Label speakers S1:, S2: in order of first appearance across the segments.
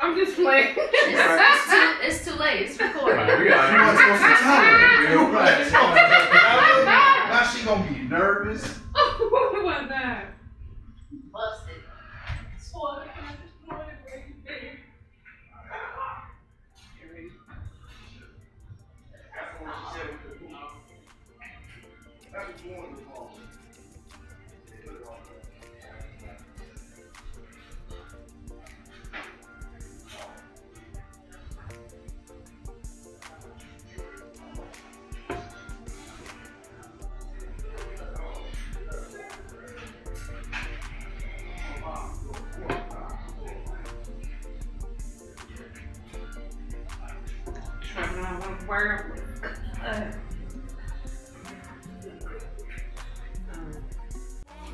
S1: I'm just playing.
S2: It's, it's, too, it's too late. It's recorded.
S3: Like, we got-
S4: You're not supposed to tell her.
S3: You're right.
S4: It's gonna be nothing. Now she gonna be nervous.
S1: One time.
S2: Busted.
S1: Trying on one word. Uh,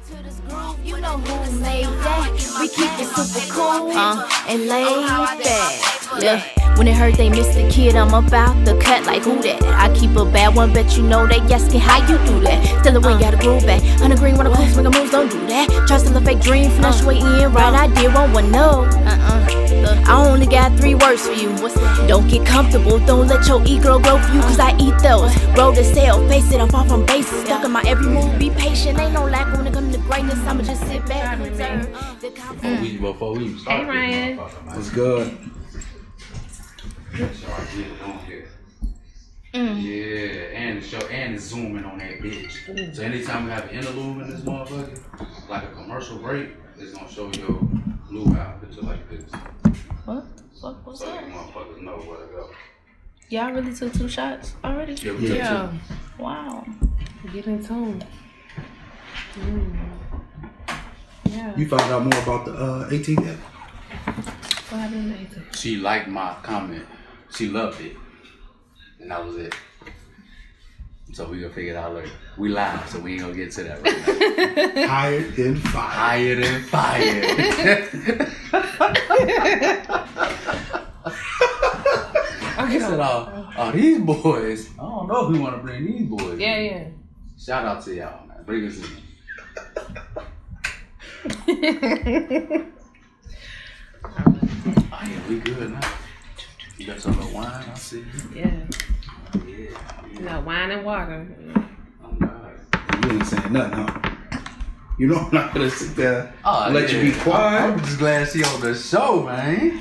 S5: To this groove, you know who made that. We keep it super cool uh, and laid back. Look, when it heard they missed the kid, I'm about to cut like who that? I keep a bad one, bet you know that. Yes, kid, how you do that? Still away, gotta groove back. Hunter green, wanna cool, swing a moves, don't do that. Try still a fake dream, flash way in, right idea, won't want no. Uh-uh. I only got three words for you. Don't get comfortable, don't let your ego grow for you, cause I eat those. Roll the sale, face it, I'm far from basic. Stuck in my every move, be patient. Ain't no lack when it comes to greatness, I'ma just sit back and observe. The conversation.
S3: We, before we even start,
S1: Hey, Ryan.
S3: What's
S4: What's
S3: good?
S4: good?
S3: Mm. Yeah, and the show and the zooming on that bitch. So anytime we have an interlude in this motherfucker, like a commercial break, it's gonna show your blue out picture like this.
S2: What? What was
S3: So you motherfuckers know where to go.
S2: Y'all really took two shots already?
S3: Yeah, we took
S1: yeah.
S2: Wow.
S1: Get in tune. Mm. Yeah.
S4: You found out more about the uh, 18th yet?
S1: What happened in the
S3: two. She liked my comment. She loved it. And that was it. So we gonna figure it out later. We live, so we ain't gonna get to that right now.
S4: Hired in fire.
S3: Higher than fire. I said, oh, oh, these boys. I don't know if we want to bring these boys.
S1: Yeah,
S3: in."
S1: yeah.
S3: Shout out to y'all, man. Bring us in. Oh, yeah, we good now. You got some little wine? I see.
S1: Yeah.
S3: Yeah. Oh, yeah.
S1: No, wine and water.
S3: I'm good.
S4: You ain't saying nothing, huh? You know I'm not gonna sit there
S3: Oh,
S4: and let you be
S3: yeah.
S4: quiet.
S3: I'm just glad she on the show, man.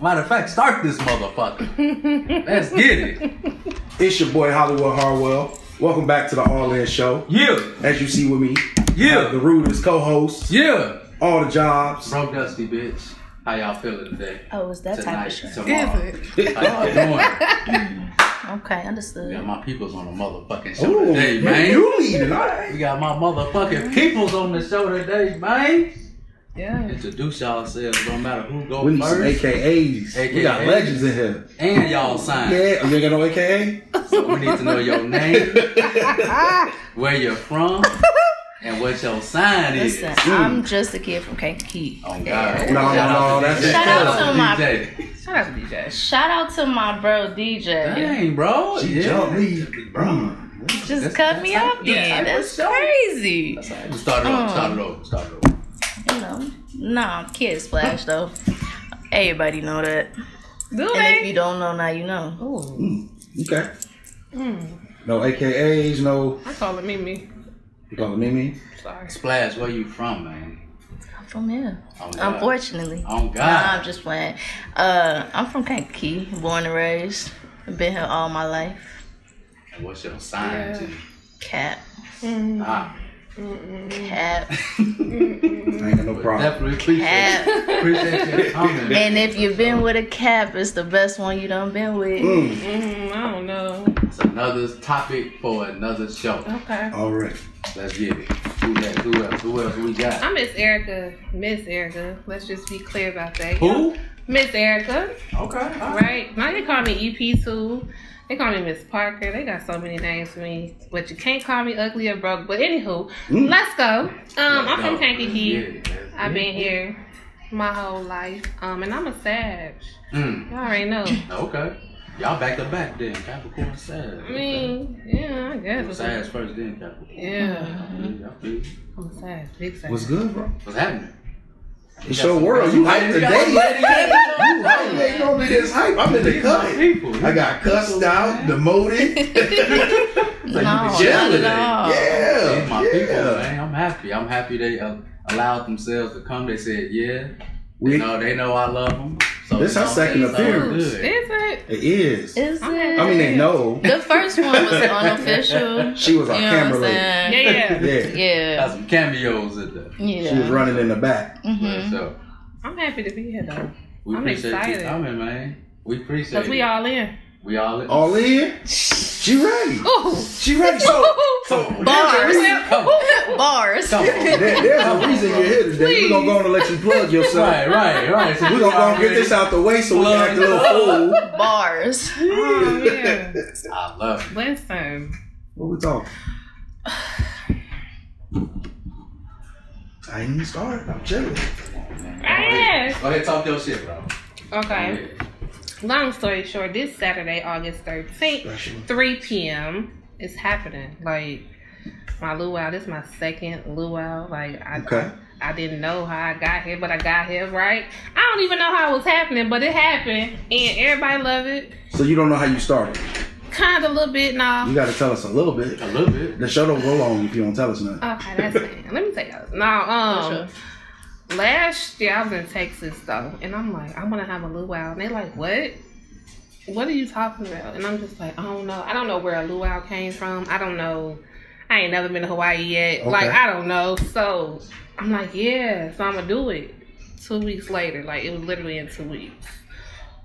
S3: Matter of fact, start this motherfucker. Let's get it.
S1: Uh-huh.
S4: It's your boy Hollywood Harwell. Welcome back to the All In Show.
S3: Yeah,
S4: As you see with me,
S3: Yeah.
S4: uh, the rudest co-host,
S3: yeah.
S4: all the jobs.
S3: Bro Dusty, bitch. How y'all feeling today?
S2: Oh, it's that type
S3: Tonight,
S2: of shit.
S3: tomorrow. How y'all doing?
S2: Okay,
S3: We
S2: understood.
S3: got my peoples on the motherfucking show
S4: Ooh,
S3: today,
S4: man,
S3: man.
S4: you leading, all right?
S3: We got my motherfucking peoples on the show today, man.
S1: Yeah.
S3: Introduce yourselves, no matter who go
S4: We need some
S3: first.
S4: AKAs. We got
S3: AKAs.
S4: legends in here.
S3: And y'all sign.
S4: Yeah, oh, you ain't got no AKA?
S3: So we need to know your name, where you're from, and what your sign is.
S2: Listen, I'm just a kid from Kankakee.
S3: Oh God!
S4: No,
S3: Shout
S4: no,
S3: out to
S4: that's
S3: DJ.
S2: Shout out to my-
S3: DJ.
S1: Shout out to DJ.
S2: Shout out to my bro DJ.
S3: Dang, bro.
S4: She
S3: yeah.
S4: jumped me.
S3: bro.
S4: Mm.
S2: Just
S3: That's-
S2: cut me
S3: that's
S2: off
S3: how-
S2: then.
S3: yeah, I was
S2: that's
S3: showing-
S2: crazy.
S3: Start it over. Start it over. Start it over.
S2: Mm. you know, nah, kid splash though. Everybody know that.
S1: Do
S2: And if you
S1: they?
S2: don't know now, you know.
S1: Ooh.
S4: Okay.
S1: Mm.
S4: No AKAs, no.
S1: I call it Mimi.
S4: You call it Mimi?
S1: Sorry.
S3: Splash, where you from, man?
S2: I'm from here,
S3: Oh, God.
S2: unfortunately.
S3: Oh
S2: Nah, I'm
S3: God.
S2: just playing. Uh, I'm from Kankakee, born and raised. Been here all my life.
S3: And what's your sign?
S1: Yeah.
S3: G?
S2: Cap,
S1: Mm.
S3: Ah,
S2: cap, Mm.
S4: I ain't got no problem.
S3: definitely appreciate,
S2: cap.
S3: appreciate your comment.
S2: and if you've been with a cap, it's the best one you done been with.
S4: Mm,
S1: Mm, I don't know.
S3: It's another topic for another show.
S1: Okay.
S4: all right.
S3: Let's get it. Who next? Who else? Who else we got?
S1: I miss Erica. Miss Erica. Let's just be clear about that.
S3: Who?
S1: Miss Erica.
S3: Okay.
S2: Um,
S3: all right.
S1: Right. Now they call me EP too. They call me Miss Parker. They got so many names for me. But you can't call me ugly or broke. But anywho,
S4: Mm.
S1: let's go. Um, I'm
S3: Let's
S1: from
S3: go.
S1: Kankakee.
S3: Let's get it. Let's get
S1: I've been
S3: it.
S1: here my whole life. Um, and I'm a Sag.
S3: Mm.
S1: Y'all already know.
S3: Okay. Y'all back to back then. Capricorn Sag.
S1: I mean, yeah, I guess.
S3: Sag first, then Capricorn.
S1: Yeah,
S3: I feel you, I feel you.
S1: I'm a Sag. Big Sag.
S4: What's good, bro?
S3: What's happening?
S4: It's your world. You hype today. You hype ain't gonna be this hype. I'm in the cut.
S3: People.
S4: I got cussed out, demoted.
S2: No, not
S4: Jelly.
S2: at all.
S4: Yeah.
S3: These my
S4: yeah.
S3: people, man. I'm happy. I'm happy they uh, allowed themselves to come. They said, yeah.
S4: We-
S3: you know, they know I love them. So
S4: This
S3: you
S4: her
S3: know,
S4: second
S3: it's all
S4: appearance.
S1: Is
S3: good.
S1: it?
S4: It is.
S2: Is it?
S4: I mean, they know
S2: the first one was unofficial.
S4: she was
S2: You
S4: our
S2: know what
S4: camera
S2: I'm
S4: lady.
S1: Yeah,
S2: saying?
S1: yeah.
S4: Yeah.
S2: Yeah.
S3: Got some cameos in there.
S2: Yeah.
S4: She was running in the back.
S2: Mhm.
S3: So
S1: I'm happy to be here though.
S3: we
S1: Mm-hmm. I'm
S3: appreciate
S1: excited.
S3: you coming, man. We appreciate
S1: Cause
S3: it.
S1: we all in.
S3: we all in.
S4: All in. She ready.
S1: Ooh.
S4: She ready. So, so
S3: Come on.
S2: Bars.
S3: Come on.
S2: Bars.
S3: Come on.
S4: there- there's a reason you're here today. We're gonna go on and let you plug yourself.
S3: Right, right, right. So
S4: We're
S3: we
S4: gonna go and get
S3: already-
S4: this out the way so we can act a little fool.
S3: I
S2: Bars.
S1: Oh man.
S3: love it.
S1: Listen.
S4: What we talking? I ain't even started. I'm chilling.
S1: Right.
S3: Go ahead, talk your shit, bro.
S1: Ah, Okay. Long story short, this Saturday, August 13th, 3 p.m. It's happening. Like my luau, this is my second luau. Like I,
S4: Okay.
S1: I didn't know how I got here, but I got here right. I don't even know how it was happening, but it happened, and everybody love it.
S4: So you don't know how you started.
S1: Kind of a little bit now.
S4: You got to tell us a little bit.
S3: A little bit.
S4: The show don't go long if you don't tell us nothing.
S1: Okay, that's it. Let me tell y'all. Now, um,
S2: For
S1: last year I was in Texas though, and I'm like, I'm gonna have a luau, and they like, what? What are you talking about? And I'm just like, I don't know. I don't know where a luau came from. I don't know. I ain't never been to Hawaii yet.
S4: Okay.
S1: Like, I don't know. So I'm like, yeah. So I'm gonna do it. Two weeks later, like it was literally in two weeks.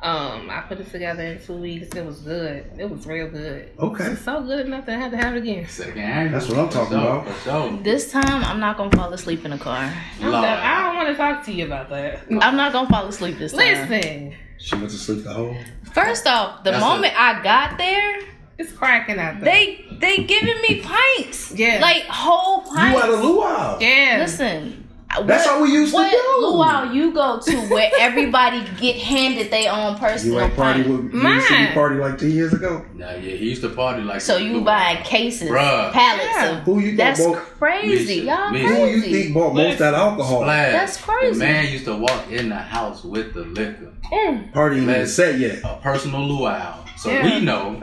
S1: Um, I put it together in two weeks. It was good. It was real good.
S4: Okay.
S1: So good enough that I had to have it again.
S3: Second angle.
S4: That's what I'm talking
S3: For sure,
S4: about.
S3: For sure.
S2: This time, I'm not gonna fall asleep in the car.
S1: I'm
S3: Lord.
S1: done. I don't want to talk to you about that.
S2: I'm not gonna fall asleep this time.
S1: Listen,
S4: She went to sleep the whole.
S2: First off, the
S3: That's
S2: moment
S3: it.
S2: I got there,
S1: it's cracking out there.
S2: they they giving me pints.
S1: Yeah.
S2: Like whole pints.
S4: You out of luau.
S1: yeah.
S2: Listen.
S4: That's
S2: what,
S4: how we used to
S2: what
S4: do.
S2: luau you go to where everybody get handed their own
S4: You
S2: personal
S4: ain't party
S2: pint.
S4: with you ain't see me
S1: Mine.
S4: party like ten years ago.
S3: Nah, yeah, he used to party like.
S2: So you buying cases,
S3: Bruh.
S2: pallets
S1: Yeah.
S2: of.
S4: Who you think
S2: That's
S4: bought-
S2: crazy,
S3: Listen,
S2: y'all.
S3: listen.
S4: Who you
S2: Crazy.
S4: think bought most of that alcohol?
S3: Splash.
S2: That's crazy.
S3: The man used to walk in the house with the liquor,
S2: Mm.
S4: Party ain't even
S3: Let's-
S4: set yet.
S3: a personal luau. So
S1: Yeah.
S3: we know.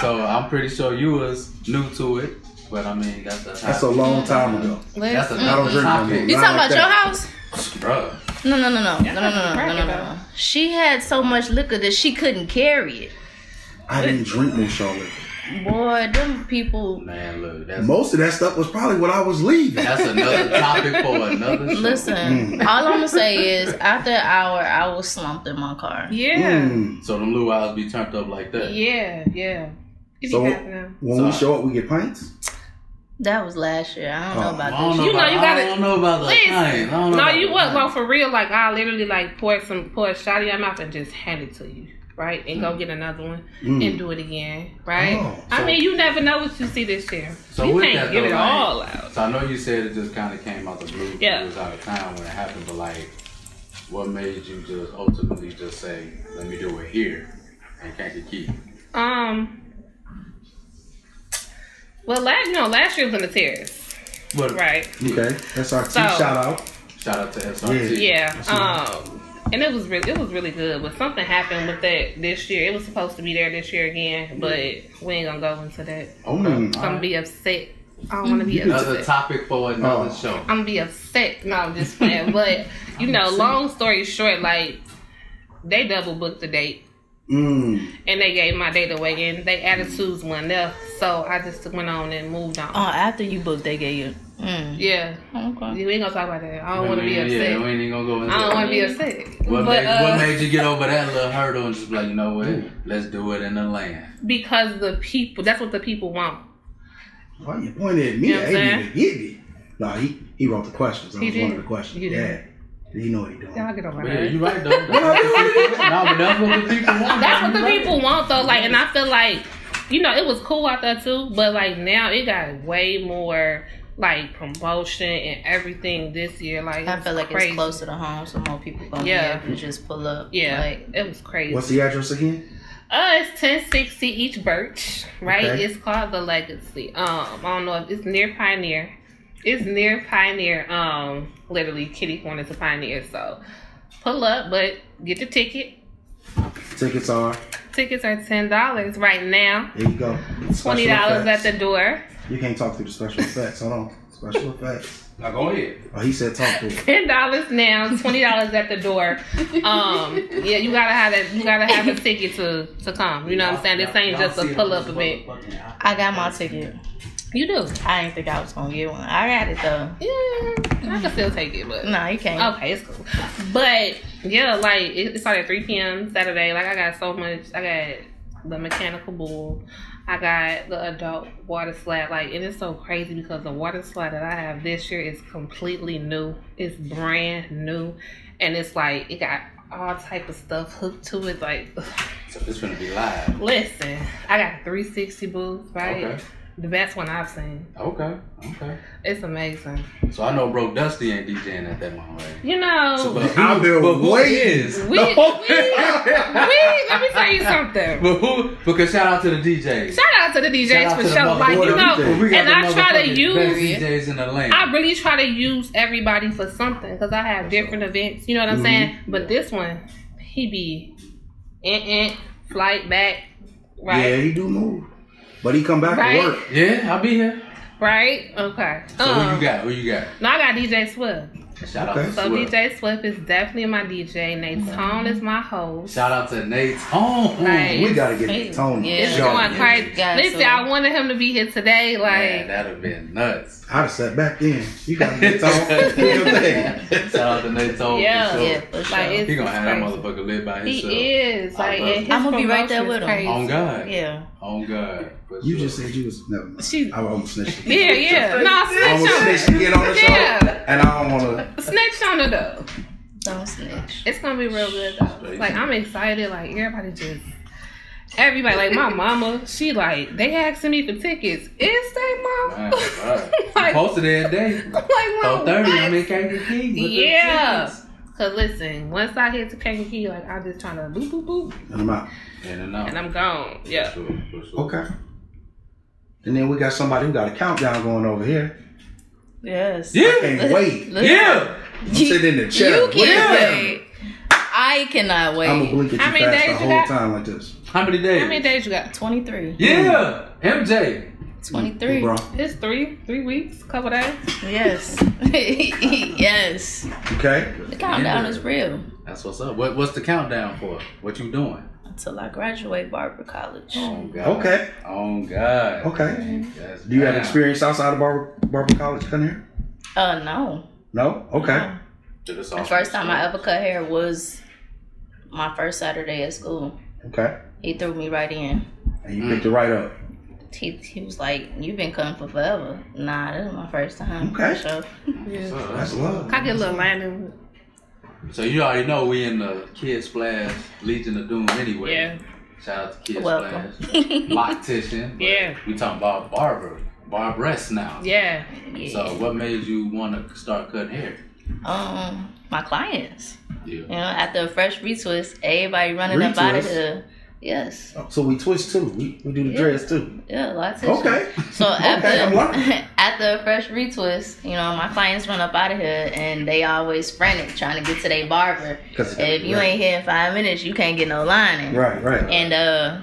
S3: so I'm pretty sure you was new to it, but I mean that's that's,
S4: That's a long time ago.
S3: That's
S1: Listen.
S4: I don't
S3: another
S4: drink no more.
S3: topic,
S2: you
S4: Nah,
S2: talking about
S4: that-
S2: your house?
S3: bruh.
S2: No, no, no, no, no, no,
S1: what
S2: no,
S1: you
S2: no,
S1: bragging
S2: no, no.
S1: about.
S2: She had so much liquor that she couldn't carry it.
S4: I didn't drink no Charlotte.
S2: Boy, them people.
S3: Man, look, that's
S4: Most of that stuff was probably when I was leaving.
S3: that's another topic for another. Show.
S2: Listen,
S4: Mm.
S2: all I'm gonna say is after an hour, I was slumped in my car.
S1: Yeah.
S4: Mm.
S3: So them luau's be turned up like that.
S1: Yeah. Yeah. It be
S4: So
S1: happening.
S4: when we show up, we get pints.
S2: That was last year. I don't
S4: Oh,
S2: know
S3: I
S2: about
S3: don't
S2: this.
S3: know
S1: You know
S3: about,
S1: you
S3: I
S1: gotta-
S3: don't know about the
S1: Listen.
S3: thing. I don't know
S1: No,
S3: about
S1: you
S3: the
S1: was
S3: thing.
S1: no for real. Like I literally like pour some pour a shot in your mouth and just hand it to you, right? And go get another one
S3: Hmm.
S4: Mm.
S1: and do it again, right?
S4: Oh,
S1: I mean, you never know what you see this year.
S3: So
S1: you
S3: with
S1: can't
S3: that,
S1: give
S3: though,
S1: it
S3: like-
S1: all out.
S3: So I know you said it just kind of came out the blue.
S1: Yeah.
S3: You was out of town when it happened, but like, what made you just ultimately just say, "Let me do it here," and can't get key?
S1: Um. Well, last no, last year was in the terrace,
S3: But
S1: right?
S4: Okay, that's our
S1: So-
S4: shout out.
S3: shout out to SRT.
S1: Yeah. Um, and it was really, it was really good, but something happened with that this year. It was supposed to be there this year again, but we ain't gonna go into that. Mm-hmm. Uh,
S3: Okay.
S4: Mm.
S1: Mm-hmm. I'm
S3: all
S1: gonna
S3: right.
S1: be upset. I don't want to be
S3: Another
S1: upset.
S3: topic for another
S4: Oh.
S3: show.
S1: I'm gonna be upset. No, I'm just playing. but you know, long story short, like they double booked the date.
S4: Mm.
S1: And they gave my date away, and they attitudes went left. So I just went on and moved on.
S2: Oh, after you booked, they gave you. Mm.
S1: yeah,
S2: Okay.
S1: we ain't gonna talk about that. I don't want to be
S3: Yeah,
S1: upset.
S3: we ain't even gonna go into
S1: I don't want
S3: it.
S1: to be upset.
S3: What,
S1: But,
S3: made,
S1: uh,
S3: what made you get over that little hurdle and just be like, you know what? Let's do it in the land.
S1: because the people that's what the people want.
S4: Why you pointing at me?
S1: You know
S4: I
S1: what I'm
S4: ain't even get me. Nah, he he wrote the questions. I
S1: He
S4: was one of
S1: did.
S4: the questions.
S1: He
S4: yeah,
S1: did.
S4: you know what he doing.
S1: Y'all get on my
S3: But yeah,
S1: nerves.
S3: you right though. That's what the people, nah, but that's what the people want.
S1: That's what
S3: You
S1: the
S3: right.
S1: people want though. Like, and I feel like, you know, it was cool out there too, but like now it got way more like promotion and everything this year. Like,
S2: I feel like
S1: crazy.
S2: it's closer to home, so more people gonna
S1: Yeah.
S2: be able to just pull up.
S1: Yeah,
S2: Like,
S1: it was crazy.
S4: What's the address again?
S1: Uh, it's ten sixty each birch, right?
S4: Okay.
S1: It's called the Legacy. Um, I don't know if it's near Pioneer. It's near Pioneer. Um, literally, kitty corner to Pioneer. So pull up, but get your ticket.
S4: Tickets are.
S1: Tickets are ten dollars right now.
S4: There you go. Special
S1: Twenty dollars at
S4: effects.
S1: the door.
S4: You can't talk through the special effects. Hold on. Special effects.
S3: Now go ahead.
S4: Oh, he said talk through it.
S1: Ten dollars now, twenty dollars at the door. Um, yeah, you gotta have that. You gotta have a ticket to to come. You know what I'm saying? This ain't just a pull up event.
S2: I got my ticket.
S1: You do.
S2: I didn't think I was gonna get one. I got it though.
S1: Yeah, I can still take it, but
S2: No, you can't.
S1: okay, it's cool. But yeah, like it, it started at 3 p.m. Saturday. Like I got so much. I got the mechanical bull. I got the adult water slide. Like and it's so crazy because the water slide that I have this year is completely new. It's brand new, and it's like it got all type of stuff hooked to it. Like
S3: So it's gonna be live.
S1: listen, I got 360 booths. Right,
S3: Okay.
S1: the best one I've seen.
S3: Okay. Okay.
S1: It's amazing.
S3: So I know bro Dusty ain't DJing at that moment. Right?
S1: You know.
S3: So, but
S4: I've been
S3: but who
S4: waiting.
S3: is?
S1: Oh. We-
S3: No.
S1: we- we, let me tell you something.
S3: but who? Because shout out to the DJs.
S1: Shout out to the DJs
S3: Shout out
S1: for
S3: to the
S1: sure. Like you
S4: motherfucking
S1: know,
S4: DJs.
S3: We got
S1: and
S3: the
S1: I try to
S3: motherfucking best
S1: use-
S3: DJs in the land.
S1: I really try to use everybody for something because I have different events. You know what
S3: Mm-hmm.
S1: I'm saying? But this one, he be in in flight back,
S4: Yeah,
S1: right?
S4: he do move. But he come back
S1: Right.
S4: to work.
S3: yeah, I'll be here.
S1: Right? Okay.
S3: So who
S1: um,
S3: you got? Who you got?
S1: now I got DJ Swift.
S3: Shout out
S4: Okay.
S3: to
S1: So
S3: Swift. Mm-hmm.
S1: DJ Swift is definitely my DJ. Nate Tone is my host.
S3: Shout out to Nate's home.
S1: Like,
S4: We gotta get Nate Tony.
S2: Yeah.
S1: It's
S2: Yo,
S1: going
S3: yeah.
S1: crazy.
S2: Got
S1: Listen,
S2: to.
S1: I wanted him to be here today.
S3: Man,
S1: Like,
S3: that'd have been nuts.
S4: I'd have sat back then. You got Nate Tone.
S3: Shout out to Nate Tone
S1: Yeah.
S3: for sure.
S2: Yeah, for sure.
S1: like it's
S3: He gonna have that
S1: crazy.
S3: motherfucker live by
S1: He
S3: himself.
S1: is. Like,
S3: love
S1: and
S3: it.
S1: his
S2: I'ma be right there
S1: promotion
S2: with
S1: is
S2: him.
S1: crazy.
S3: On God.
S2: yeah.
S3: On God. for
S4: You
S3: sure.
S4: just said you was never mind.
S1: She-
S4: I almost snitched.
S1: Yeah, yeah. No,
S4: I
S1: snitch
S4: was
S1: on
S4: snitched
S1: it.
S4: to get on the show.
S1: Yeah.
S4: And I don't wanna
S1: Snitch on it though.
S2: Don't snitch.
S1: It's gonna be real good though. Like I'm excited. Like everybody just. Everybody like my mama, she like they asking me for tickets. Is they
S3: Man,
S1: mom?
S3: God.
S1: Like-
S3: You posted every day.
S1: like mom,
S3: Four thirty. I'm
S1: what?
S3: in Kankakee. with the
S1: Yeah.
S3: tickets.
S1: Cause listen, once I hit the Kankakee, like I'm just trying to boop boop boop,
S4: and I'm out.
S3: In and out.
S1: and I'm gone. Yeah.
S3: For sure, for sure.
S4: Okay. And then we got somebody who got a countdown going over here.
S2: Yes.
S4: I
S3: Yeah.
S4: can't wait.
S2: Look,
S3: Yeah.
S4: I'm sitting in the chair.
S2: You
S4: waiting.
S2: can't wait. I cannot wait.
S4: I'm gonna blink at you
S1: How many
S4: fast
S1: days
S4: the
S1: you
S4: whole
S1: got?
S4: time like this.
S3: How many days?
S1: How many days you got?
S2: 23.
S3: Yeah. MJ.
S2: 23.
S4: Bro,
S1: It's three, three weeks, couple days.
S2: Yes. yes.
S4: okay?
S2: The countdown is real.
S3: That's what's up. What, what's the countdown for? What you doing?
S2: Until I graduate Barber College.
S3: Oh God.
S4: Okay.
S3: Oh God.
S4: Okay.
S3: Yes,
S4: Do you have
S3: ma'am.
S4: experience outside of Barber, Barber College cutting hair?
S2: Uh, no.
S4: No? Okay.
S3: Dude, it's
S2: The
S3: awesome.
S2: first time I ever cut hair was my first Saturday at school.
S4: Okay.
S2: He threw me right in.
S4: And you
S3: Mm.
S4: picked it right up.
S2: He, he was like, You've been cutting for forever. Nah, this is my first time.
S4: Okay.
S2: So,
S1: Yeah.
S3: So,
S4: That's love.
S1: I get a little landing.
S3: so you already know we in the Kid Splash Legion of Doom anyway.
S1: Yeah.
S3: Shout out to Kid
S2: welcome.
S3: Splash. Loctician. but
S1: Yeah.
S3: We talking about barber. Barberess now.
S1: Yeah.
S2: yeah.
S3: So what made you want to start cutting hair?
S2: um, my clients.
S3: Yeah.
S2: You know, after a fresh retwist, everybody running up out of
S4: Retwist?
S2: here. Yes.
S4: Oh. So we twist too. We, we do the
S2: Yeah.
S4: dreads too.
S2: Yeah, lots of
S4: Okay.
S2: So after
S4: I'm learning.
S2: after a fresh retwist, you know, my clients run up out of here and they always frantic trying to get to their barber.
S4: 'Cause-
S2: If you ain't here in five minutes, you can't get no lining.
S4: Right, right.
S2: And uh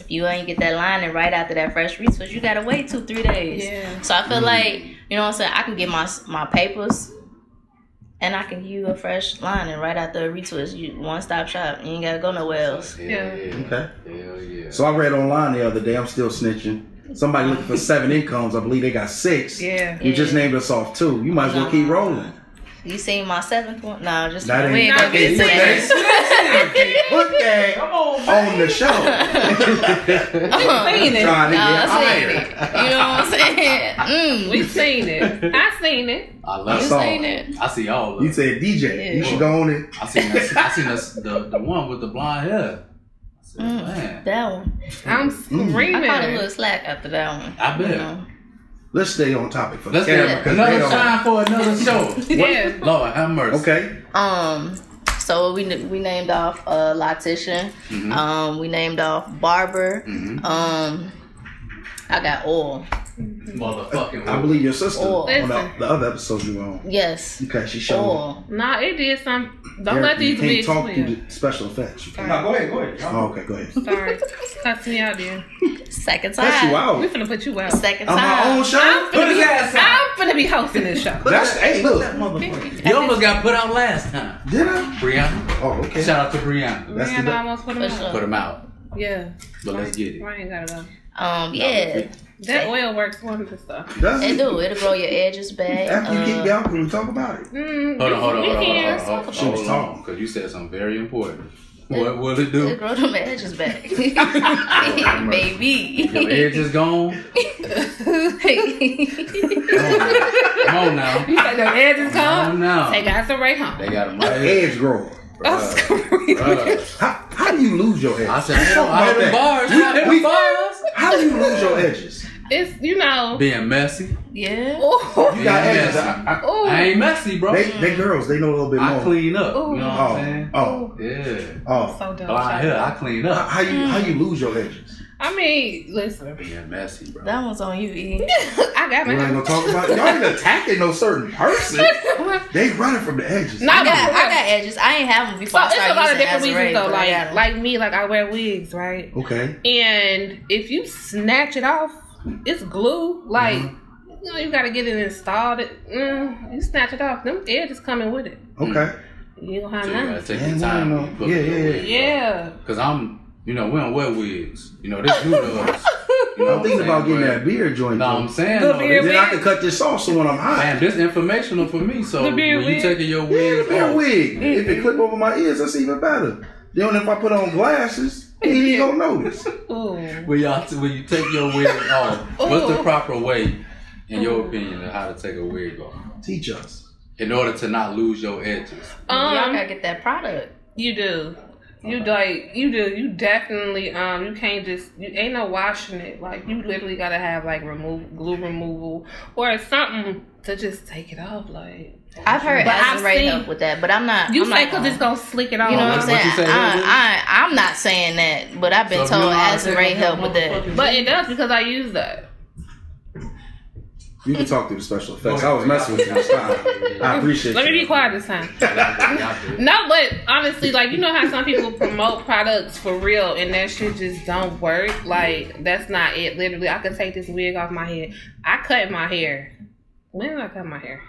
S2: if you ain't get that lining right after that fresh retwist, you gotta wait two, three days.
S1: Yeah.
S2: So I feel
S4: Mm.
S2: like, you know what I'm saying, I can get my my papers and I can give you a fresh lining right after a retwist. You one stop shop. You ain't gotta go nowhere else.
S3: Hell
S1: Yeah.
S4: Okay.
S3: Hell yeah.
S4: So I read online the other day, I'm still snitching. Somebody looking for seven incomes, I believe they got six.
S1: Yeah.
S4: You just named us off two. You might as well keep rolling.
S2: You seen my seventh one? No, just
S4: That
S2: we
S4: ain't-
S2: ain't gonna
S1: that ain't-
S2: get to that.
S4: Put that
S3: Come on,
S4: on the show.
S1: We seen it.
S4: Trying to
S2: No,
S4: get
S2: Uh-huh. I seen it.
S4: hired.
S2: You know what I'm saying? Mm.
S1: We seen it. I seen it.
S3: I
S2: You
S3: love
S4: saw it.
S2: seen it?
S3: I see all of
S4: You
S3: it.
S4: said DJ, you
S2: Yeah.
S4: should go on it.
S3: I seen, this, I seen this, the, the one with the blonde hair. I said,
S2: Mm.
S3: man.
S2: That one.
S1: I'm
S2: I
S1: screaming.
S2: caught a little slack after that one.
S3: I bet.
S2: You know?
S4: Let's stay on topic for
S3: Let's
S4: camera
S3: get
S4: 'cause they
S3: another
S4: don't-
S3: time for another show.
S1: Yeah.
S3: Lord, have mercy.
S4: Okay.
S2: Um. So we we named off uh, a loctician.
S4: Mm-hmm.
S3: Mm-hmm.
S2: Um. We named off barber.
S3: Mhm.
S2: Um. I got oil.
S3: Motherfucking.
S4: I believe your sister
S2: Or-
S4: on the,
S1: Listen.
S4: the other episode you were on.
S2: Yes.
S4: Okay, she showed.
S2: Or
S1: Nah, it did some. Don't
S4: Derek,
S1: let these
S4: you
S1: bitches
S4: can't talk
S1: live.
S4: through the special effects. You can't.
S3: No, go ahead, go ahead.
S4: Oh, okay, go ahead.
S1: Sorry, cuss me out, then.
S2: second time.
S4: That's Uh-huh. Oh, you
S1: We
S4: out.
S1: finna put you out.
S2: Second
S4: On
S2: time.
S4: my own
S1: I'm
S4: show.
S3: Put
S1: finna,
S3: his
S1: be,
S3: ass
S1: I'm finna be hosting this show.
S4: That's hey, look.
S1: Period.
S3: You almost got put out last time.
S4: Did I?
S3: Brianna.
S4: Oh, okay.
S3: Shout out to Brianna.
S4: That's the
S1: Rihanna
S4: duck.
S1: almost put him
S2: For
S1: out.
S2: sure.
S3: Put him out.
S1: Yeah.
S3: But let's get it.
S1: Ryan gotta go.
S2: Um, yeah.
S1: That oil works wonderful stuff.
S4: Does
S2: It
S4: it?
S2: do. It'll grow your edges back.
S4: After you
S2: Um,
S4: kick me out, can we talk about it?
S1: Mm,
S3: Hold on, hold on,
S1: we
S3: hold on, hold
S1: can.
S3: on, hold on.
S4: She was
S3: Hold on,
S4: talking.
S3: because you said something very important. What will it do?
S2: It'll grow them edges back.
S3: mercy. Your
S2: Baby.
S3: edge is gone. Come on now.
S1: You said the edge is
S3: Come
S1: cold?
S3: on now.
S1: They got some right home.
S3: They got him right here.
S4: Edge grower.
S1: That's
S3: Bruh.
S4: How, how do you lose your
S3: I
S4: edge?
S3: said, I don't
S4: Fuck
S3: I
S4: that.
S3: them bars. You hit
S4: we-
S3: them bars.
S4: How do you lose your edges?
S1: It's, you know.
S3: Being messy.
S2: yeah.
S1: Ooh.
S4: You got
S3: Yeah,
S4: edges.
S3: messy.
S4: I, I,
S1: Ooh.
S3: I ain't messy, bro.
S4: they, they girls, they know a little bit
S3: I
S4: more.
S3: clean up. You know what I'm
S4: Oh,
S3: saying?
S4: oh,
S3: Yeah.
S4: oh.
S1: So dumb.
S3: Blind here, I clean
S4: How
S3: up.
S4: how you how you lose your edges?
S1: I mean, listen.
S3: Being messy, bro.
S2: That one's on you, E.
S1: I got
S4: We ain't
S1: my.
S4: gonna talk about it. Y'all ain't attacking no certain person. They running from the edges.
S1: Not
S2: I got, I got edges. I ain't have them before.
S1: So
S2: I
S1: it's a
S2: started
S1: lot of
S2: using
S1: different reasons
S2: Azarelli,
S1: though.
S2: but I got
S1: Like,
S2: 'em.
S1: like me, like I wear wigs, right?
S4: Okay.
S1: And if you snatch it off, it's glue. Like
S2: Mm-hmm.
S1: you, know, you gotta get it installed. It, mm, you snatch it off, them edges coming with it.
S3: Hmm.
S4: Okay.
S1: You don't have
S3: So you
S1: none.
S3: gotta take
S4: Yeah,
S3: your time.
S4: no, no.
S3: when you put
S4: Yeah,
S3: it in
S4: yeah,
S3: your
S4: yeah.
S3: wig, bro.
S1: Yeah.
S3: Cause I'm, you know, we don't wear wigs. You know, this new to us. You know what
S4: I'm thinking about
S3: saying?
S4: getting that beer joint.
S3: No,
S4: though.
S3: I'm saying
S1: The
S3: though,
S1: beer-
S3: this,
S4: Then I can cut this off so when I'm high.
S3: man, this informational for me. So
S1: The
S3: when
S1: beer
S3: you
S1: wig.
S3: taking your
S4: Yeah, the
S3: wigs
S4: beer
S3: off,
S4: wig. If
S1: Mm-hmm.
S4: it clip over my ears, that's even better. Then if I put on glasses, he ain't gonna notice.
S1: Ooh.
S3: when y'all when you take your wig off, what's the
S2: Oh.
S1: Ooh.
S3: proper way, in your opinion, of how to take a wig off
S4: Teach us.
S3: in order to not lose your edges?
S2: Y'all gotta
S1: Um,
S2: get that product.
S1: you do. You like you do. You definitely um. You can't just. You ain't no washing it. Like you literally gotta have like remove glue removal or something to just take it off. Like
S2: I've heard
S1: But I've
S2: Azarelli
S1: seen-
S2: help with that, but I'm not.
S1: you say
S2: I'm not
S1: because
S2: gonna-
S1: it's gonna slick it off.
S2: You know what I'm
S3: Oh, What you
S2: saying?
S3: say, Hilda?
S2: I, I, I'm not saying that, but I've been
S3: So if you
S2: told
S3: don't know how to take
S2: Azarelli
S3: off
S2: help
S3: your
S2: with that.
S3: motherfucking
S1: But it does because I use that.
S4: You can talk through the special effects. I was messing with you this time. I appreciate
S1: Let
S4: you.
S1: me be quiet this time.
S3: Y'all
S1: No, but honestly, like you know how some people promote products for real and that shit just don't work. Like that's not it. Literally, I could take this wig off my head. I cut my hair. When did I cut my hair?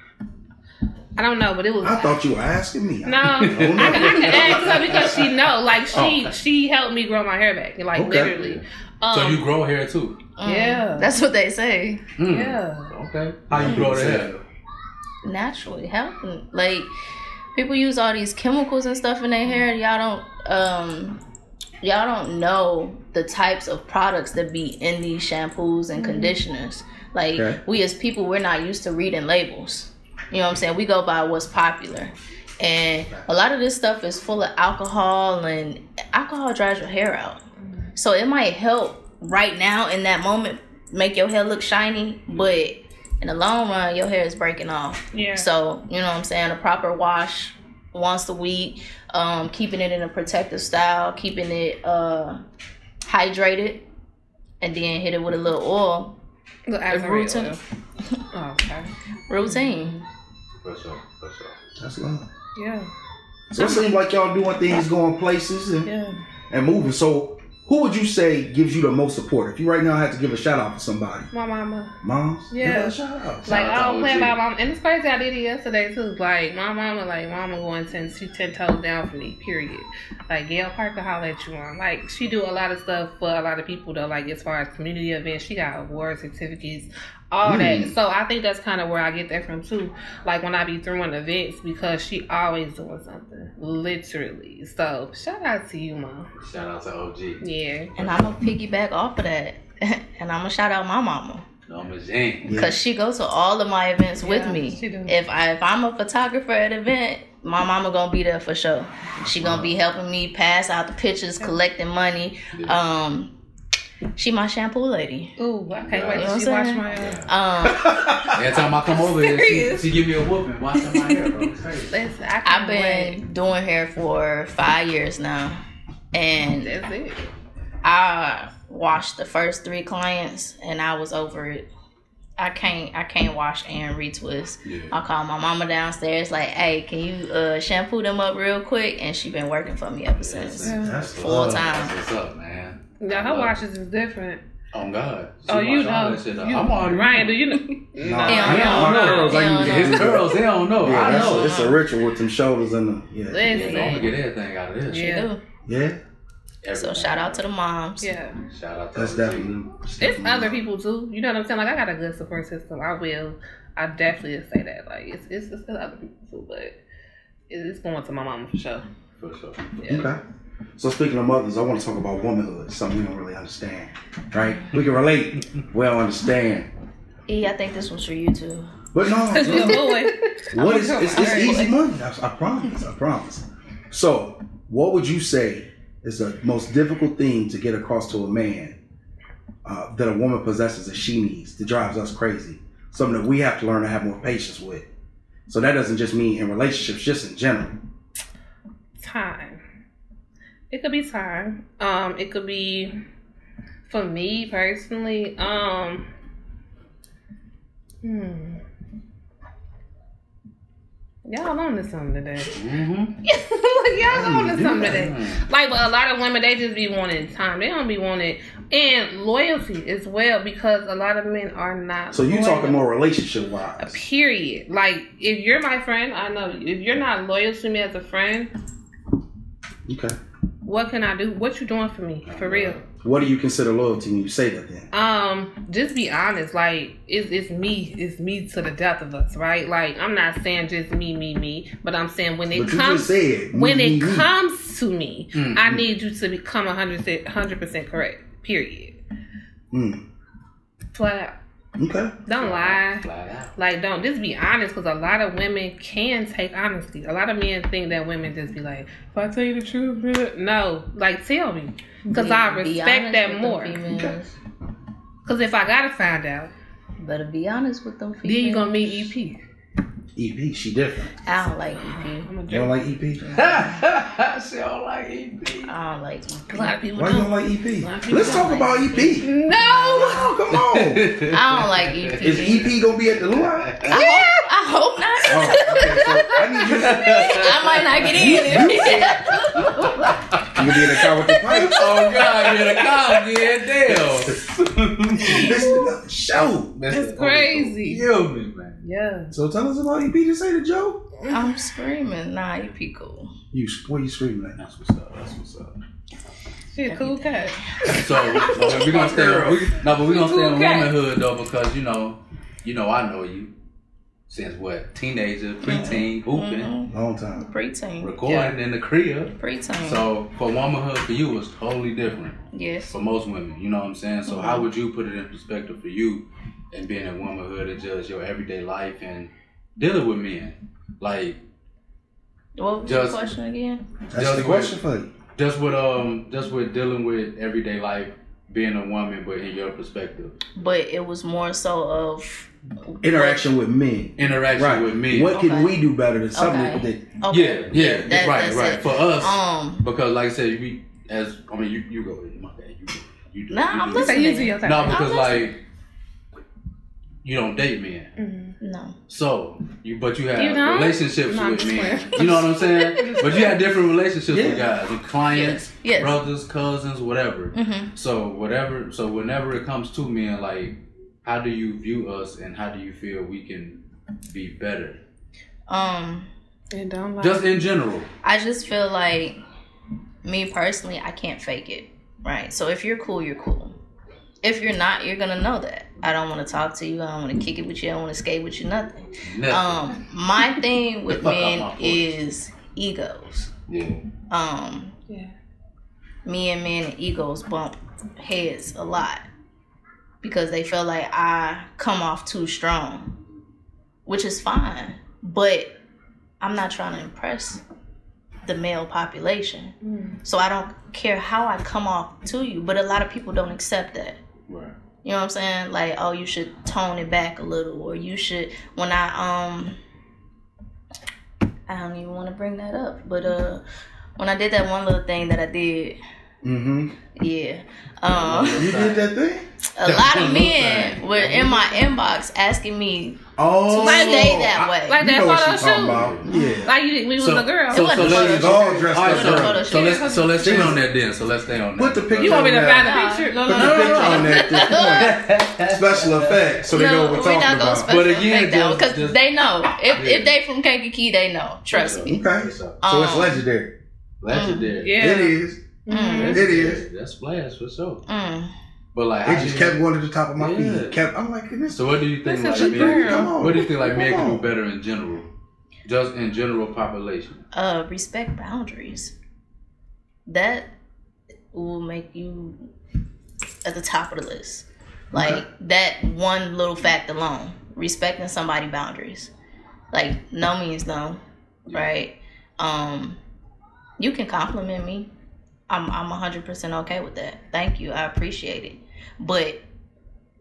S1: I don't know, but it was.
S4: I thought you were asking me.
S1: no, I, can- I can ask her because she know. Like she, she helped me grow my hair back. Like
S4: Okay.
S1: literally. Um,
S3: do. So you grow hair too?
S1: Yeah.
S2: Mm. That's what they say.
S1: Hmm.
S3: Mm.
S1: yeah.
S3: Okay. How you grow the hair?
S2: Naturally, helping. Like, people use all these chemicals and stuff in their hair, and y'all don't, um, y'all don't know the types of products that be in these shampoos and conditioners. Like,
S4: Okay.
S2: we as people, we're not used to reading labels. You know what I'm saying? We go by what's popular. And a lot of this stuff is full of alcohol, and alcohol dries your hair out. So it might help right now in that moment make your hair look shiny, but in the long run, your hair is breaking off.
S1: Yeah.
S2: So, you know what I'm saying? A proper wash once a week, um, keeping it in a protective style, keeping it uh, hydrated, and then hit it with a little oil.
S1: The
S2: routine.
S1: routine. Oh, okay.
S2: Routine.
S3: For sure. For sure.
S4: That's love.
S1: Yeah.
S4: So it seems like y'all doing things, going places, and,
S1: Yeah.
S4: and moving. So who would you say gives you the most support? If you right now had to give a shout out for somebody,
S1: My mama.
S4: moms, give
S1: Yeah.
S4: her a shout out.
S1: Like
S3: Shout out
S1: I
S3: to
S1: don't play
S3: OG.
S1: about mom, and it's crazy I did it yesterday too. Like my mama, like mama going ten, she ten toes down for me. Period. Like Gail Parker, holler at you on. Like she do a lot of stuff for a lot of people though. Like as far as community events, she got awards, certificates, all that. So I think that's kind of where I get that from too. Like when I be throwing events because she always doing something, literally. So shout out to you, mom.
S3: Shout out to OG.
S1: Yeah.
S2: And I'm going to piggyback off of that. and I'm going to shout out my mama.
S3: Norma Jean.
S4: Yeah.
S2: Cause she goes to all of my events with
S1: Yeah,
S2: me.
S1: she do.
S2: If I if I'm a photographer at an event, my mama gonna be there for sure. She gonna be helping me pass out the pictures, collecting money. Um, she my shampoo lady.
S1: Ooh, I can't
S3: Yeah.
S1: wait
S3: You know
S1: till
S2: what
S1: she
S2: I'm
S1: watch
S2: saying?
S1: my. Uh,
S2: Um,
S3: Every time I come over here, she,
S1: Serious.
S3: she give me a whooping. Watch out my hair, bro. It's crazy.
S1: listen, I can't
S2: I've
S1: wait.
S2: been doing hair for five years now, and
S1: That's it.
S2: I watched the first three clients, and I was over it. I can't I can't wash and retwist.
S3: Yeah.
S2: I call my mama downstairs like, hey, can you uh, shampoo them up real quick? And she been working for me ever since.
S1: Yeah.
S4: That's
S3: Full
S4: love.
S2: time.
S3: That's what's up, man.
S1: Now her
S3: Love.
S1: washes is different.
S3: On God. She
S1: oh, you
S3: wash all
S1: know.
S3: that shit up.
S1: you-
S3: I'm already.
S1: Ryan, do you know?
S4: Nah,
S2: They
S4: I
S2: don't
S4: got my
S2: know.
S4: curls. I
S2: They
S4: usually
S2: don't
S4: get
S3: His curls, they don't know.
S4: Yeah,
S3: I
S4: that's
S3: know.
S4: a, it's a ritual with them shoulders and the yeah.
S3: Yeah,
S1: Listen.
S3: don't get everything out of this.
S1: Yeah.
S2: They do.
S4: Yeah,
S2: So shout out to the moms.
S1: Yeah.
S3: Shout out to
S4: that's
S3: OG.
S4: definitely. that's
S1: It's
S4: definitely-
S1: other people too. You know what I'm saying? Like I got a good support system. I will. I definitely say that. Like it's it's, it's to other people too, but it- it's going to my mom for sure.
S3: For sure.
S1: Yeah.
S4: Okay. So speaking of mothers, I want to talk about womanhood. Something we don't really understand, right? We can relate. We don't understand.
S2: E, I think this one's for you too.
S4: But no,
S1: Cause you a
S4: no.
S1: little one.
S4: what is it's, it's
S1: Alright.
S4: easy money. I, I promise. I promise. So, what would you say is the most difficult thing to get across to a man uh, that a woman possesses that she needs that drives us crazy? Something that we have to learn to have more patience with. So that doesn't just mean in relationships, just in general.
S1: time. It could be time. Um, it could be for me personally. Um, hmm. Y'all on to something today.
S3: Mm-hmm.
S1: like y'all on to something today.
S3: Mm.
S1: Like, but a lot of women they just be wanting time. They don't be wanting and loyalty as well because a lot of men are not.
S4: So you
S1: loyal.
S4: talking more relationship
S1: A
S4: wise?
S1: period. Like, if you're my friend, I know you. If you're not loyal to me as a friend,
S4: Okay.
S1: what can I do? What you doing for me? For real.
S4: What do you consider loyalty when you say that? Then
S1: Um, just be honest. Like, it's it's me. It's me to the death of us, right? Like, I'm not saying just me, me, me, but I'm saying when it
S4: but you just
S1: comes
S4: said
S1: when
S4: me,
S1: it
S4: me, me.
S1: comes to me,
S3: Mm,
S1: I need you to become 100 percent correct. Period.
S4: Mm,
S1: Flat out.
S4: Okay.
S1: Don't lie.
S3: Mm. Flat out.
S1: Like, don't just be honest, because a lot of women can take honesty. A lot of men think that women just be like, "If I tell you the truth, bruh," no, like tell me, because
S2: Be-
S1: I
S2: be
S1: respect
S2: honest
S1: that
S2: with them
S1: more.
S2: females.
S1: Because if I gotta find out,
S2: Better be honest with them females.
S1: then you gonna meet E EP.
S4: EP, E she different.
S2: I don't like E EP.
S1: I'm a
S4: You
S1: jerk.
S4: don't like E EP?
S3: she don't like EP.
S2: I don't like E EP.
S1: a lot of people
S4: Why you
S1: don't.
S4: don't like EP?
S1: people E
S4: Let's
S2: don't
S4: talk
S2: like
S4: about E
S2: EP.
S4: EP.
S1: No.
S4: Oh, come on.
S2: I don't like E EP.
S4: Is E EP gonna be at the luau?
S2: I hope, I hope
S4: Oh,
S2: not.
S4: okay, so I need you.
S2: I might not get in.
S4: You gonna be in the car with the pipes?
S3: Oh God, you're the cop, yeah, damn.
S4: This is the show.
S1: That's crazy.
S3: Kill me, man.
S1: Yeah.
S4: So tell us about EP. Just say the joke.
S2: I'm screaming. Nah, EP cool.
S4: You, what you screaming at?
S3: That's what's up. That's what's up.
S1: She a cool cat.
S3: So no, we're gonna stay. On, we, no, but we're gonna stay on
S1: Okay.
S3: womanhood though, because you know, you know, I know you since what teenager,
S1: Mm-hmm.
S3: preteen, hooping,
S2: Mhm.
S4: Long time.
S2: Preteen.
S3: recording in the crib.
S2: Preteen.
S3: So for womanhood, for you was totally different
S2: yes.
S3: for most women. You know what I'm saying? So how would you put it in perspective for you and being in womanhood and just your everyday life and dealing with men, like
S2: What was your
S3: Just-
S2: question again?
S4: That's the question for you.
S3: just with um, just with dealing with everyday life, being a woman, but in your perspective,
S2: But it was more so of
S4: Interaction with men.
S3: interaction
S4: Right.
S3: with men.
S4: What can
S2: Okay.
S4: we do better than something
S2: Okay.
S4: that?
S2: Okay.
S3: Yeah, yeah,
S2: that-
S3: right,
S2: that's
S3: right.
S2: it.
S3: For us,
S2: Um.
S3: because like I said, we as I mean, you you go, my bad, you go, you do.
S2: Nah,
S3: you
S2: I'm
S3: do.
S2: listening.
S1: Say you to your
S3: No,
S1: cat.
S3: because
S2: I'm
S3: like you don't date men,
S1: Mhm.
S2: No.
S3: so you but you have
S1: You don't?
S3: relationships
S1: No, I'm
S3: with
S1: just
S3: men.
S1: playing.
S3: You know what I'm saying? but you have different relationships with guys, with clients,
S2: Yes.
S3: brothers, cousins, whatever.
S1: Mm.
S2: Mm-hmm.
S3: So whatever, so whenever it comes to men, like how do you view us and how do you feel we can be better,
S2: Um.
S1: And don't lie.
S3: just in general?
S2: I just feel like me personally, I can't fake it. Right. So if you're cool, you're cool. If you're not, you're gonna know that. I don't want to talk to you. I don't want to kick it with you. I don't want to skate with you. Nothing.
S3: Nothing.
S2: Um, my thing with
S3: Fuck out my
S2: men
S3: porch.
S2: is egos.
S3: yeah.
S2: Um,
S1: Yeah.
S2: me and men and egos bump heads a lot because they feel like I come off too strong, which is fine. But I'm not trying to impress the male population.
S1: Mm.
S2: So I don't care how I come off to you, but a lot of people don't accept that.
S3: Right.
S2: You know what I'm saying? Like, oh, you should tone it back a little, or you should. When I um, I don't even want to bring that up, but uh, when I did that one little thing that I did,
S4: Mm-hmm.
S2: Yeah. Um,
S4: You did that thing?
S2: a lot of men were in my inbox asking me.
S4: Oh,
S2: To stay that way.
S1: Like
S4: you
S1: that
S4: know what
S1: photo
S4: she's talking
S1: shoot.
S4: about. Yeah.
S1: Like you, we
S3: So-
S1: was a girl.
S3: so-
S2: It wasn't
S3: so let
S2: a photo
S3: it
S2: shoot.
S3: go.
S4: all dressed
S3: All right,
S4: up.
S2: Photo
S4: girl.
S2: shoot.
S3: so, so let's so let's stay on that then. So let's stay on that.
S4: Put the picture
S1: you want me to
S4: on
S1: find
S4: that.
S1: a
S2: No,
S1: picture?
S2: no,
S4: Put the
S2: no,
S4: picture on that. thing. Come on. Special effects, so they know
S2: no,
S4: what we're
S2: we're
S4: talking
S2: not gonna
S4: about.
S2: special
S3: But again,
S2: effect that
S3: just-
S2: one because
S3: just-
S2: they know. If
S3: Yeah.
S2: if they from Kankakee, they know. Trust me.
S4: okay.
S3: So,
S4: So it's
S2: Um,
S4: legendary.
S3: legendary.
S1: Mm. Yeah.
S4: It is.
S2: Mm,
S3: That's-
S4: It is.
S3: That's blast for sure.
S2: mm.
S3: But like,
S4: It
S3: how
S4: just
S3: you-
S4: kept going to the top of my
S3: Yeah.
S4: feet. Kept. I'm like, this.
S3: So what do you think?
S1: That's a
S3: Like,
S1: good
S3: men,
S1: girl.
S4: Come on.
S3: what do you think? Like,
S4: Come
S3: men can
S4: on.
S3: do better in general, just in general population.
S2: Uh, respect boundaries. That will make you at the top of the list. Like
S4: Okay.
S2: that one little fact alone, respecting somebody' boundaries. Like no means no, right? Um, you can compliment me. I'm I'm 100% okay with that. Thank you. I appreciate it. But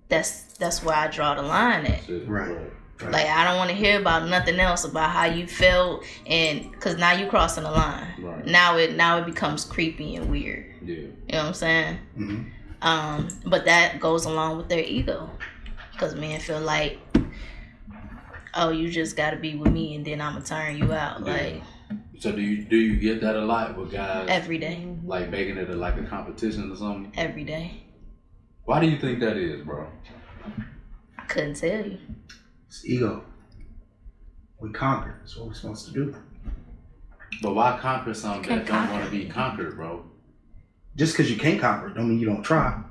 S2: that's that's where I draw the line at.
S3: That's it.
S4: Right.
S2: Like I don't want to hear about nothing else about how you felt, and because now you crossing the line.
S3: Right.
S2: Now it now it becomes creepy and weird.
S3: Yeah.
S2: You know what I'm saying?
S4: Mhm.
S2: Um, but that goes along with their ego, because men feel like, oh, you just got to be with me, and then I'ma turn you out
S3: Yeah.
S2: like
S3: So do you do you get that a lot with guys
S2: every day,
S3: like making it a, like a competition or something?
S2: every day.
S3: Why do you think that is, bro?
S2: I couldn't tell you.
S4: It's ego. We conquer. That's what we're supposed to do.
S3: But why conquer something that
S2: Can't
S3: don't
S2: conquer.
S3: want to be conquered, bro?
S4: Just because you can't conquer it, don't mean you don't try.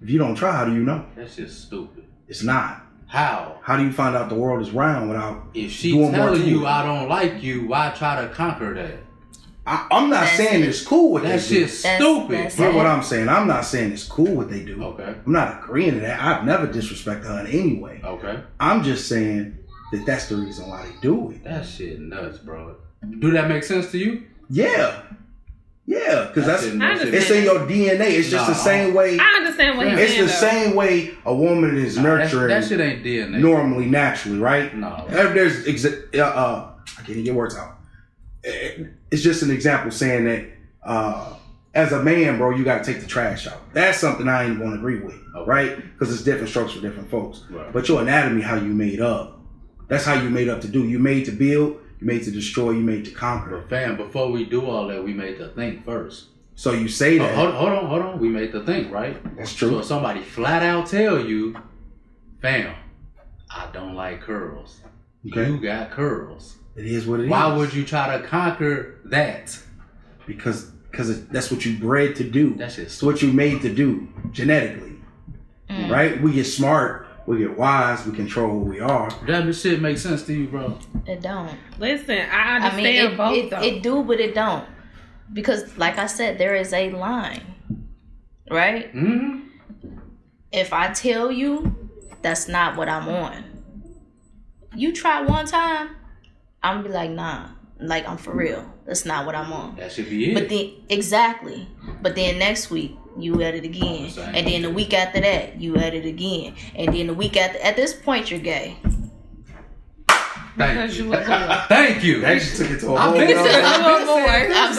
S4: If you don't try, how do you know?
S3: That's just stupid.
S4: It's not.
S3: How?
S4: How do you find out the world is round without?
S3: If she
S4: Doing more
S3: telling
S4: to
S3: you
S4: it.
S3: I don't like you, why try to conquer that?
S4: I, I'm not
S2: That's
S4: saying
S2: it.
S4: it's cool what
S3: That's
S4: they do.
S3: just
S2: That's-
S3: stupid.
S2: that's-
S4: Hear what I'm saying. I'm not saying it's cool what they do.
S3: Okay.
S4: I'm not agreeing to that. I've never disrespected her in any way.
S3: Okay.
S4: I'm just saying that that's the reason why they do it.
S3: That shit nuts, bro. Do that make sense to you?
S4: Yeah, yeah, because that's
S3: shit nuts.
S1: I
S4: it's in your DNA. It's just the
S3: Nah.
S4: same way.
S1: I understand what he's
S4: It's
S1: saying.
S4: the same way a woman is
S3: Nah, that-
S4: nurturing
S3: That, shit ain't DNA.
S4: normally, naturally, right?
S3: No.
S4: If There's exa- uh, uh, I can't even get words out. Eh, It's just an example saying that uh, as a man, bro, you got to take the trash out. That's something I ain't going to agree with, right? Because it's different strokes for different folks.
S3: Right.
S4: But your anatomy, how you made up, that's how you made up to do. You made to build, you made to destroy, you made to conquer.
S3: But fam, before we do all that, we made the think first.
S4: So you say
S3: Oh,
S4: that.
S3: hold, hold on, hold on. We made the think, right?
S4: That's
S3: So
S4: true.
S3: if somebody flat out tell you, fam, I don't like curls.
S4: Okay.
S3: You got curls.
S4: It is what it is.
S3: Why would you try to conquer that?
S4: Because because that's what you bred to do.
S3: That shit's
S4: It's what you made to do genetically,
S2: Mm.
S4: right? We get smart, we get wise, we control who we are.
S3: That shit makes sense to you, bro.
S2: It don't.
S1: Listen, I
S2: I mean,
S1: understand
S2: it,
S1: both
S2: it,
S1: though.
S2: it do, but it don't, because like I said, there is a line, right?
S3: Mm-hmm.
S2: if I tell you that's not what I'm on, you try one time, I'm gonna be like, nah, like I'm for real. That's not what I'm on.
S3: That should be it.
S2: But then exactly. But then next week you at it again, and then the week after that you at it again, and then the week after. At this point, you're gay.
S3: Thank
S1: because
S3: you.
S1: you was a-
S3: Thank you.
S4: That just took it to a
S3: I've
S4: whole
S3: been
S4: nother-
S3: saying- I've been saying-
S2: I'm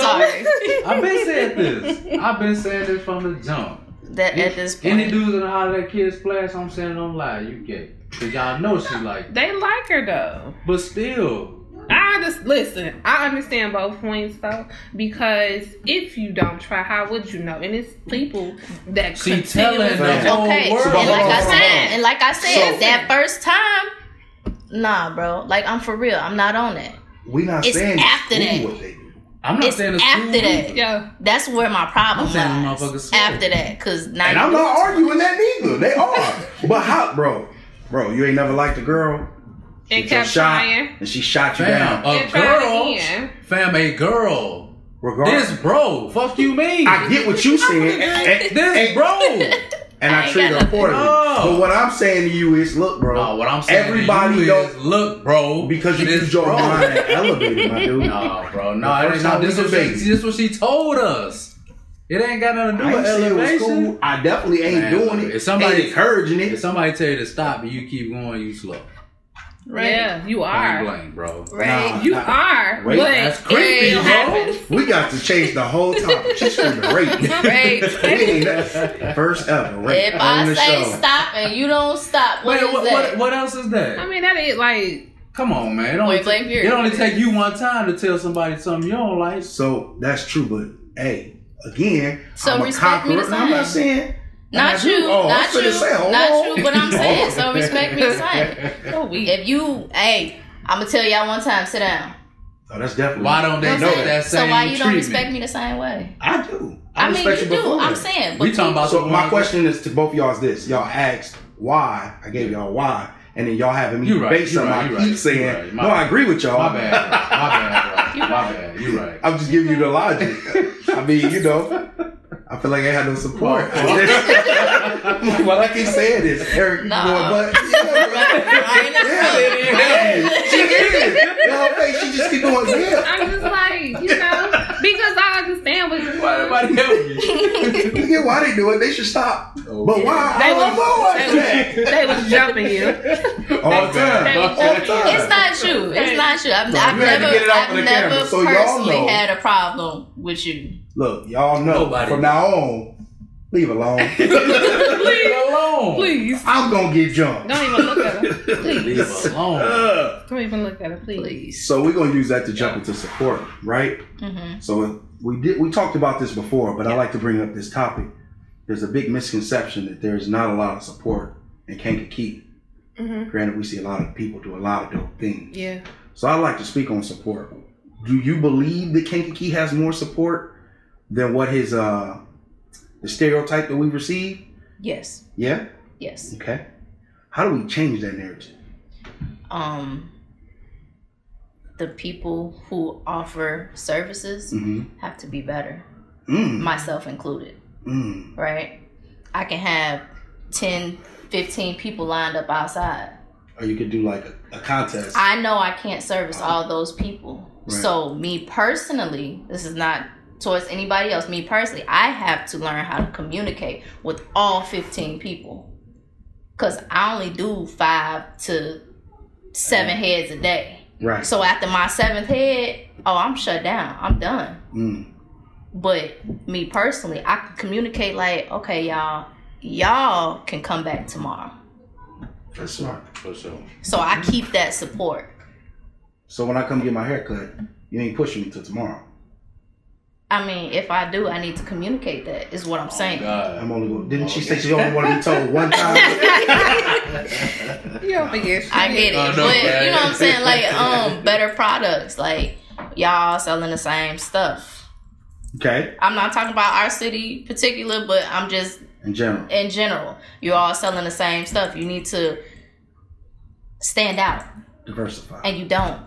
S2: sorry.
S3: I've been saying this. I've been saying this from the jump.
S2: That at this
S3: Any
S2: point,
S3: dudes that holler at kids flash, I'm saying don't lie, you gay. Cause y'all know she like that.
S1: they like her though.
S3: But still,
S1: I just listen. I understand both points though, because if you don't try, how would you know? And it's people that
S3: she telling the
S1: continuously-
S4: them.
S3: whole
S2: okay.
S3: world.
S4: So,
S2: and like I
S4: hold on,
S2: said, and like I said,
S1: So-
S2: that first time, nah, bro. Like I'm for reil. I'm not on that.
S4: We not
S2: It's
S4: saying
S2: after
S4: it's
S2: that.
S4: cool what they do.
S3: I'm not
S2: It's
S3: saying it's
S2: after
S3: cool.
S2: that.
S1: Yeah,
S2: That's where my problem
S3: I'm saying
S2: lies.
S3: motherfuckers slow.
S2: After that, because now
S4: And
S2: you-
S4: I'm not arguing that neither. They are. but how, bro? Bro, you ain't never liked a girl.
S1: and
S4: Get your
S1: kept
S4: shot,
S1: trying.
S4: and she shot you
S3: Fam,
S4: down.
S3: a
S1: And tried
S3: girl.
S1: again.
S3: Fam, a girl.
S4: Regardless,
S3: This bro. Fuck you mean?
S4: I get what you saying, and,
S3: this
S4: and,
S3: bro.
S4: and I,
S2: I ain't
S4: treat her
S2: got nothing.
S4: accordingly.
S3: No.
S4: But what I'm saying to you is, look, bro.
S3: Oh. no, what I'm saying
S4: everybody
S3: to you
S4: don't
S3: is, look, bro.
S4: because you
S3: this
S4: use your
S3: bro.
S4: mind and elevator, my dude.
S3: No, bro. No,
S4: The
S3: it
S4: first
S3: ain't no.
S4: time we
S3: This was
S4: debated.
S3: she, this what she told us. It ain't got nothing to do
S4: I
S3: with
S4: ain't say it was
S3: elevation.
S4: cool. I definitely ain't
S3: Man,
S4: doing
S3: look,
S4: it.
S3: if somebody-
S4: Ain't encouraging
S3: If
S4: it,
S3: somebody tell you to stop and you keep going, you slow.
S2: Right.
S1: Yeah, you
S3: Plain
S1: are.
S3: blank, bro.
S2: Right.
S4: Nah,
S1: You
S4: nah.
S1: are.
S4: Rape,
S1: but
S4: that's creepy,
S1: it
S4: bro.
S1: happens.
S4: We got to change the whole topic. She's screaming rape.
S1: Rape.
S4: Hey, that's first ever rape
S2: If
S4: on
S2: I
S4: the
S2: say
S4: show.
S2: stop and you don't stop, what
S3: Wait,
S2: is
S3: what,
S2: that?
S3: what, what else is that?
S1: I mean, that is like,
S3: Come on, man. It only,
S2: Point blank, period.
S3: it only take you one time to tell somebody something you don't like.
S4: So that's true, but hey, again,
S2: So
S4: I'm a
S2: respect me the
S4: conqueror. and I'm not
S2: same.
S4: saying
S2: Not
S4: I do-
S2: you,
S4: oh, I'm
S2: not
S4: finna
S2: you,
S4: say, oh. hold
S2: not
S4: on.
S2: you. But I'm saying, so respect me the same.
S1: so weak.
S2: If you, hey, I'm gonna tell y'all one time, sit down.
S4: oh, that's definitely
S3: Why don't they
S2: You know
S3: know
S2: what I'm saying?
S3: that same
S2: So why you don't
S3: treatment?
S2: respect me the same way?
S4: I do. I,
S2: I, mean,
S4: respect
S2: you
S4: you
S2: do.
S4: before
S2: I'm
S4: that.
S2: saying, but
S3: We talking about
S4: So
S3: the
S4: my
S3: ones-
S4: question is to both y'all is this: y'all asked why I gave y'all why, and then y'all having me
S3: You right, you
S4: debate something.
S3: right,
S4: I
S3: you
S4: keep
S3: right, you
S4: saying
S3: right. My
S4: no, I
S3: bad.
S4: agree with y'all.
S3: My bad, bro. my bad, bro. my bad. You're right.
S4: I'm just giving you the logic. I mean, you know, I feel like I had no support. well, I keep saying this, Eric.
S2: Nah.
S4: You going, but yeah, bro.
S2: I ain't
S4: Yeah,
S2: never-
S4: yeah, she is. Y'all think she just keep going, yeah.
S1: I'm just like, you know, because I understand what you're
S3: Why nobody help you?
S4: You get why they do it. They should stop. But why?
S1: They
S4: I was born
S1: was-
S4: that.
S1: They was jumping you.
S4: All the time. All the time.
S2: It's not you. It's not you. I've, I've
S4: you had to
S2: never,
S4: get it out for the
S2: I've never
S4: camera, so y'all know.
S2: personally had a problem with you.
S4: Look, y'all know
S3: Nobody.
S4: from now on, leave alone.
S3: Leave it alone.
S1: Please.
S4: I'm gonna get jumped.
S1: Don't even look at her.
S3: Leave it alone.
S4: Uh,
S1: Don't even look at her, please.
S4: So we're gonna use that to jump into support, right?
S2: Mm-hmm.
S4: So we did we talked about this before, but I like to bring up this topic. There's a big misconception that there's not a lot of support in Kankakee.
S1: Mm-hmm.
S4: Granted, we see a lot of people do a lot of dope things.
S1: Yeah.
S4: So I'd like to speak on support. Do you believe that Kankakee has more support than what his uh the stereotype that we receive?
S2: Yes.
S4: Yeah?
S2: Yes.
S4: Okay. How do we change that narrative?
S2: Um, the people who offer services
S4: Mm-hmm.
S2: have to be better,
S4: Mm.
S2: myself included.
S4: Mm.
S2: Right? I can have 10, 15 people lined up outside.
S4: Or you could do like a, a contest.
S2: I know I can't service all those people.
S4: Right.
S2: So, me personally, this is not towards anybody else. Me personally, I have to learn how to communicate with all 15 people. Because I only do five to seven heads a day.
S4: right.
S2: So, after my seventh head, oh, I'm shut down. I'm done.
S4: Mm.
S2: But me personally, I can communicate like, okay, y'all, y'all can come back tomorrow.
S3: For sure. For sure.
S2: So I keep that support.
S4: So when I come get my hair cut, you ain't pushing me till tomorrow.
S2: I mean, if I do, I need to communicate that. Is what I'm saying.
S3: Oh, God.
S4: I'm only going. Didn't she say she only want to be told one time?
S1: You don't forget.
S2: I get it,
S3: Oh, no,
S2: but
S3: man.
S2: you know what I'm saying, like um, better products, like y'all selling the same stuff.
S4: Okay.
S2: I'm not talking about our city particular, but I'm just
S4: In general.
S2: in general. You're all selling the same stuff. You need to stand out.
S4: Diversify.
S2: and you don't.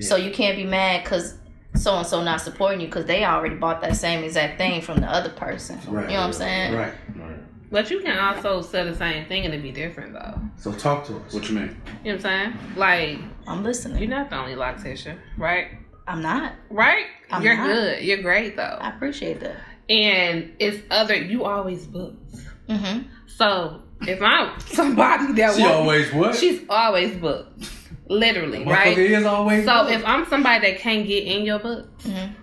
S2: So you can't be mad because so and so not supporting you because they already bought that same exact thing from the other person.
S4: Right.
S2: You know what I'm saying?
S4: Right.
S3: Right.
S1: But you can also sell the same thing and it be different, though.
S4: So talk to us.
S3: What you mean?
S1: You know what I'm saying? Like,
S2: I'm
S1: you're
S2: listening.
S1: not the only loctician, right?
S2: I'm not.
S1: Right?
S2: I'm
S1: you're
S2: not.
S1: good. You're great, though.
S2: I appreciate that.
S1: And it's other, you always booked.
S2: Mm-hmm.
S1: So if I'm somebody that
S3: She
S1: wants-
S3: always what?
S1: she's always booked. Literally,
S3: Motherfucker
S1: right?
S3: is always.
S1: So if I'm somebody that can't get in your book,
S2: Mhm.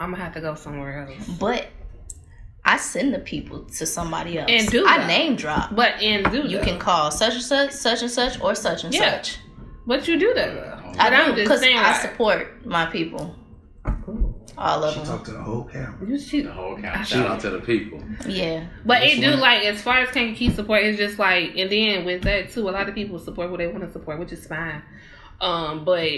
S1: I'm gonna have to go somewhere else.
S2: But I send the people to somebody else.
S1: And do
S2: I
S1: that.
S2: name drop.
S1: But and do
S2: You
S1: that.
S2: can call such and such, such and such, or such and
S1: Yeah.
S2: such.
S1: but you do that though.
S2: I
S1: But I'm
S2: don't
S1: just
S2: because
S1: saying,
S2: I
S1: like-
S2: support my people.
S1: Ooh.
S2: All
S4: She
S2: of them.
S4: talked to the whole camera.
S1: You see,
S3: the whole count. Shout out to the people.
S2: Yeah.
S1: but
S4: That's
S1: it do
S4: right.
S1: like as far as can key support, it's just like and then with that too, a lot of people support what they want to support, which is fine. Um, but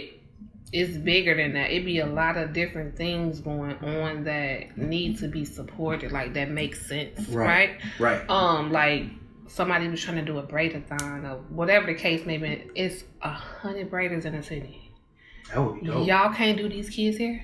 S1: it's bigger than that. It be a lot of different things going on that need to be supported, like that makes sense,
S4: Right.
S1: right?
S4: Right.
S1: um like somebody was trying to do a braidathon or whatever the case may be it's a hundred braiders in the city
S4: That would be dope.
S1: y'all can't do these kids here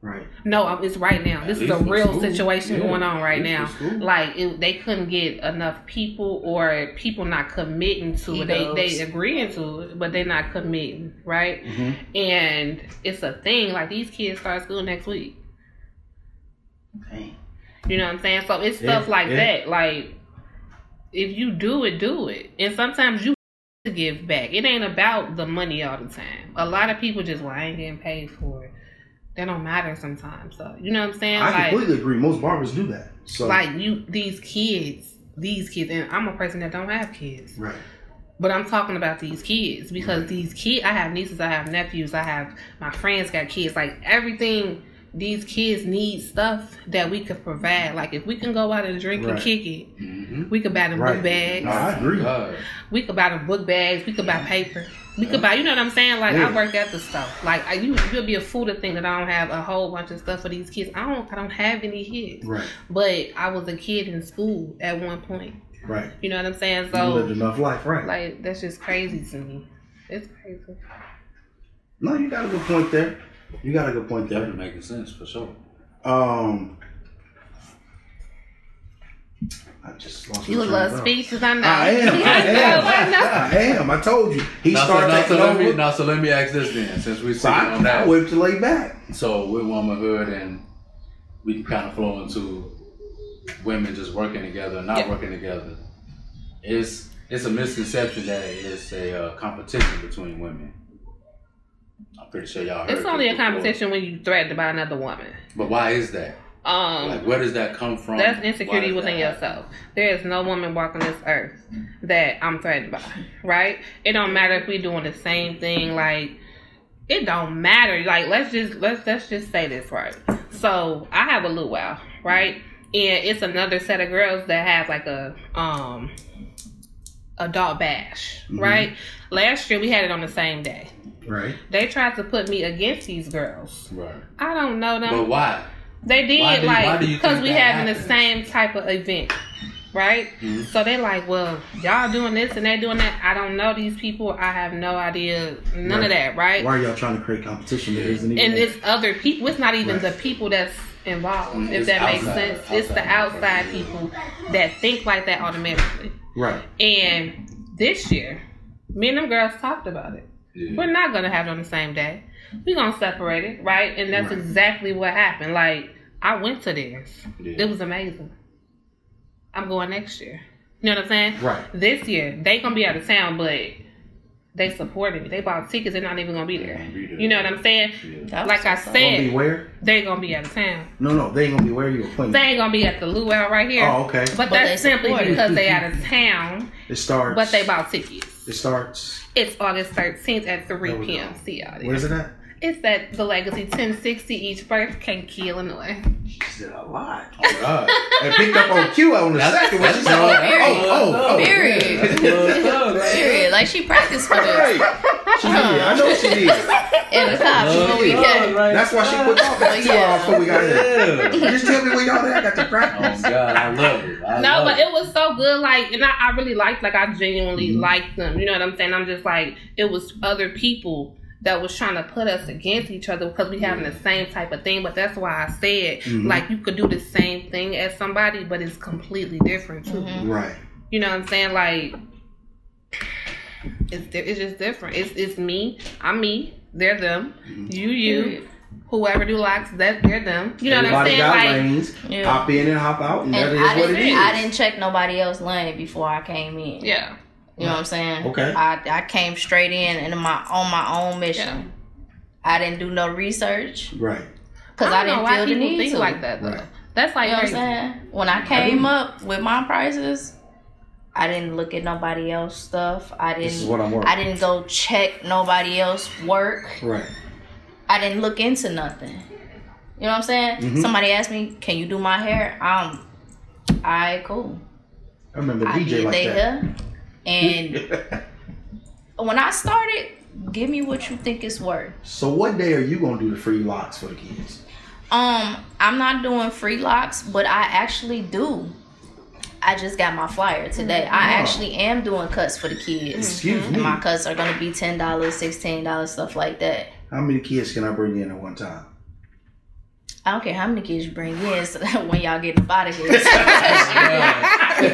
S4: Right.
S1: no I'm- it's right now this is a real situation going on right now like it, they couldn't get enough people or people not committing to it they,
S2: Egos.
S1: they agreeing to it but they're not committing right
S4: hmm
S1: and it's a thing like these kids start school next week
S4: Dang.
S1: You know what I'm saying? So it's
S4: Yeah,
S1: stuff like
S4: yeah.
S1: that. Like if you do it, do it. And sometimes you to give back. It ain't about the money all the time. A lot of people just well, I ain't getting paid for it. That don't matter sometimes. So you know what I'm saying?
S4: I
S1: like
S4: completely agree. Most barbers do that. So
S1: like you these kids, these kids and I'm a person that don't have kids.
S4: right.
S1: But I'm talking about these kids because these kids, I have nieces, I have nephews, I have my friends got kids. Like everything, these kids need stuff that we could provide. Like if we can go out and drink and
S4: Right.
S1: kick it,
S3: Mm-hmm.
S1: we could buy them
S4: Right.
S1: book bags.
S4: No, I agree.
S3: God.
S1: We could buy them book bags. We could buy paper. We could buy, you know what I'm saying? Like
S4: Yeah.
S1: I work at the stuff. Like I, you, you'll be a fool to think that I don't have a whole bunch of stuff for these kids. I don't, I don't have any kids.
S4: Right.
S1: But I was a kid in school at one point.
S4: Right.
S1: You know what I'm saying?
S4: you lived
S1: So
S4: enough life, right?
S1: like that's just crazy to me. It's crazy.
S4: no, you got a good point there. You got a good point there.
S3: Definitely making sense for sure.
S4: Um, I just lost. my
S1: You a
S4: train of
S1: little
S4: thought.
S1: speechless, I know.
S4: I am. I am.
S1: I know.
S4: I am. I told you. He
S3: Now, so,
S4: started
S3: now, so
S4: taking
S3: let me,
S4: over.
S3: now, so let me ask this then, since we're
S4: so
S3: sitting
S4: I,
S3: on
S4: I
S3: that.
S4: waited to lay back.
S3: So with womanhood and we can kind of flow into women just working together, not
S1: Yeah.
S3: working together. It's it's a misconception that it's a uh, competition between women. I'm pretty sure y'all heard.
S1: It's only
S3: this
S1: a
S3: before.
S1: competition when you threatened by another woman.
S3: But why is that?
S1: Um,
S3: Like, where does that come from?
S1: that's
S3: Why
S1: insecurity
S3: does
S1: within
S3: that happen?
S1: yourself. There is no woman walking this earth that I'm threatened by, right? It don't matter if we doing the same thing. Like, it don't matter. Like, let's just let's let's just say this right. So I have a luau, right? And it's another set of girls that have like a um adult bash,
S3: Mm-hmm.
S4: Mhm.
S1: right? Last year we had it on the same day.
S4: Right.
S1: They tried to put me against these girls.
S3: Right.
S1: I don't know them.
S3: But why?
S1: they did
S3: why do- why
S1: like
S3: do you
S1: because
S3: think
S1: we
S3: that
S1: having the
S3: happens?
S1: same type of event, right?
S3: Mhm.
S1: So they like, well, y'all doing this and they doing that. I don't know these people. I have no idea none
S4: Right.
S1: of that, right?
S4: Why are y'all trying to create competition that isn't even?
S1: And it's other people. It's not even
S4: Right.
S1: the people that's involved.
S3: Mm,
S1: if
S3: it's
S1: that makes
S3: outside-
S1: sense, it's the
S3: outside.
S1: outside people that think like that automatically.
S4: right.
S1: And this year, me and them girls talked about it.
S3: Yeah.
S1: We're not gonna have it on the same day. We're gonna separate it, right? And that's
S4: Right.
S1: exactly what happened. Like I went to theirs.
S3: Yeah.
S1: It was amazing. I'm going next year. You know what I'm saying?
S4: Right.
S1: This year, they gonna be out of town, but they supported me. They bought tickets, they're not even gonna be there.
S3: Be there.
S1: You know what I'm saying?
S3: Yeah.
S2: That was
S1: Like I
S2: so-
S4: Gonna be
S1: said,
S4: where?
S1: they gonna be out of town.
S4: No, no, they ain't gonna be where you were playing.
S1: They ain't gonna be at the luau right here.
S4: Oh, okay.
S1: But,
S2: But they
S1: that's simply
S2: supported.
S1: because they out of town,
S4: It starts.
S1: but they bought tickets.
S4: It starts.
S1: It's August 13th at 3
S4: There we
S1: p.m.
S4: go.
S1: See y'all there.
S4: Where's it at?
S1: It's at the Legacy 1060 East Birth, Kankakee, Illinois.
S4: She said a lot.
S3: Oh, God.
S4: I picked up on Q on the
S3: That's-
S4: second one. She
S3: that's
S4: said,
S3: all-
S4: oh,
S3: that's
S4: oh,
S3: all-
S4: oh, oh.
S2: Period.
S3: That's what's up, right?
S2: Period. Like she practiced for this
S4: Right. She did. I know she did.
S2: in the cops
S4: Oh,
S2: when we
S3: Yeah,
S2: get.
S3: right.
S4: That's why she quit talking two hours before we got here.
S3: Yeah.
S4: Just tell me where y'all at. I got to
S3: Oh
S4: practice.
S3: God, I love it. I
S1: No,
S3: love
S1: but it was so good. Like, and I, I really liked, like, I genuinely
S4: Mhm.
S1: liked them. You know what I'm saying? I'm just like, it was other people that was trying to put us against each other because we having the same type of thing. But that's why I said,
S4: Mhm.
S1: like, you could do the same thing as somebody, but it's completely different too.
S2: Mhm.
S4: Right.
S1: You know what I'm saying? Like, it's di- it's just different. It's it's me. I'm me. They're them.
S4: Mhm.
S1: You you. Whoever do locks, that they're them. You know
S4: Everybody
S1: what I'm
S4: got
S1: saying? Like,
S4: lanes.
S2: Yeah.
S4: Hop in and hop out, and, that
S2: And
S4: is
S2: I
S4: what it
S2: didn't,
S4: is.
S2: I didn't check nobody else lane before I came in.
S1: yeah.
S2: You know what I'm saying?
S4: Okay.
S2: I, I came straight in and my on my own mission.
S1: Yeah.
S2: I didn't do no research
S4: Right.
S2: because I,
S1: don't
S2: didn't
S1: know why
S2: feel the
S1: people
S2: need
S1: think
S2: to.
S1: like that though.
S4: Right.
S1: That's
S2: You
S1: like
S2: know what I'm
S1: crazy.
S2: saying? When I came up with my prices, I didn't look at nobody else stuff. I didn't.
S4: This is what I'm working.
S2: I didn't go check nobody else work.
S4: Right.
S2: I didn't look into nothing. You know what I'm saying?
S4: Mhm.
S2: Somebody asked me, "Can you do my hair?" Um, I cool.
S4: I remember
S2: I
S4: DJ
S2: did
S4: like
S2: they
S4: that.
S2: hair, and when I started, give me what you think it's worth.
S4: So what day are you gonna do the free locks for the
S2: Mm-hmm.
S4: kids?
S2: Um, I'm not doing free locks, but I actually do. I just got my flyer today. I
S4: Wow.
S2: actually am doing cuts for the kids.
S4: Excuse
S2: And my
S4: me.
S2: cuts are gonna be ten dollars, sixteen dollars, stuff like that.
S4: How many kids can I bring in at one time?
S2: I don't care how many kids you bring in, so that when y'all get up out of here. you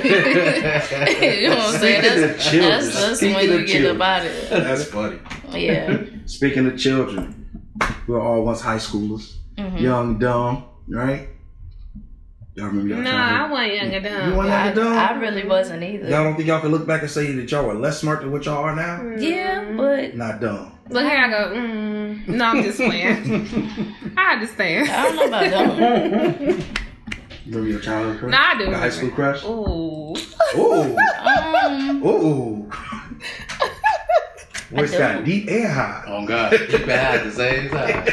S2: know what I'm saying?
S4: Speaking
S2: That's,
S4: of children,
S2: that's, that's when
S4: speaking
S2: you
S4: of
S2: get up
S4: children.
S2: out of it.
S4: That's funny.
S2: Yeah.
S4: Speaking of
S2: Mm-hmm.
S4: children, we were all once high schoolers,
S2: Mhm.
S4: young, dumb, right? Y'all remember y'all
S1: No, I
S4: childhood?
S1: wasn't young and dumb.
S4: You wasn't
S2: I,
S4: young and dumb?
S2: I really wasn't either.
S4: Y'all don't think y'all can look back and say that y'all are less smart than what y'all are now?
S2: Yeah,
S1: Mm.
S2: but
S4: Not dumb.
S1: Look here, I go. Mm. No, I'm just playing. I understand.
S2: I don't know about dumb.
S4: Remember your childhood crush?
S1: No, I do
S4: Your high school crush?
S1: Ooh,
S4: Ooh.
S2: Um,
S4: Ooh. Where's
S2: I
S4: that
S2: don't.
S4: deep air high?
S3: Oh God, keep bad at the same time.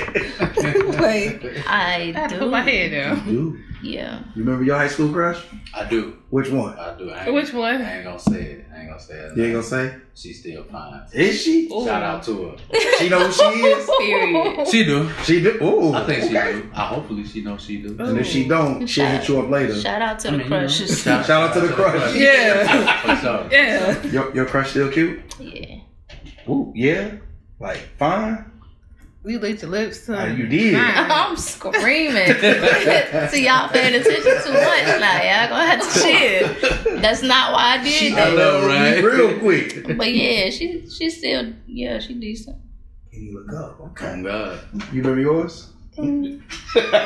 S1: Like- I
S2: I
S1: had to put my
S2: do.
S1: head down.
S4: You
S2: Yeah.
S4: do. You remember your high school crush?
S3: I do,
S4: Which one?
S3: I do. I ain't-
S1: Which one?
S3: I ain't gonna say it. I ain't gonna say it.
S4: You ain't gonna say?
S3: She still fine.
S4: Is she?
S1: Ooh.
S3: Shout out to her.
S4: She know who she is?
S2: Period.
S3: She do.
S4: She do. Ooh.
S3: I think she
S4: okay.
S3: do. I hopefully she knows she do.
S4: And if she don't, she'll hit you up later.
S2: Shout out to
S3: I
S2: the
S3: mean, you know.
S2: crushes.
S4: Shout out to the crush.
S1: Yeah.
S3: For sure.
S1: Yeah.
S4: Your, your crush still cute?
S2: Yeah.
S4: Ooh, yeah. Like, fine.
S1: You licked your lips. uh, huh?
S4: Ah, you did.
S1: Mine.
S2: I'm screaming. See, y'all paying attention too much now. Y'all gonna have to chill. That's not why I did
S3: I
S2: that.
S3: know, right?
S4: Real quick.
S2: But yeah, she she still yeah she decent.
S4: Can you look up? Okay.
S3: Oh God.
S4: You remember yours?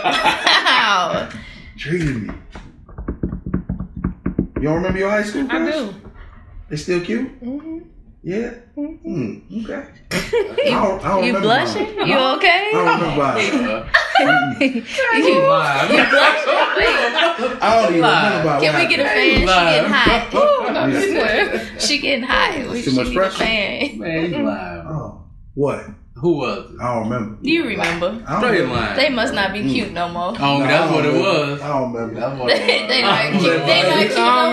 S2: Wow.
S4: Dreamy. You don't remember your high school
S1: I
S4: crush?
S1: do.
S4: They still cute?
S1: Mm-hmm.
S4: Yeah?
S1: Mhm.
S4: Hmm. Okay. I don't, I don't
S2: You Mm-hmm.
S4: remember
S2: blushing?
S4: mine.
S2: You
S4: I
S2: okay?
S4: don't remember mine.
S3: Uh,
S2: You-
S3: live.
S2: you blushing?
S4: I don't even remember mine.
S2: Can we get a fan? She getting hot.
S1: No,
S4: Yeah.
S1: this one.
S2: She getting hot. We
S4: Too
S2: should
S4: much
S2: get a
S4: pressure.
S2: fan.
S3: Man, you
S2: Mm-hmm.
S3: lying.
S4: Oh. What?
S3: Who was it?
S4: I don't remember.
S2: Do you remember?
S4: I don't
S3: Straight
S4: remember.
S3: line.
S2: They must not be cute no more.
S3: Oh,
S4: No,
S3: that's
S4: I
S3: what
S4: don't
S3: it
S4: remember.
S3: was.
S4: I don't remember.
S3: That's what
S2: They-
S3: it
S2: they
S3: was.
S2: not cute. They not cute no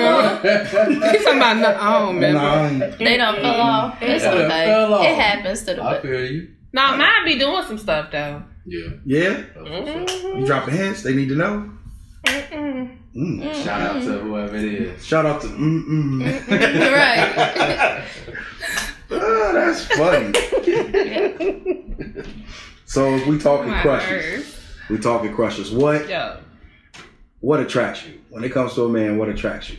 S2: more.
S1: He's talking about no, I don't
S4: Man,
S1: remember.
S4: I ain't-
S2: Mm. They don't fell off. It's
S3: Yeah, they
S2: okay.
S3: fell off.
S2: It happens to the
S3: I
S2: best.
S3: feel you.
S1: No, mine be doing some stuff though.
S3: Yeah.
S4: Yeah?
S3: that's for sure.
S4: You
S1: Mm-hmm.
S4: dropping hints? They need to know?
S1: Mm-mm.
S4: Mm.
S3: Shout out to whoever it is.
S4: Shout out to mm-mm.
S2: Mm-hmm. Right.
S4: Ah, that's funny. so if we talking
S1: My
S4: crushes,
S1: nerves.
S4: we talking crushes. What
S1: Yo.
S4: what attracts you when it comes to a man? What attracts you?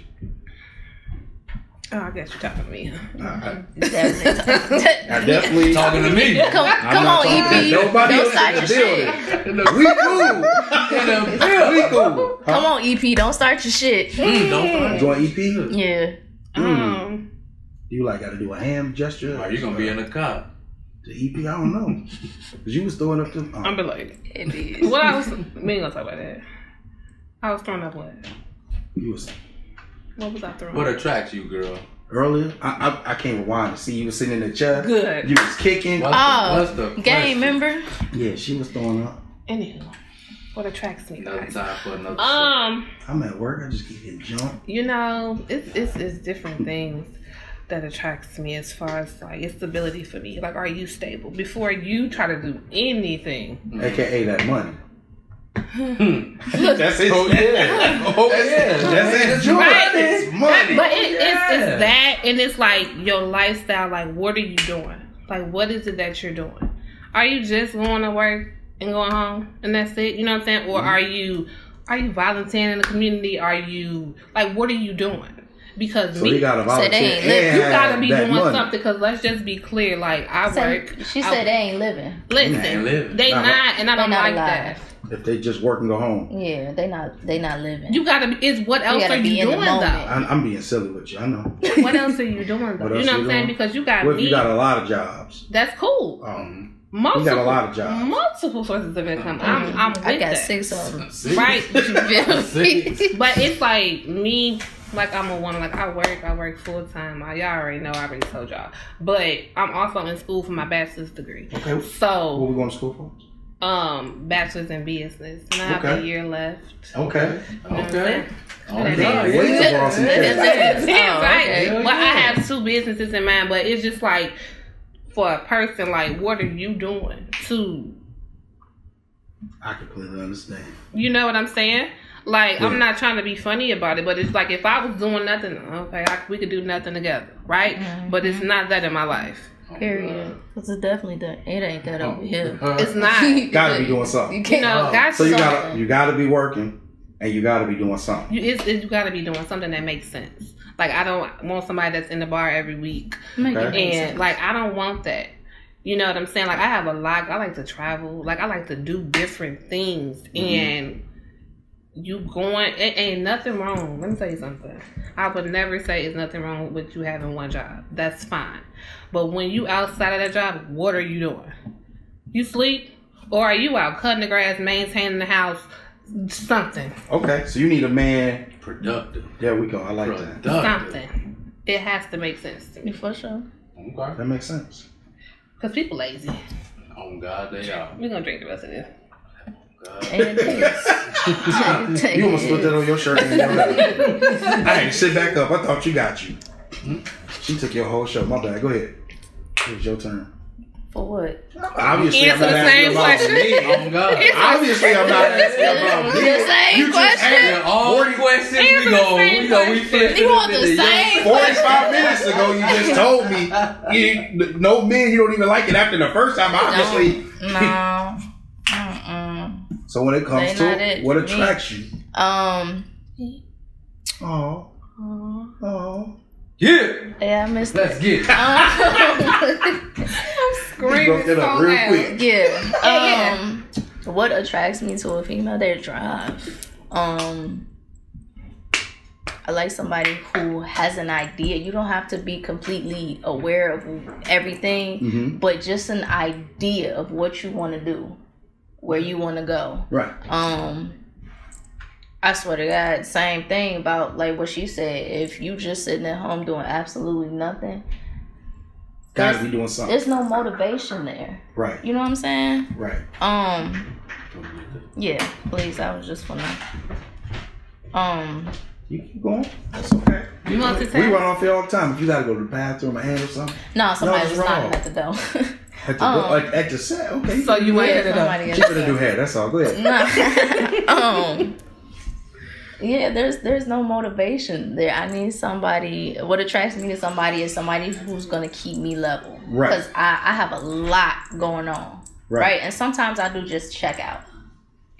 S1: Oh, I guess you're talking to me. huh?
S4: I, I
S2: Definitely.
S4: definitely.
S1: E
S3: Talking to me.
S2: Come, come
S4: not
S2: on, E
S4: talking
S2: EP.
S4: to nobody
S2: Don't
S4: else
S2: start
S4: in
S2: your
S4: the
S2: shit.
S3: In the-
S4: We cool.
S3: in the-
S4: We cool.
S2: Come on, EP. Don't start your shit.
S3: Mm, don't
S4: You want EP?
S2: Yeah.
S4: Mm.
S1: Um,
S4: You like got to do a ham gesture?
S3: Are you gonna be in the car?
S4: the EP? I don't know. Cause you was throwing up the.
S1: I'm
S4: Oh,
S1: belated.
S2: It is.
S1: What I was, we ain't gonna talk about that. I was throwing up what?
S4: you was
S1: What was I throwing?
S3: What attracts you, girl?
S4: earlier. I, I I can't rewind to see you was sitting in the chair.
S1: Good.
S4: You was kicking.
S3: What's
S2: Oh,
S3: the, what's the question?
S2: Gang member.
S4: Yeah, she was throwing up.
S1: Anywho, what attracts me?
S3: Another
S1: guys?
S3: time for another.
S1: Um,
S4: I'm at work. I just keep getting jumped.
S1: you know, it's it's it's different things that attracts me as far as like it's stability for me. Like, are you stable before you try to do anything?
S3: Mm.
S4: AKA that money.
S3: Hmm.
S4: That's it.
S3: Oh yeah. Oh yeah.
S4: That's it.
S1: Right.
S4: It's money.
S1: But it, it's,
S3: Yeah.
S1: it's that, and it's like your lifestyle. Like, what are you doing? Like, what is it that you're doing? Are you just going to work and going home, and that's it? You know what I'm saying? Or
S4: Mm-hmm.
S1: are you are you volunteering in the community? Are you like, what are you doing? Because
S4: So
S1: me,
S4: he got a volunteer.
S2: they ain't
S4: and
S2: living.
S1: you gotta be
S4: that
S1: doing
S4: money.
S1: something. Because let's just be clear. Like, I
S2: Say-
S1: work.
S2: She
S1: I-
S2: said they ain't living.
S3: They
S1: Listen,
S3: ain't living.
S1: they
S4: Nah,
S1: not, and I
S2: They
S1: don't
S2: not
S1: like
S2: alive.
S1: that.
S4: If they just work and go home,
S2: Yeah, they not. They not living.
S1: You gotta. be It's what else
S2: gotta
S1: are
S2: be
S1: you
S2: in the
S1: doing
S2: moment.
S1: though?
S4: I'm, I'm being silly with you. I know.
S1: What else are you doing though?
S4: What
S1: You
S4: else
S1: know what
S4: you
S1: I'm saying?
S4: doing?
S1: Because you got
S4: What if
S1: me.
S4: you got a lot of jobs?
S1: That's cool.
S4: Um,
S1: Multiple,
S4: You got a lot of jobs. Mm-hmm.
S1: Multiple sources of income. I'm, I'm with
S2: Mm-hmm. I got
S1: that.
S2: six of them.
S3: See?
S1: Right.
S3: See?
S1: But it's like me, like I'm a woman. Like I work, I work full time. Y'all already know. I already told y'all. But I'm also in school for my bachelor's degree.
S4: okay. What
S1: So,
S4: we going to school for?
S1: um, bachelor's in business. And I have
S4: Okay.
S1: a year left.
S4: Okay.
S3: Okay. Oh,
S1: That
S3: God,
S4: is- Wait till Ross and Karen.
S2: That's it.
S1: Yeah,
S2: Oh,
S1: right.
S2: okay.
S1: Well,
S3: Hell
S1: I
S3: yeah.
S1: have two businesses in mind, but it's just like for a person, like what are you doing to
S4: I completely understand.
S1: You know what I'm saying? Like
S4: Yeah.
S1: I'm not trying to be funny about it, but it's like if I was doing nothing, okay, I, we could do nothing together, right? But it's not that in my life.
S2: Period. Cause it definitely done. It ain't that over here.
S1: It's not.
S4: Gotta be doing something.
S2: You
S1: You
S2: can't.
S1: know,
S3: Oh.
S1: that's
S4: So you
S1: something.
S4: gotta you gotta be working, and you gotta be doing something.
S1: You, it's, it's, you gotta be doing something that makes sense. Like I don't want somebody that's in the bar every week,
S2: Make it
S4: Okay.
S2: make
S1: and
S2: sense.
S1: like I don't want that. You know what I'm saying? Like I
S4: Mm-hmm.
S1: have a lot. I like to travel. Like I like to do different things, and you going it ain't nothing wrong let me tell you something i would never say it's nothing wrong with you having one job that's fine but when you outside of that job what are you doing you sleep or are you out cutting the grass maintaining the house something
S4: Okay, so you need a man.
S3: Productive.
S4: There we go. I like that.
S3: Productive.
S1: something it has to make sense to me
S2: For sure.
S3: Okay.
S4: That makes sense.
S1: because people lazy
S3: On God, they out.
S1: we're gonna drink the rest of this
S3: God.
S2: And it is.
S4: You almost put that on your shirt. And your I had to sit back up. I thought you got you. Hmm? She took your whole show. My bad. Go ahead. It was your turn.
S2: For what?
S4: Obviously, I'm
S1: Answer
S4: not
S1: the
S4: asking
S1: same
S4: about
S1: question.
S4: me.
S3: On God.
S4: Obviously, I'm not asking about
S2: The
S4: me.
S2: same
S4: You just
S2: question?
S4: answered
S3: Yeah, all
S4: Forty-
S3: questions we
S1: Answer the
S3: go,
S1: same
S3: we go, we
S1: question.
S3: fit.
S2: You want the same?
S4: 45 minutes ago, you just told me you, no men, you don't even like it after the first time, obviously.
S2: No. Mm-mm.
S4: So when it comes
S2: They not
S4: to
S2: it
S4: what
S2: for me.
S4: attracts you,
S2: Um.
S4: oh, oh,
S3: Yeah,
S2: Yeah, I missed
S3: let's
S2: that.
S3: get it.
S2: Um,
S4: you broke
S1: screaming so
S4: that up real
S1: loud
S4: quick.
S2: yeah. Um. What attracts me to a female? Their drive. Um. I like somebody who has an idea. You don't have to be completely aware of everything,
S4: Mhm.
S2: but just an idea of what you want to do, where you want to go.
S4: Right.
S2: Um, I swear to God, same thing about like what she said. If you just sitting at home doing absolutely nothing,
S4: Gotta be doing something.
S2: there's no motivation there.
S4: Right,
S2: You know what I'm saying?
S4: right.
S2: Um, yeah. Please, I was just wanna. Um,
S4: You keep going. That's okay.
S1: you want to
S4: We
S1: say
S4: run off here all the time. If you gotta go to the bathroom or handle something,
S2: no, somebody
S4: it's
S2: was
S4: wrong.
S2: knocking at the door.
S4: at the,
S2: Oh.
S4: like at the set, okay.
S1: so you
S2: Yeah,
S1: waited it up
S2: somebody
S4: she
S2: at the
S4: better
S2: door.
S4: do hair. That's all. Go ahead.
S2: No. um, yeah, there's there's no motivation there. I need somebody. What attracts me to somebody is somebody who's gonna keep me level.
S4: Right.
S2: Because I I have a lot going on.
S4: Right.
S2: Right. And sometimes I do just check out.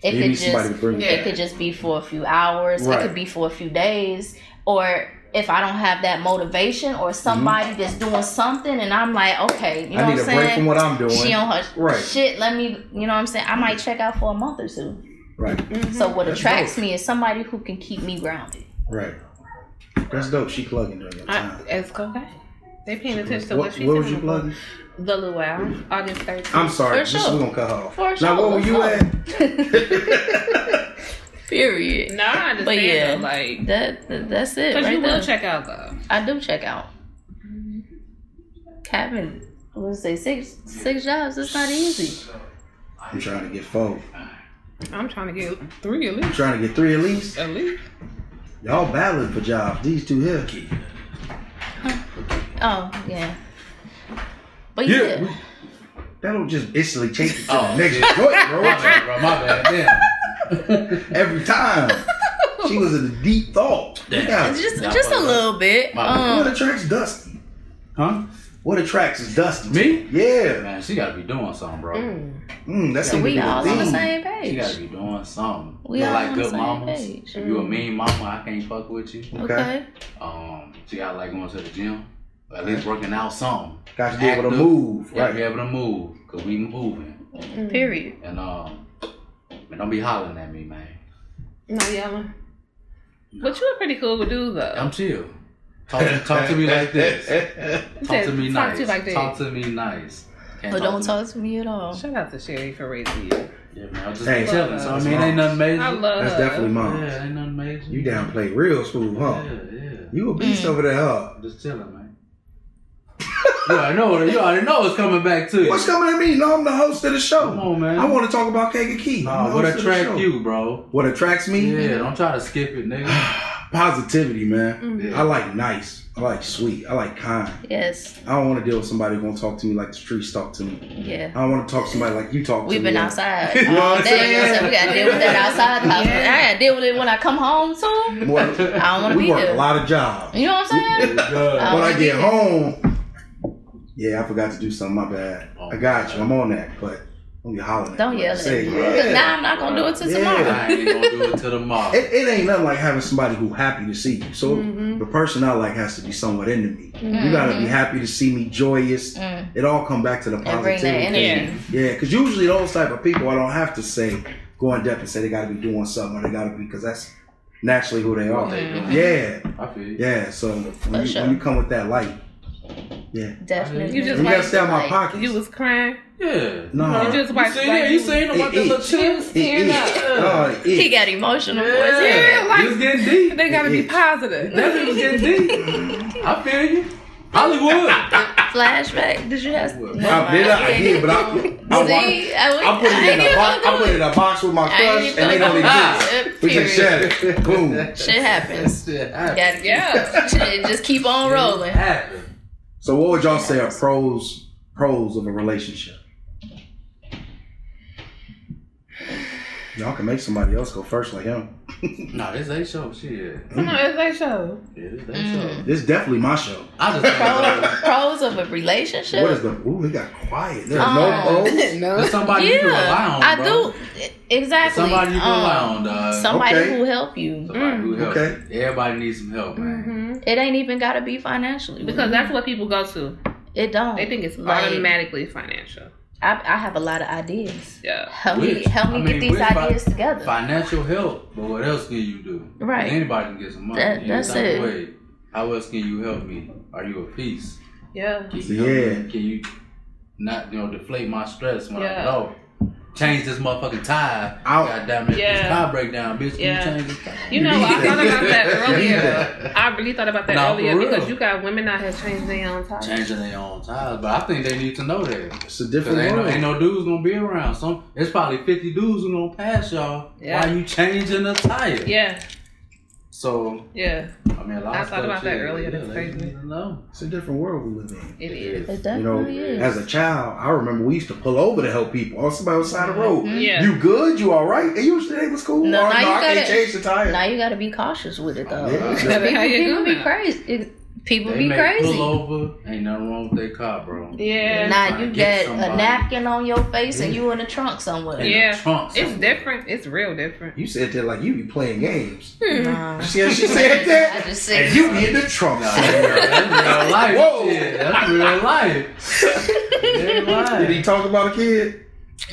S2: It
S4: You
S2: could
S4: need somebody to
S2: just
S4: bring you
S2: it
S4: back.
S2: could just be for a few hours.
S4: Right.
S2: It could be for a few days. Or if I don't have that motivation, or somebody that's doing something, and I'm like, okay, you know
S4: Mm-hmm. I
S2: what
S4: need a
S2: I'm saying?
S4: break from what I'm doing.
S2: she on her
S4: Right.
S2: shit. Let me, you know what I'm saying? I might check out for a month or 2
S4: right,
S2: So what
S4: That's
S2: attracts
S4: dope.
S2: me is somebody who can keep me grounded.
S4: right. That's dope. She plugging during that
S1: I,
S4: time.
S1: it's okay they paying attention to
S4: What,
S1: what,
S4: what
S1: she's
S4: was you
S1: talking about.
S4: plugging?
S1: The Luau, August 13th.
S4: I'm sorry.
S2: For
S4: this
S2: sure.
S4: we're gonna cut her off.
S2: For
S4: now,
S2: sure,
S4: what were you
S2: what's
S4: at?
S2: Period.
S1: no, I understand.
S2: But yeah.
S1: though, like,
S2: That, that- that's it.
S1: because
S2: right
S1: you will
S2: there.
S1: check out though.
S2: I do check out. Having let's say six six jobs. It's not easy.
S4: I'm trying to get four.
S1: I'm trying to get three at
S4: I'm
S1: least.
S4: trying to get three at least.
S1: At least.
S4: Y'all battling for jobs. These two here.
S2: Oh yeah. But
S4: Yeah,
S2: yeah,
S4: we- That'll just instantly change it to
S3: Oh,
S4: the next
S3: shit.
S4: joint,
S3: My
S4: bro.
S3: bad, bro. My bad. Damn.
S4: Every time. She was in a deep thought. Yeah.
S2: it's just
S3: Nah,
S2: just a
S3: fuck that.
S2: little bit.
S3: My-
S4: What
S2: Um,
S4: attracts Dusty?
S3: Huh?
S4: What attracts is Dusty?
S3: Me?
S4: Yeah.
S3: Man, she gotta be doing something, bro.
S4: Mm, that's
S2: so
S4: gonna
S2: we
S4: be a
S2: all on the
S4: theme.
S2: same
S3: She gotta
S2: page.
S3: be doing something.
S2: We
S3: You're
S2: all
S3: like
S2: on
S3: good
S2: the same
S3: mamas.
S2: page. Mm.
S3: If you a mean mama, I can't fuck with you.
S4: Okay.
S2: Okay.
S3: Um, she gotta like going to the gym. At least working out something.
S4: Got to be able to
S3: Active.
S4: move.
S3: You gotta
S4: Right.
S3: be able to move, cause we moving.
S2: Period.
S3: And um, man, don't be hollering at me, man.
S1: Not yelling. But you a pretty cool dude though.
S3: I'm chill. Talk to, talk to me like this.
S1: You
S3: Talk
S1: said,
S3: to me
S1: talk
S3: nice.
S1: To you like that.
S3: Talk to me nice. Can't
S2: But don't
S3: to me-
S2: talk to me at all.
S1: Shout out to Sherry for raising you.
S3: Yeah, man, I just
S4: Hey,
S3: be chilling. So I
S4: that's
S3: mean, ain't
S4: moms.
S3: nothing major.
S1: I love.
S4: That's definitely mine.
S3: Yeah, ain't nothing major.
S4: You downplay real smooth, huh?
S3: Yeah, yeah.
S4: You a
S2: Mm.
S4: beast over there, huh?
S3: I'm just chilling, man. you already know. You already know it's coming back to you.
S4: What's coming at me? No, I'm the host of the show.
S3: Come on, man.
S4: I want to talk about Keg and Key. I'm
S3: Nah,
S4: the
S3: what
S4: host of the show.
S3: attract you, bro?
S4: What attracts me?
S3: Yeah, don't try to skip it, nigga.
S4: Positivity, man.
S2: Mm.
S3: Yeah.
S4: I like nice. I like sweet. I like kind.
S2: Yes.
S4: I don't want to deal with somebody who's gonna talk to me like the streets talk to me.
S2: Yeah.
S4: I don't want to talk to somebody like you talk to
S2: We've
S4: me.
S2: been outside
S4: You know what
S2: all
S4: I'm
S2: day,
S4: saying?
S2: so we gotta deal with that outside. house. I gotta deal with it when I come home too.
S4: Boy,
S2: I don't wanna
S4: we
S2: be
S4: work a
S2: there.
S4: lot of jobs.
S2: You know what I'm saying?
S3: Good.
S4: when I
S2: wanna be
S4: get
S2: there.
S4: home, yeah, I forgot to do something. My bad.
S3: Oh,
S4: I got you. I'm on that, but don't be hollering.
S2: Don't
S4: me.
S2: yell at
S4: Say,
S2: me.
S4: yeah.
S2: Because now I'm not going to do it till
S4: Yeah.
S2: tomorrow.
S3: I ain't gonna do it till tomorrow.
S4: It, it ain't nothing like having somebody who happy to see you. So
S2: Mm-hmm.
S1: Mm-hmm.
S4: the person I like has to be somewhat into me. You gotta be happy to see me, joyous.
S2: Mm.
S4: It all come back to the
S2: And bring that
S4: positivity.
S2: energy.
S4: Yeah, because usually those type of people, I don't have to say, go in depth and say they got to be doing something or they got to be because that's naturally who they are.
S3: They doing.
S4: Yeah,
S3: I feel you.
S4: yeah. So when you,
S2: sure.
S4: when you come with that light,
S2: Definitely.
S1: You just
S4: you
S1: like-
S4: gotta stay out my
S2: like,
S4: pockets.
S1: You was crying.
S3: Yeah.
S4: No.
S3: Nah.
S4: You
S1: just
S3: you
S1: watched
S3: seen
S1: like-
S3: it? You seen it?
S4: It-
S3: Watch that
S4: it-
S3: little
S1: She
S3: chip?
S1: was
S4: it,
S1: tearing
S4: it,
S1: up.
S4: oh, it,
S2: He got emotional. boys.
S1: Yeah, like-
S3: you was getting deep.
S1: They gotta be
S4: Yeah.
S1: positive.
S3: Definitely was getting deep. I feel you. Hollywood.
S2: Flashback. Did you have?
S4: I did, I did, but I, I, wa-
S2: See, I,
S4: I put it in a box. I put it in a box with my crush, and they don't even.
S3: Ah,
S4: We just
S2: Period.
S4: shattered. Boom.
S2: Shit happens.
S3: Shit
S2: Gotta, yeah. Shit, just keep on rolling.
S3: happened.
S4: So what would y'all say are pros pros of a relationship? Y'all can make somebody else go first like him.
S3: No, this ain't show. Shit. Mm.
S1: Come
S4: Mm-hmm.
S1: on, it's their show.
S3: Yeah, this ain't show.
S4: This is definitely my show.
S2: Mm.
S3: I just think
S2: Pros,
S3: like,
S2: pros of a relationship.
S4: What is the ooh, it got quiet. There's
S2: Um,
S4: no pros.
S1: no.
S3: there's somebody you can rely on,
S2: I
S3: bro.
S2: do. Exactly.
S3: Somebody you can
S2: Um, Mm.
S3: rely on, dog.
S2: Somebody
S4: Okay.
S2: who help you.
S3: Somebody who helps.
S4: Okay.
S3: Everybody needs some help, man.
S1: hmm
S2: It ain't even gotta be financially
S1: Because that's what people go to.
S2: it don't.
S1: They think it's
S2: Like-
S1: automatically financial.
S2: I, I have a lot of ideas.
S1: Yeah.
S2: Help me,
S3: Which- I
S2: help me
S3: mean,
S2: get these
S3: which fi-
S2: ideas together.
S3: Financial help, but what else can you do?
S2: Right.
S3: Anybody can get some money.
S2: That-
S3: Any
S2: that's
S3: type of
S2: it.
S3: Way. How else can you help me? Are you a piece?
S1: Yeah.
S3: Can you help me?
S4: Yeah.
S3: Can you not you know deflate my stress when I
S1: Yeah.
S3: go? Change this motherfucking tire.
S4: Ow.
S3: God damn it!
S1: Yeah.
S3: This car breakdown, bitch. Can
S1: Yeah.
S3: you change this tire?
S1: You know, I thought about that
S4: Yeah.
S1: earlier. I really thought about that
S3: Nah, for
S1: earlier
S3: real.
S1: because you got women out here changing their own tires.
S3: Changing their own tires, but I think they need to know that.
S4: It's a
S3: Cause
S4: different
S3: ain't no,
S4: world.
S3: ain't no dudes gonna be around. Some it's probably fifty dudes who gonna pass y'all
S1: Yeah.
S3: while you changing the tire.
S1: Yeah,
S3: So
S1: yeah,
S3: I mean, a lot
S1: I
S3: of
S1: thought
S3: stuff,
S1: about that
S3: shit,
S1: earlier,
S3: yeah,
S1: that's
S3: they
S1: crazy.
S3: need to know.
S4: It's a different world we live in.
S1: it is.
S2: it
S4: You know,
S2: definitely is.
S4: as a child, I remember we used to pull over to help people on somebody on the side of the road.
S1: Yeah.
S4: You good? You all right? And you today was cool.
S2: No,
S4: Or,
S2: now you
S4: I can't
S2: gotta-
S4: change the tire.
S2: Now you gotta be cautious with it though.
S4: Yeah.
S2: People,
S1: That's how you
S2: people
S1: do
S2: be
S1: now.
S2: crazy. It- People
S3: They
S2: be
S3: may
S2: crazy.
S3: pull over. Ain't nothing wrong with their car, bro.
S1: Yeah.
S2: Now
S3: Trying to
S2: you
S3: get
S2: got a
S3: somebody
S2: napkin on your face and
S4: Yeah.
S2: you in the trunk somewhere.
S3: in a
S1: Yeah.
S3: trunk
S1: It's
S3: somewhere.
S1: different. It's real different.
S4: You said that like you be playing games.
S2: Nah.
S4: You see how she said
S2: I
S4: that?
S2: just said
S4: And you be in the trunk.
S3: Nah, that's real- that's real life.
S4: Whoa.
S3: shit. That's real life. Real
S4: Did he
S3: life.
S4: talk about a kid?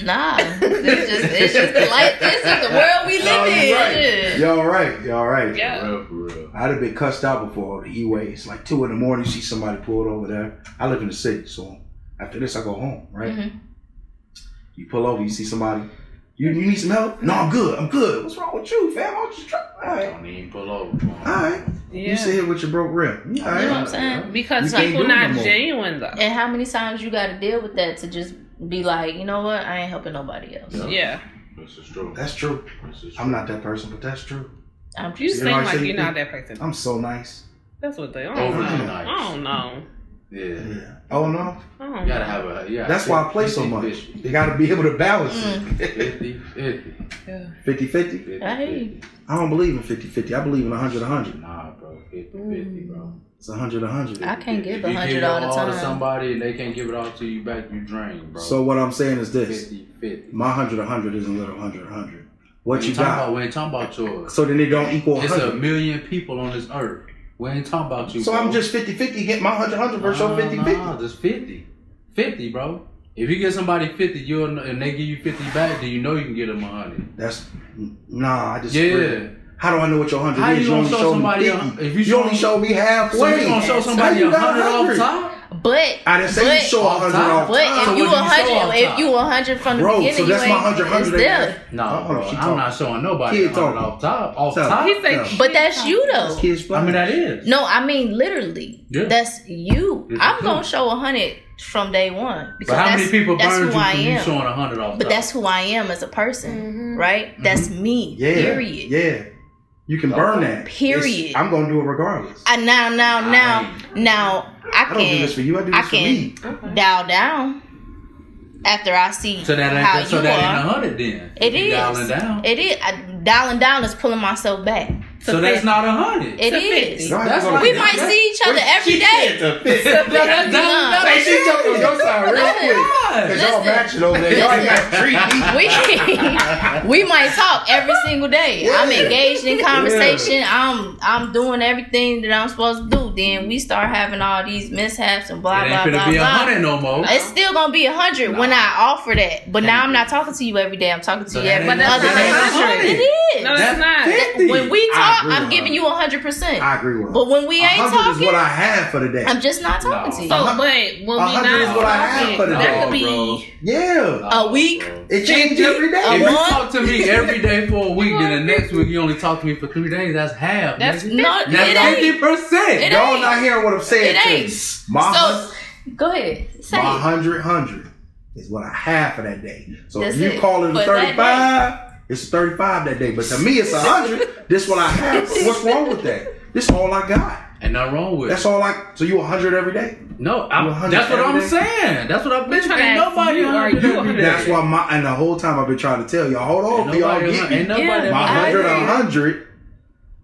S2: nah. It's just it's just the life. This is the world we live
S4: Oh,
S2: in.
S4: you right.
S2: Yeah.
S4: Y'all right. Y'all right.
S1: Yeah.
S3: Real for real.
S4: I'd have been cussed out before the E-way. It's like two in the morning. You see somebody pulled over there. I live in the city, so after this I go home. Right?
S2: Mhm.
S4: You pull over. You see somebody. You, you need some help? No, I'm good. I'm good. What's wrong with you, fam? I'm just trying. All right.
S3: Don't even pull over. bro.
S4: Alright. You sit here with your broke rim. You All
S2: You know what
S4: right.
S2: I'm saying?
S1: Because
S4: You can't
S1: people
S4: do it no
S1: not
S4: more.
S1: genuine though.
S2: And how many times you gotta deal with that to just be like, you know what? I ain't helping nobody else.
S3: Yeah.
S1: Yeah.
S3: This is true.
S4: That's true.
S3: This is
S4: I'm not that person, but that's true.
S2: I'm
S1: You
S2: just
S1: seem
S4: know, I
S1: like
S4: say-
S1: you're not that person.
S4: I'm so nice.
S1: That's what they. I don't
S3: overly
S1: know.
S3: nice.
S1: I don't know.
S3: Yeah.
S4: Yeah. Oh no.
S1: I don't
S3: You gotta
S1: know.
S3: have a yeah.
S4: That's why I play so
S3: 50,
S4: much. You got to be able to balance it.
S3: 50, 50,
S1: Yeah.
S2: Mm.
S4: 50 50.
S3: 50,
S2: I hear you.
S3: 50.
S4: I don't believe in 50 50. I believe in 100 100.
S3: Nah, bro. 50, 50, bro.
S4: It's 100 100.
S2: Mm. I can't give
S3: If you
S2: 100
S3: give
S2: all the
S3: your to
S2: time.
S3: somebody and they can't give it all to you back, you drain, bro.
S4: So, what I'm saying is this
S3: 50, 50.
S4: my 100 100 isn't little 100 100.
S3: we
S4: What
S3: ain't
S4: you
S3: talking about,
S4: got?
S3: we ain't talking about yours.
S4: So then it don't equal
S3: It's a
S4: 100.
S3: million people on this earth. We ain't talking about you.
S4: So, I'm
S3: bro.
S4: just 50 50. Get my 100 100 versus your 50 50.
S3: Nah, just 50. 50, bro. If you get somebody 50, you will and they give you 50 back, then you know you can get them 100.
S4: That's. Nah, I just.
S3: Yeah.
S4: How do I know what your 100
S3: How
S4: is?
S3: you gonna show
S4: showed me
S3: somebody a-
S4: 50.
S3: if you
S4: you,
S3: show
S4: only
S3: me-
S4: showed me halfway.
S3: So you gonna show somebody
S4: How you
S3: a
S4: got
S3: 100 off
S4: 100?
S3: top?
S2: but
S4: I didn't say you
S2: But-
S4: show 100 off
S2: But
S4: top.
S3: So
S2: if you a
S3: what do you show
S2: hundred,
S3: off
S2: if
S3: top?
S2: you a hundred from the
S4: Bro,
S2: beginning,
S4: so that's
S2: you
S4: my
S2: ain't,
S4: 100
S2: it's
S4: 100.
S2: there.
S3: No,
S4: Uh-uh,
S3: bro,
S4: she
S3: I'm
S4: talking.
S3: not showing nobody
S4: Kid
S3: 100
S4: talking.
S3: off top. Off
S4: Tell her.
S3: top?
S1: He
S4: Yeah.
S1: say.
S2: But that's you
S4: It's
S2: though.
S4: kids'
S3: I mean,
S4: play.
S3: that is.
S2: No, I mean literally.
S3: Yeah.
S2: That's you.
S3: Yes,
S2: I'm
S3: it's
S2: gonna
S3: you.
S2: show a hundred from day one because
S3: But how many
S2: that's,
S3: people
S2: that's
S3: burned
S2: who
S3: you
S2: I
S3: from you
S2: am.
S3: showing 100 off
S2: but
S3: top?
S2: that's who I am as a person, right? That's me.
S4: Yeah.
S2: Period.
S4: Yeah. You can burn that.
S2: Period.
S4: It's- I'm gonna do it regardless.
S2: I now now now now I
S4: I don't do
S2: can
S4: this for you. I do
S2: I
S4: this for
S2: can-
S4: me.
S2: dial down after I see
S3: So that ain't,
S2: how
S3: so
S2: you
S3: that
S2: are.
S3: ain't 100 then.
S2: It
S3: You
S2: is.
S3: Dialing down.
S2: It is. I, dialing down is pulling myself back.
S3: So that's not a hundred.
S2: It
S1: To
S2: is.
S1: 50.
S4: Y'all
S3: That's
S4: gonna
S3: what
S2: We
S4: get-
S2: might see each other every day.
S3: That's
S2: Nah.
S3: not
S4: Hey, she jumped on your side real
S2: Listen.
S4: quick. Cause y'all
S2: Listen.
S4: matching over there. Y'all ain't got treat.
S2: We we might talk every single day. I'm
S4: Yeah.
S2: engaged in conversation. I'm I'm doing everything that I'm supposed to do. Then we start having all these mishaps and blah
S3: It
S2: blah
S3: ain't
S2: blah
S3: finna be a
S2: blah.
S3: hundred no more.
S2: It's still gonna be a hundred when I offer that. But now I'm not talking to you every day. I'm talking to
S3: So
S2: you
S3: that
S2: every
S3: ain't
S1: that's
S2: other
S1: not
S2: day.
S1: a hundred.
S2: It is.
S1: No, that's not.
S2: When we
S4: I
S2: talk,
S4: agree
S2: I'm
S4: with
S2: giving
S4: her.
S2: you hundred percent.
S4: I agree with her.
S2: But when we ain't
S4: 100 is what
S2: talking,
S4: I have for the day.
S2: I'm just not talking
S3: No.
S2: to you.
S1: So,
S4: Uh-huh.
S1: but when we not
S4: hundred is what I have
S1: talking,
S4: for the
S1: that
S4: day.
S1: could be.
S3: Bro.
S4: Yeah,
S2: A week.
S4: it changes every day.
S3: If you
S2: month?
S3: talk to me every day for a week, then the next week you only talk to me for three days. That's half.
S1: That's-
S3: nigga.
S2: no, it
S3: that's
S2: ain't.
S3: fifty percent.
S2: It
S4: Y'all
S2: ain't.
S4: not hearing what I'm saying.
S2: It
S4: to
S2: ain't.
S4: you. My,
S2: So go ahead. Say
S4: hun- my
S2: it.
S4: hundred hundred is what I have for that day. So
S2: That's
S4: if you
S2: it.
S4: call it a
S2: But that
S4: 35, it's a 35 that day. But to me, it's a hundred. this what I have. What's wrong with that? This all I got.
S3: And nothing wrong with
S4: That's
S3: it.
S4: all I. So you a hundred every day.
S3: No,
S4: You a
S3: I'm,
S4: hundred
S3: that's what
S4: every
S3: I'm
S4: day?
S3: saying. That's what I've
S1: We
S3: been
S1: tryna
S3: saying.
S1: ask
S3: Nobody
S1: you,
S3: a
S1: are
S3: hundred
S1: you a
S3: every
S1: hundred?
S3: day.
S4: That's why my and the whole time I've been trying to tell y'all, hold
S3: Ain't
S4: on, y'all
S3: nobody,
S4: get me.
S3: ain't nobody
S2: Yeah.
S3: a
S4: My
S2: I
S4: hundred, a
S2: agree.
S4: hundred,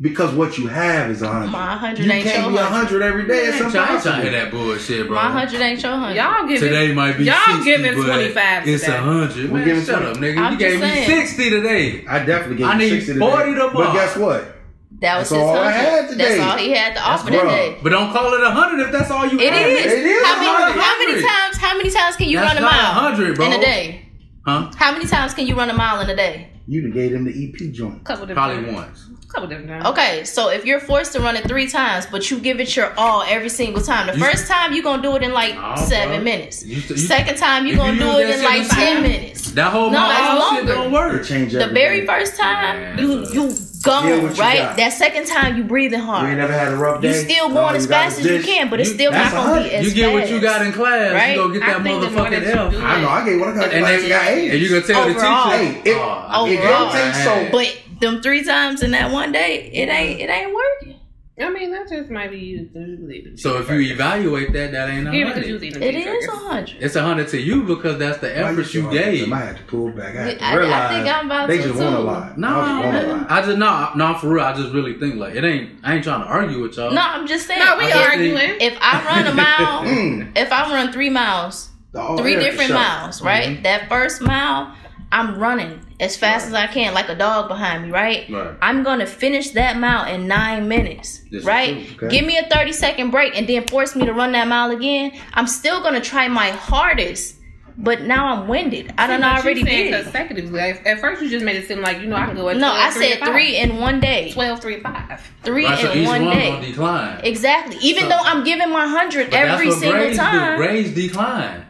S4: because what you have is a hundred.
S2: My hundred
S4: You
S2: ain't
S4: can't be
S2: your
S4: a
S2: hundred.
S4: hundred every day. It's
S3: Y'all trying to hear
S4: impossible.
S3: that bullshit, bro.
S2: My hundred ain't your hundred.
S1: Y'all give it.
S3: Today might be
S1: Y'all
S3: 60,
S1: giving
S3: but
S1: 25
S3: It's
S1: today.
S3: a hundred.
S4: We
S3: Man,
S4: giving
S3: shut
S4: 20.
S3: up, nigga.
S2: I'm
S3: you
S2: just
S3: gave me
S2: saying.
S3: sixty today.
S4: I definitely gave
S3: I
S4: you
S3: need
S4: 60 today.
S3: 40 to
S4: But
S3: buy.
S4: guess what?
S2: That was
S4: That's
S2: his
S4: all I
S2: hundred.
S4: had today.
S2: That's all he had to offer that
S4: rough.
S2: day.
S3: But don't call it a hundred if that's all you.
S2: It
S3: have.
S2: is.
S4: It is
S2: How many,
S4: 100.
S2: how many times? How many times can you
S3: That's
S2: run a
S3: not
S2: mile
S3: 100, bro.
S2: in a day?
S3: Huh?
S2: How many times can you run a mile in a day?
S4: You done gave them the EP joint.
S1: Couple different
S3: Probably
S1: times.
S3: once.
S1: Couple different times.
S2: Okay, so if you're forced to run it three times, but you give it your all every single time. The
S3: You-
S2: first time you're gonna do it in like
S3: Nah,
S2: seven
S3: bruh.
S2: minutes.
S3: You- you-
S2: Second time you're
S3: if
S2: gonna
S3: you
S2: do
S3: use
S2: it
S3: that
S2: in
S3: shit
S2: like
S3: on five-
S2: ten minutes.
S3: That whole
S2: No, it's
S3: mile shit
S2: longer.
S3: don't
S4: It
S3: work.
S4: change
S2: The
S4: every
S2: very
S4: day.
S2: first time
S3: Man,
S2: you
S3: bruh.
S2: you
S4: Get
S2: gone
S4: what you
S2: right.
S4: got.
S2: That second time you breathing
S4: You ain't
S2: hard.
S4: never had a rough
S2: You
S4: day.
S2: still
S4: All
S2: going as
S4: you got
S2: fast
S4: is
S2: as you
S4: this.
S2: can, but it's
S3: You-
S2: still not
S4: that's a
S2: gonna be
S4: hundred.
S2: as
S3: You get what you got
S2: fast.
S3: in class.
S2: Right?
S3: You gonna get
S1: I
S3: that
S1: think the more
S3: motherfucking
S1: that you
S3: help.
S1: do
S4: I know. I gave what I got.
S3: And
S4: I
S3: then-
S4: got eight.
S3: And you gonna tell
S2: Overall.
S3: the
S4: Hey,
S3: teacher?
S4: if,
S3: Oh,
S4: if
S2: overall.
S4: y'all think so,
S2: But them three times in that one day, it ain't it ain't working.
S1: I mean, that just might be you. 'cause you believe in
S3: So if you
S1: cheeseburgers.
S3: evaluate that, that ain't
S1: Yeah,
S3: a
S1: because you was
S3: hundred.
S1: eating
S2: It is a
S1: cheeseburgers.
S2: hundred.
S3: It's a hundred to you because that's the
S4: Why you
S3: effort you
S4: showing them?
S3: gave.
S4: I had to pull back. I, had to
S2: I- I
S4: realize
S2: think I'm about
S4: they
S2: to,
S4: just want a
S2: too.
S4: lot.
S3: No,
S4: I just want a
S2: no.
S4: lot.
S3: I just no, no for real. I just really think like it ain't. I ain't trying to argue with y'all.
S2: No, I'm just saying.
S1: No, we
S2: if,
S3: are-
S1: arguing.
S2: if I run a mile,
S4: Mm,
S2: if I run three miles,
S4: the all
S2: three
S3: Oh,
S4: air
S2: different
S4: shut.
S2: miles, right?
S3: Mm-hmm.
S2: That first mile, I'm running as fast as I can, like a dog behind me, right?
S3: Right.
S2: I'm gonna finish that mile in nine minutes,
S3: This is
S2: right?
S4: true, okay.
S2: Give me a 30 second break and then force me to run that mile again. I'm still gonna try my hardest, but now I'm winded. I don't know. I
S1: But you
S2: already
S1: said
S2: did. it.
S1: consecutively. At at first, you just made it seem like you know I can go at
S2: No,
S1: 12,
S2: I
S1: three
S2: said
S1: to five.
S2: three in one day.
S1: 12, three, five.
S2: Three
S3: Right, so
S2: in
S3: each
S2: one,
S3: one,
S2: day.
S3: gonna decline.
S2: Exactly. Even
S3: So-
S2: though I'm giving my hundred
S3: But
S2: every
S3: that's what
S2: single
S3: grades
S2: time.
S3: Do. Grades decline.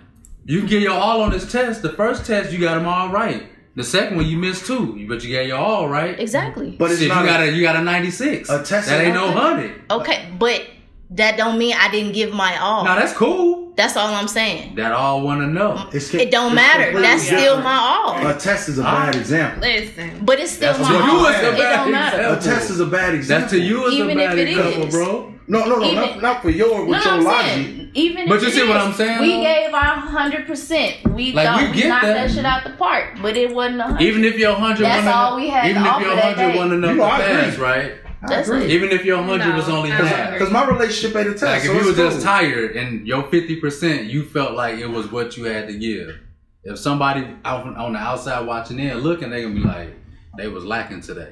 S3: You can get your all on this test. The first test you got them all right. The second one you missed two, but you got your all right.
S2: Exactly.
S4: But it's
S3: Shit, you
S4: not a-
S3: got a you got a ninety six.
S4: A test
S3: that
S4: is
S3: ain't no
S4: nothing.
S3: hundred.
S2: Okay, but that don't mean I didn't give my all.
S3: Now that's cool.
S2: That's all I'm saying.
S3: That all want to know.
S4: It's-
S2: It don't
S4: it's
S2: matter.
S4: completely
S2: That's still
S4: different.
S2: my all.
S4: A test is a
S3: Ah.
S4: bad example.
S1: Listen.
S2: But it's still
S4: That's
S2: my
S4: to
S3: So
S4: you
S2: all.
S4: it's a
S2: It don't matter.
S4: A test is a bad example.
S3: That's to you is
S2: Even
S3: a
S2: if
S3: bad
S2: it
S3: example,
S2: is.
S3: bro.
S4: No, no, no,
S2: Even-
S4: not, not for your with
S2: No,
S4: your
S2: I'm
S4: logic.
S2: saying, even
S3: But
S2: if
S3: you
S2: it
S3: see what
S2: is,
S3: I'm saying,
S2: We
S3: though?
S2: gave our hundred percent. We
S3: Like,
S2: thought
S3: we
S2: we,
S3: get
S2: knocked
S3: that.
S2: that. shit out the park, but it wasn't a hundred.
S3: Even if your hundred,
S2: That's all we had
S3: Even
S2: to
S3: if
S2: offer
S3: your
S2: that
S3: hundred
S2: day.
S3: wasn't enough
S4: You
S3: to
S4: know, I agree.
S3: pass, right?
S4: I
S2: That's
S4: agree.
S2: it.
S3: Even if your hundred was
S1: No,
S3: only
S1: I don't
S3: half.
S1: agree.
S4: Because my relationship made a test.
S3: Like
S4: so
S3: if you
S4: it's
S3: were just
S4: cool.
S3: tired and your fifty percent, you felt like it was what you had to give. If somebody out on- on the outside watching in, looking, they gonna be like, they was lacking today.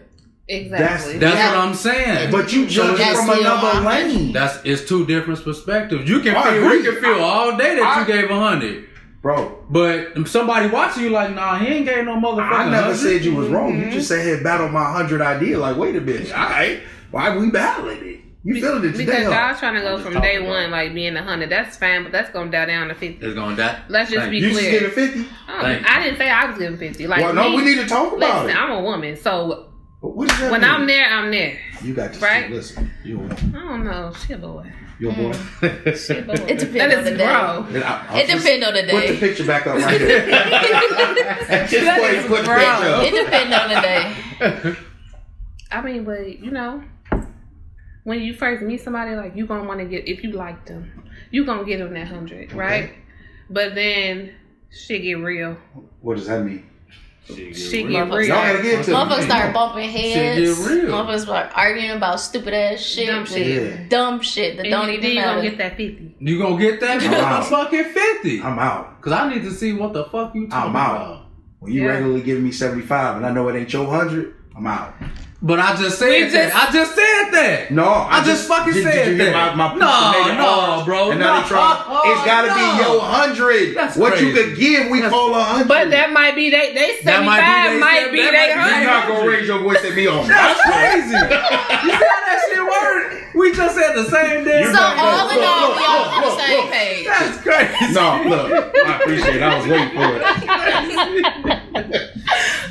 S1: Exactly.
S3: That's
S2: Yeah.
S3: what I'm saying.
S4: But you judge
S2: that's
S4: from
S2: still
S4: another
S2: all-
S4: lane.
S3: that's it's two different perspectives. You can
S4: I
S3: feel,
S4: agree.
S3: you can feel all day that you
S4: I-
S3: gave hundred,
S4: Bro,
S3: but somebody watching you like, nah, he ain't gave no motherfucker.
S4: I never said you was wrong.
S2: Mm-hmm.
S4: You just said, hey, battle my 100 idea. Like, wait a minute. All right. Why we battling it? You feeling it today,
S1: Because
S4: huh?
S1: y'all trying to go
S3: just
S1: from
S3: talking
S1: day
S3: about
S1: one,
S3: it.
S1: like being a hundred. That's fine, but that's gonna die down to fifty.
S3: It's gonna die.
S1: Let's just
S3: Thank
S1: be
S4: You just
S1: clear.
S4: giving 50?
S1: Um,
S3: Thank you.
S1: I didn't say I was giving fifty. Like
S4: well, no,
S1: me-
S4: we need to talk about
S1: Listen,
S4: it.
S1: I'm a woman, so
S4: But what does that
S1: when
S4: mean?
S1: I'm there, I'm there.
S4: You got to
S1: right?
S4: listen. You a
S1: I
S4: woman.
S1: don't know, shit boy.
S4: You a
S2: Mm.
S4: boy.
S1: Shit boy.
S2: It depends
S1: That
S2: on
S1: is
S2: the day.
S1: bro.
S4: And I- I'll
S2: It
S4: just
S2: depends on the
S4: Put the
S2: day.
S4: picture back up right there. At this
S1: That
S4: point,
S1: is
S4: put the
S1: gross.
S4: picture up.
S2: It depends on the day.
S1: I mean, but you know, when you first meet somebody, like you gonna want to get if you like them, you gonna get them that hundred, right? But then shit get real.
S4: What does that mean?
S1: She
S2: real.
S1: get
S2: Motherfuckers
S1: real.
S4: Y'all gotta get to it.
S2: Motherfuckers start bumping
S3: get
S2: heads.
S3: real.
S2: Motherfuckers start arguing about stupid ass shit.
S1: Dumb
S2: that-
S4: shit.
S2: Dumb shit that
S1: And
S2: don't
S1: you-
S2: even
S1: then you gonna
S2: matter.
S1: get that fifty.
S3: You gonna get that
S4: I'm out.
S3: fucking fifty?
S4: I'm out.
S3: Cause I need to see what the fuck you talking
S4: I'm out.
S3: about.
S4: When you
S1: Yeah.
S4: regularly give me 75 and I know it ain't your 100, I'm out.
S3: But I just said
S1: We
S3: that. I just said that.
S4: No,
S3: I just fucking
S4: did,
S3: said
S4: did you hear
S3: that.
S4: My, my
S3: No,
S4: piece of nigga
S3: no,
S4: orange?
S3: bro,
S4: And now
S3: no.
S4: they trying. it's gotta
S3: No.
S4: be your hundred.
S3: That's
S4: what you
S3: crazy.
S4: could give, we call a hundred.
S1: But that might be they they
S3: That
S1: seventy
S3: might
S1: five might
S3: be
S1: be
S3: they-
S1: they
S3: that might
S4: you're
S3: be-
S1: hundred.
S4: not gonna raise your voice at me on my
S3: That's crazy. you see how that shit worked? We just said the same damn
S2: So
S4: Look,
S2: all in
S4: look,
S2: all,
S4: look,
S2: we all on the
S4: look,
S2: same
S4: look.
S2: page.
S3: That's crazy.
S4: No, look, I appreciate. it. I was waiting for it.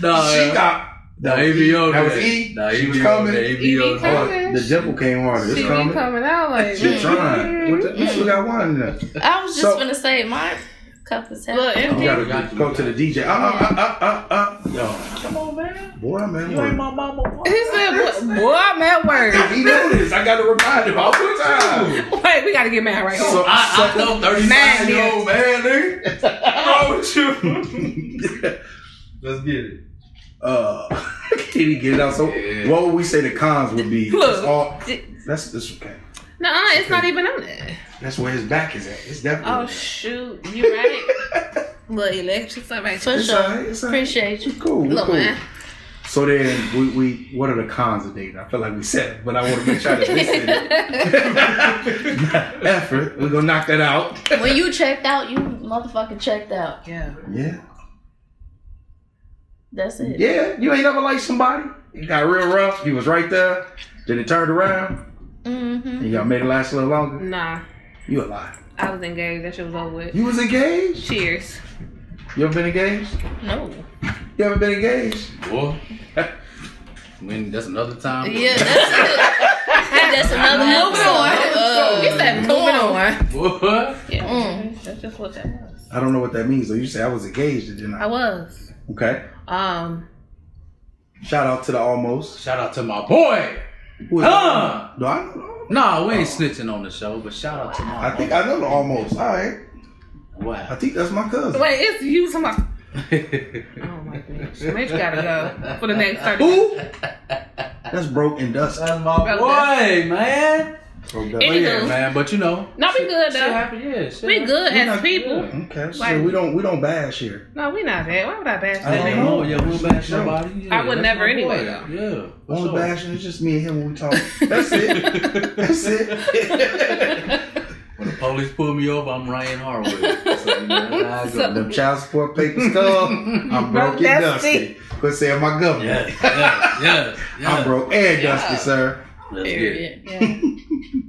S3: No,
S4: she got
S3: the AVO.
S4: That was
S3: day.
S4: E.
S3: The
S4: she was
S3: AVO,
S4: coming.
S3: The AVO.
S1: E
S3: day.
S1: coming.
S4: Oh, the dimple came harder. It's
S1: She be
S4: coming.
S1: coming out like mm-hmm.
S4: She trying. What the, you still got one in there.
S2: I was just
S4: So-
S2: gonna say my cup is half.
S1: Look,
S4: You
S1: empty.
S4: gotta go, go to the DJ. Uh, uh, uh, uh, uh, uh. Yo,
S3: Come on, man.
S4: boy, I'm at
S3: You ain't
S4: work.
S3: my mama.
S1: He said, "Boy, I'm at work.
S4: He know this. I gotta remind him all the time.
S1: Wait, we gotta get mad right
S4: So-
S1: here."
S3: I, I know 35
S1: Man,
S3: year old man, nigga. What's wrong with you?
S4: Let's get it. Uh, can you get it out? So,
S3: Yeah.
S4: what would we say the cons would be?
S1: Look.
S4: It's all, that's this okay.
S1: No, it's not even on there.
S4: That's where his back is at. It's definitely.
S1: Oh shoot, you right. Look, election somebody.
S2: For
S4: It's
S2: sure.
S4: alright, it's alright.
S2: Appreciate you.
S4: It's cool. It's
S1: Look,
S4: cool.
S1: man.
S4: So then, we, we what are the cons of dating? I feel like we said, it, but I want to make sure that we said it. Effort. We're gonna knock that out.
S2: When you checked out, you motherfucking checked out.
S1: Yeah.
S4: Yeah.
S2: That's it.
S4: Yeah. You ain't ever liked somebody. It got real rough. You was right there. Then it turned around.
S2: Mm-hmm.
S4: And y'all made it last a little longer.
S1: Nah,
S4: You a lie.
S1: I was engaged. That shit was over with.
S4: You was engaged.
S1: Cheers.
S4: You ever been engaged?
S2: No.
S4: You ever been engaged?
S3: Boy. When that's another time.
S2: Yeah, that's it. that's another
S1: Moving on.
S2: episode.
S1: You said
S2: Uh,
S1: moving on.
S3: What?
S1: Yeah.
S2: Mm.
S1: That's just what that was.
S4: I don't know what that means. So you say I was engaged, didn't
S1: I
S4: I?
S1: was.
S4: Okay.
S1: Um.
S4: Shout out to the almost.
S3: Shout out to my boy.
S4: Who is
S3: Huh.
S4: Do I know? the Almost?
S3: Nah, we ain't snitching on the show, but shout out to my
S4: I think I know the almost. All right. I
S3: Wow.
S4: think that's my cousin.
S1: Wait, it's you. Somebody. Oh my gosh. Mitch gotta go for the next thirty.
S4: Who? That's broke and dust.
S3: That's my boy, man.
S4: Broke
S3: But
S4: dust.
S1: Anywho.
S3: yeah, man. But you know,
S1: No, we good
S3: shit
S1: though.
S3: happen, yeah, shit
S1: We good
S3: happen. We
S1: as
S3: not- Mm-hmm.
S1: people.
S3: yeah.
S4: Okay, so
S1: Like-
S4: we don't we don't bash here.
S1: No, we not that. Why would I bash
S4: I
S1: that
S4: don't
S3: I
S1: nigga?
S3: don't know. oh, Yeah, we'll bash
S4: Sure.
S3: somebody. Yeah,
S1: I would
S3: that's
S1: never
S3: my boy.
S1: anyway, though.
S3: Yeah. for
S4: Only
S3: sure.
S4: bashing is just me and him when we talk. That's it. that's it.
S3: When the police pull me over, I'm Ryan Harwood. So, you know, that's how I go.
S4: Them child support papers come. I'm broke and dusty. Quit saying my
S3: yeah,
S4: government.
S3: yeah, yeah, yeah.
S4: I'm broke and
S2: Yeah.
S4: dusty, sir.
S3: Let's get it.
S2: Period.
S1: Yeah.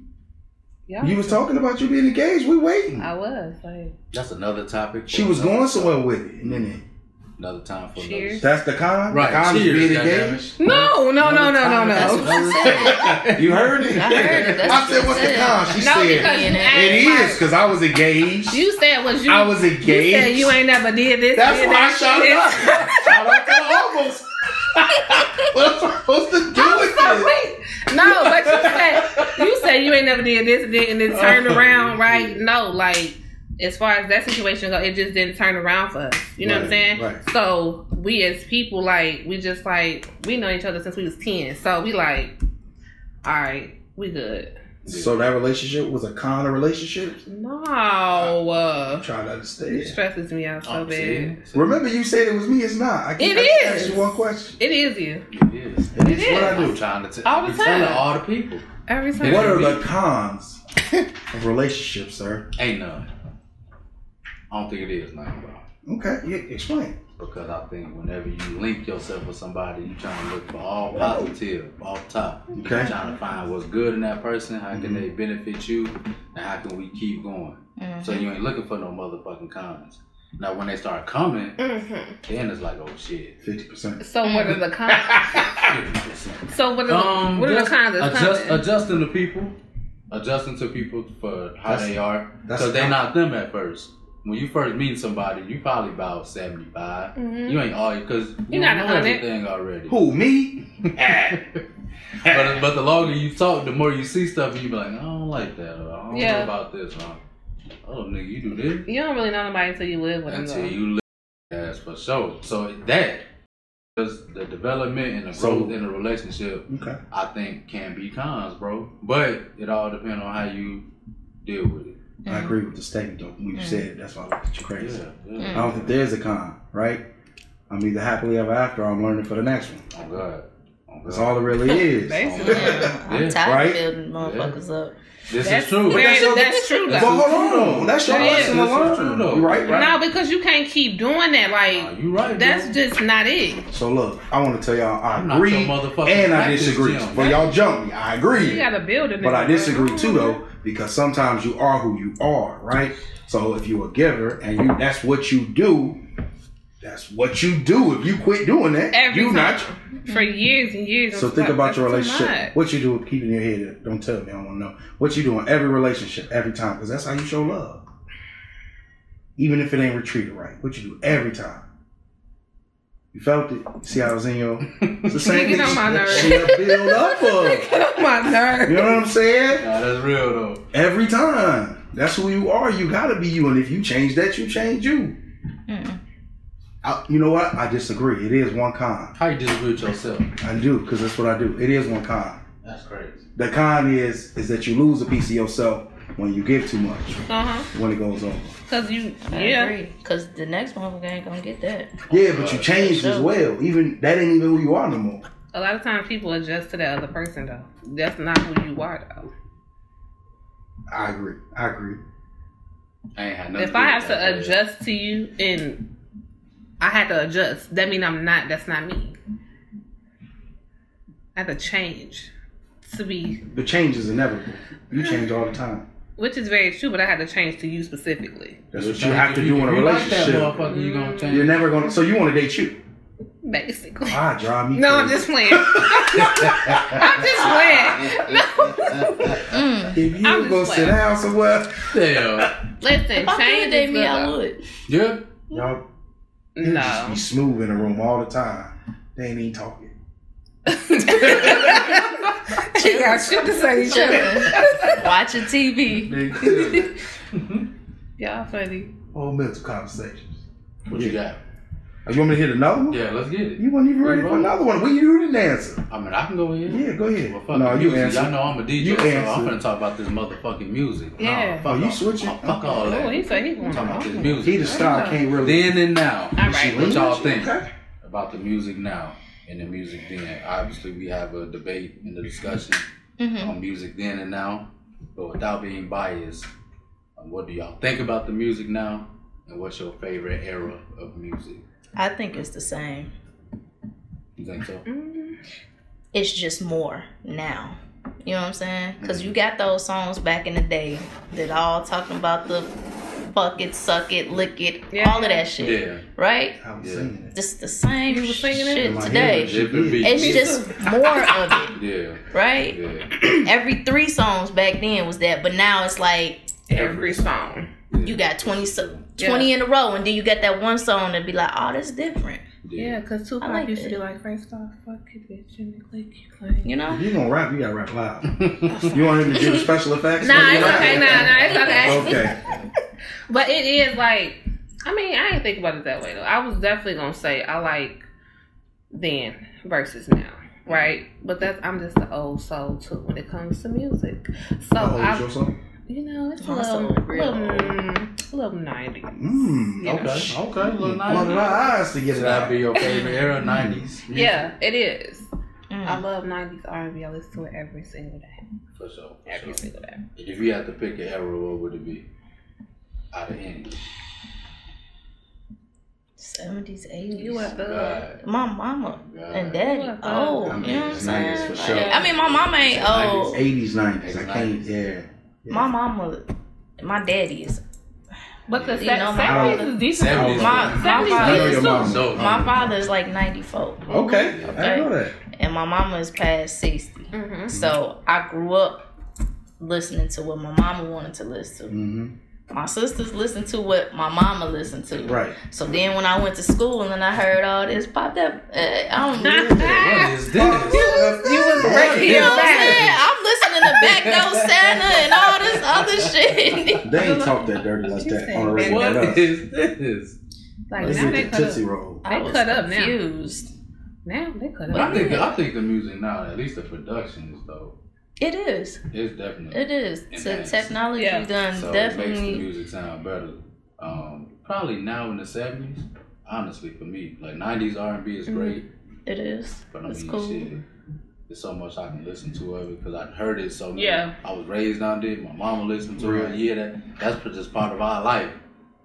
S1: yeah.
S4: You was talking about you being engaged. We waiting.
S1: I was like,
S3: That's another topic. for
S4: She was
S3: another-
S4: going somewhere with it, and then
S3: Another time for
S1: Cheers.
S4: it. That's the con.
S3: another. Right.
S4: The con is
S3: Cheers.
S4: being
S3: goddamn
S4: engaged.
S3: it.
S1: no, no, no, no, no,
S2: That's
S1: no.
S2: what I said.
S4: You heard it.
S2: I heard it. That's
S4: I said,
S2: what
S4: "What's
S2: she
S4: the
S2: said.
S4: con?" She
S1: No,
S4: said,
S1: because you
S2: It
S4: "It
S1: asked
S4: is," because I was engaged.
S1: like- You said was you.
S4: I was
S1: You said
S4: engaged.
S1: you ain't never did this.
S4: That's
S1: did
S4: why I
S1: that,
S4: shot
S1: did
S4: it up.
S1: this.
S4: Shout out to the almost. What's supposed to do with
S1: So
S4: this?
S1: wait. No, but you said you said you ain't never did this and then and then turned around, right? No, like as far as that situation go, it just didn't turn around for us. You know what I'm
S4: Right,
S1: saying?
S4: right.
S1: So we as people, like we just like we know each other since we was ten. So we like, all right, we good.
S4: So that relationship was a kind of relationship.
S1: No, uh,
S4: I'm trying to
S1: it
S4: understand.
S1: stresses me out so
S3: Oh,
S1: bad.
S3: see? See?
S4: Remember, you said it was me. It's not. I
S1: It
S4: can't I just
S1: is.
S4: asked you one question.
S1: It is you
S3: It is.
S4: And
S1: It
S4: it's what I
S1: is.
S3: I'm
S4: do.
S3: trying to tell
S1: All the
S3: I'm telling
S1: time.
S3: all the people.
S1: every time.
S4: What are
S3: Yeah.
S4: the cons of relationships, sir?
S3: Ain't none. I don't think it is none, bro.
S4: Okay, yeah, explain.
S3: Because I think whenever you link yourself with somebody, you're trying to look for all positive, all top. You're
S4: Okay. Mm-hmm.
S3: trying to find what's good in that person, how can they benefit you, and how can we keep going. So
S1: Mm-hmm.
S3: you ain't looking for no motherfucking cons. Now when they start coming,
S1: Mhm.
S3: then it's like, oh shit.
S4: Fifty percent.
S1: So what are the cons? So what are the,
S3: Um,
S1: what are the
S3: just
S1: cons? that's
S3: adjust,
S1: coming?
S3: adjusting to people, adjusting to people for how
S4: That's-
S3: they are,
S4: that's
S3: because
S4: a
S3: they
S4: con.
S3: not them at first. When you first meet somebody, you probably about seventy
S1: Mhm.
S3: You ain't all because you
S1: You're
S3: don't
S1: not
S3: know
S1: on it.
S3: everything already.
S4: Who me?
S3: Eh.
S4: uh,
S3: but, but the longer you talk, the more you see stuff, and you be like, I don't like that. Or, I don't know
S1: Yeah.
S3: about this. Or, oh nigga, you do this
S1: You don't really know nobody until you live with them.
S3: until
S1: though.
S3: you live. That's for sure. So that Because the development and the
S4: So-
S3: growth in a relationship,
S4: Okay.
S3: I think, can be cons, bro. But it all depends on how you deal with it.
S2: Mm-hmm.
S4: I agree with the statement though. When you
S2: Mhm.
S4: said it, that's why I looked at you crazy.
S3: Yeah.
S4: I
S1: Mm.
S3: yeah.
S4: don't think there's a con, right? I'm either happily ever after or I'm learning for the next one.
S3: Oh God. Oh,
S4: That's
S3: God.
S4: all it really is.
S1: Basically.
S2: Yeah, I'm
S3: Yeah,
S2: tired
S4: right?
S2: of building motherfuckers up.
S3: This
S1: That's
S3: is true.
S1: very-
S4: But that's-
S1: that's true
S4: but
S1: though.
S4: hold on, though. that's your
S1: Yeah.
S4: lesson to
S3: That's true,
S4: learn.
S3: though.
S4: You Right, right.
S1: No, because you can't keep doing that.
S3: Nah,
S1: Like
S3: you right.
S1: that's
S3: bro.
S1: just not it.
S4: So look, I want to tell y'all I
S3: I'm not
S4: agree
S3: your motherfucking
S4: and I
S3: practice
S4: disagree.
S3: gym.
S4: But y'all jump me. I
S1: You
S4: agree,
S1: gotta build it.
S4: but I disagree too though because sometimes you are who you are, right? So if you a giver and you that's what you do, that's what you do. If you quit doing that,
S1: Every
S4: you
S1: time.
S4: not.
S1: For years and years.
S4: So
S1: I'm
S4: think
S1: like,
S4: about your
S1: that's too
S4: relationship. What you do with keeping your head up. Don't tell me. I want to know what you do in every relationship, every time, because that's how you show love. Even if it ain't retreated right, what you do every time. You felt it. See how I was in your. It's the same
S1: You
S4: thing.
S1: get on my nerves.
S4: She done build up of.
S1: much. Oh, My nerve.
S4: You know what I'm saying?
S3: Nah, that's real though.
S4: Every time. That's who you are. You gotta be you, and if you change that, you change you.
S2: Mm.
S4: I, you know what? I disagree. It is one con.
S3: How you disagree with yourself?
S4: I do because that's what I do. It is one con.
S3: That's crazy.
S4: The con is is that you lose a piece of yourself when you give too much
S1: Uh huh.
S4: when it goes over.
S1: Cause you,
S2: I
S1: yeah.
S2: agree. Cause the next motherfucker ain't gonna get that.
S4: Yeah, but
S1: Uh,
S4: you changed as well. Even that ain't even who you are no more.
S1: A lot of times people adjust to the other person though. That's not who you are though.
S4: I agree. I agree.
S3: I ain't had nothing.
S1: If
S3: do
S1: I
S3: with
S1: have
S3: that,
S1: to
S3: but-
S1: adjust to you and I had to adjust, that mean I'm not. That's not me. I have to change to be,
S4: But change is inevitable. You change all the time.
S1: which is very true. But I had to change to you specifically,
S4: That's
S3: You'll
S4: what you
S3: change
S4: have to
S3: if you-
S4: do in a
S3: if you like that
S4: relationship.
S3: motherfucker, you gonna change.
S4: You're never gonna. So you want to date you?
S1: basically.
S4: Ah, drive me.
S1: No, I'm
S4: crazy.
S1: just playing. I'm just playing.
S2: Mm.
S4: If you
S1: I'm just
S4: was gonna sit
S1: playing.
S4: down somewhere,
S3: Yeah.
S1: Listen,
S2: If I
S1: change
S2: could
S1: is
S2: date me,
S1: good,
S2: I
S1: though.
S2: would.
S3: Yeah.
S4: y'all you just
S1: No.
S4: be smooth in the room all the time. They ain't even talking.
S1: she got shit to say.
S2: Chilling, watching TV.
S4: They-
S1: Y'all funny.
S4: Whole mental conversations.
S3: What you got?
S4: Oh, You want me to hit another one?
S3: Yeah, let's get it.
S4: You weren't even ready for another one. We you didn't answer.
S3: I mean, I can go ahead.
S4: Yeah, go ahead.
S3: Well, fuck
S4: no,
S3: the
S4: you
S3: music.
S4: answer.
S3: Y'all know I'm a DJ,
S4: You
S3: so I'm
S4: answer.
S3: gonna talk about this motherfucking music. Nah,
S1: Yeah.
S4: Oh,
S3: fuck
S4: you
S3: all-
S4: switching?
S3: oh, Fuck all
S1: Oh, he
S3: that.
S1: said he
S3: I'm
S1: going
S3: talking about this
S1: on.
S3: music.
S4: He the star. Can't really.
S3: Then and now.
S1: All right.
S3: What y'all
S4: Okay.
S3: think about the music now and the music then? Obviously, we have a debate and a discussion
S2: Mm-hmm.
S3: on music then and now, but without being biased, um, what do y'all think about the music now? And what's your favorite era of music?
S2: I think it's the same.
S3: You think so?
S1: Mm,
S2: It's just more now. You know what I'm saying? Cause you
S4: Mm-hmm.
S2: got those songs back in the day that all talking about the fuck it, suck it, lick it,
S1: Yeah.
S2: all of that shit,
S3: Yeah.
S2: right?
S4: I was
S3: Yeah.
S4: singing it.
S2: It's the same
S1: You were singing it?
S2: shit
S4: In my
S2: today.
S4: head.
S3: Different beats.
S2: It's just more of it,
S3: yeah.
S2: right?
S3: Yeah.
S2: Every three songs back then was that, but now it's like
S1: Every song.
S2: you got 20, so- 20 in a row, and then you got that one song that be like, oh, that's different,
S1: Yeah, because Tupac
S2: I like
S1: used to
S2: it.
S1: be like, first off, fuck it, bitch, and it click you like.
S2: you know?
S4: If you gonna rap, you gotta rap loud.
S3: yeah.
S4: You want him to do the special effects?
S1: Nah,
S4: Let
S1: it's
S4: me rap.
S1: okay. Nah, nah, it's okay.
S4: Okay.
S1: But it is like, I mean, I didn't think about it that way though. I was definitely gonna say I like then versus now, right? But that's I'm just the old soul too when it comes to music. So
S4: How old
S1: oh,
S4: is
S1: I,
S4: your son?
S1: you know, it's a
S2: Oh, My
S1: little,
S2: soul is real
S1: little,
S2: old.
S1: mm, a little ninety.
S4: Mmm.
S1: Yeah.
S3: Okay. Okay. Little
S4: One of my
S3: nineties.
S4: eyes to get it
S3: That'd
S4: out.
S3: be your favorite era, nineties.
S1: Yeah, it is.
S2: Mm.
S1: I love nineties R and B. I listen to it every single day.
S3: For sure. for
S1: Every
S3: sure.
S1: single day.
S3: If you had to pick an era, what would it be? Out of any.
S2: 70s,
S1: You a
S2: 80s.
S1: thug.
S2: My mama Uh, and daddy,
S1: What the-
S2: oh,
S4: Uh, I mean,
S2: you know what I'm
S4: it's 90s
S2: saying?
S4: for
S2: Like,
S4: sure.
S2: I mean, my mama ain't old.
S4: 80s, 90s. I can't.
S3: 90s.
S4: Yeah. yeah.
S2: My mama, my daddy is.
S1: But the
S2: You know my
S1: seventies
S4: father.
S1: is decent.
S3: Seventies.
S2: My, my,
S1: Seventies
S4: I know
S2: father,
S4: your
S1: so-
S4: mom.
S3: So,
S2: my father is like 94,
S4: Oh. Okay. I didn't know that.
S2: and my mama is past 60.
S1: Mm-hmm.
S2: So I grew up listening to what my mama wanted to listen
S4: Mm-hmm.
S2: to. My sisters listened to what my mama listened to.
S4: Right.
S2: So then when I went to school and then I heard all this popped up, uh, I don't know.
S3: what is this?
S4: Oh, You was
S1: breaking
S2: You know
S1: your
S2: what I'm
S1: back.
S2: saying? I'm listening to Back Door Santa and all this other shit.
S4: They ain't talk that dirty like that on the radio.
S3: What
S4: What is
S3: is this?
S1: Like
S4: Let's
S1: now
S4: get
S1: they
S4: the
S1: cut up.
S4: Tootsie Roll.
S1: They
S2: I was
S1: cut up now.
S2: confused.
S1: Now they could
S3: But I
S1: have.
S3: think I think the music now, at least the production is dope.
S2: It is.
S3: It's definitely
S2: It is. So
S3: Enhanced.
S2: technology
S1: Yeah.
S2: done
S3: so it makes the
S2: definitely.
S3: music sound better. Um, probably now in the seventies. Honestly, for me, like '90s R&B is
S2: Mhm.
S3: great,
S2: It is.
S3: but I
S2: It's
S3: mean,
S2: cool.
S3: shit, there's so much I can listen to of it because I've heard it so. many-
S1: Yeah.
S3: I was raised on it. My mama listened to
S4: Right.
S3: it. Yeah, that that's just part of our life.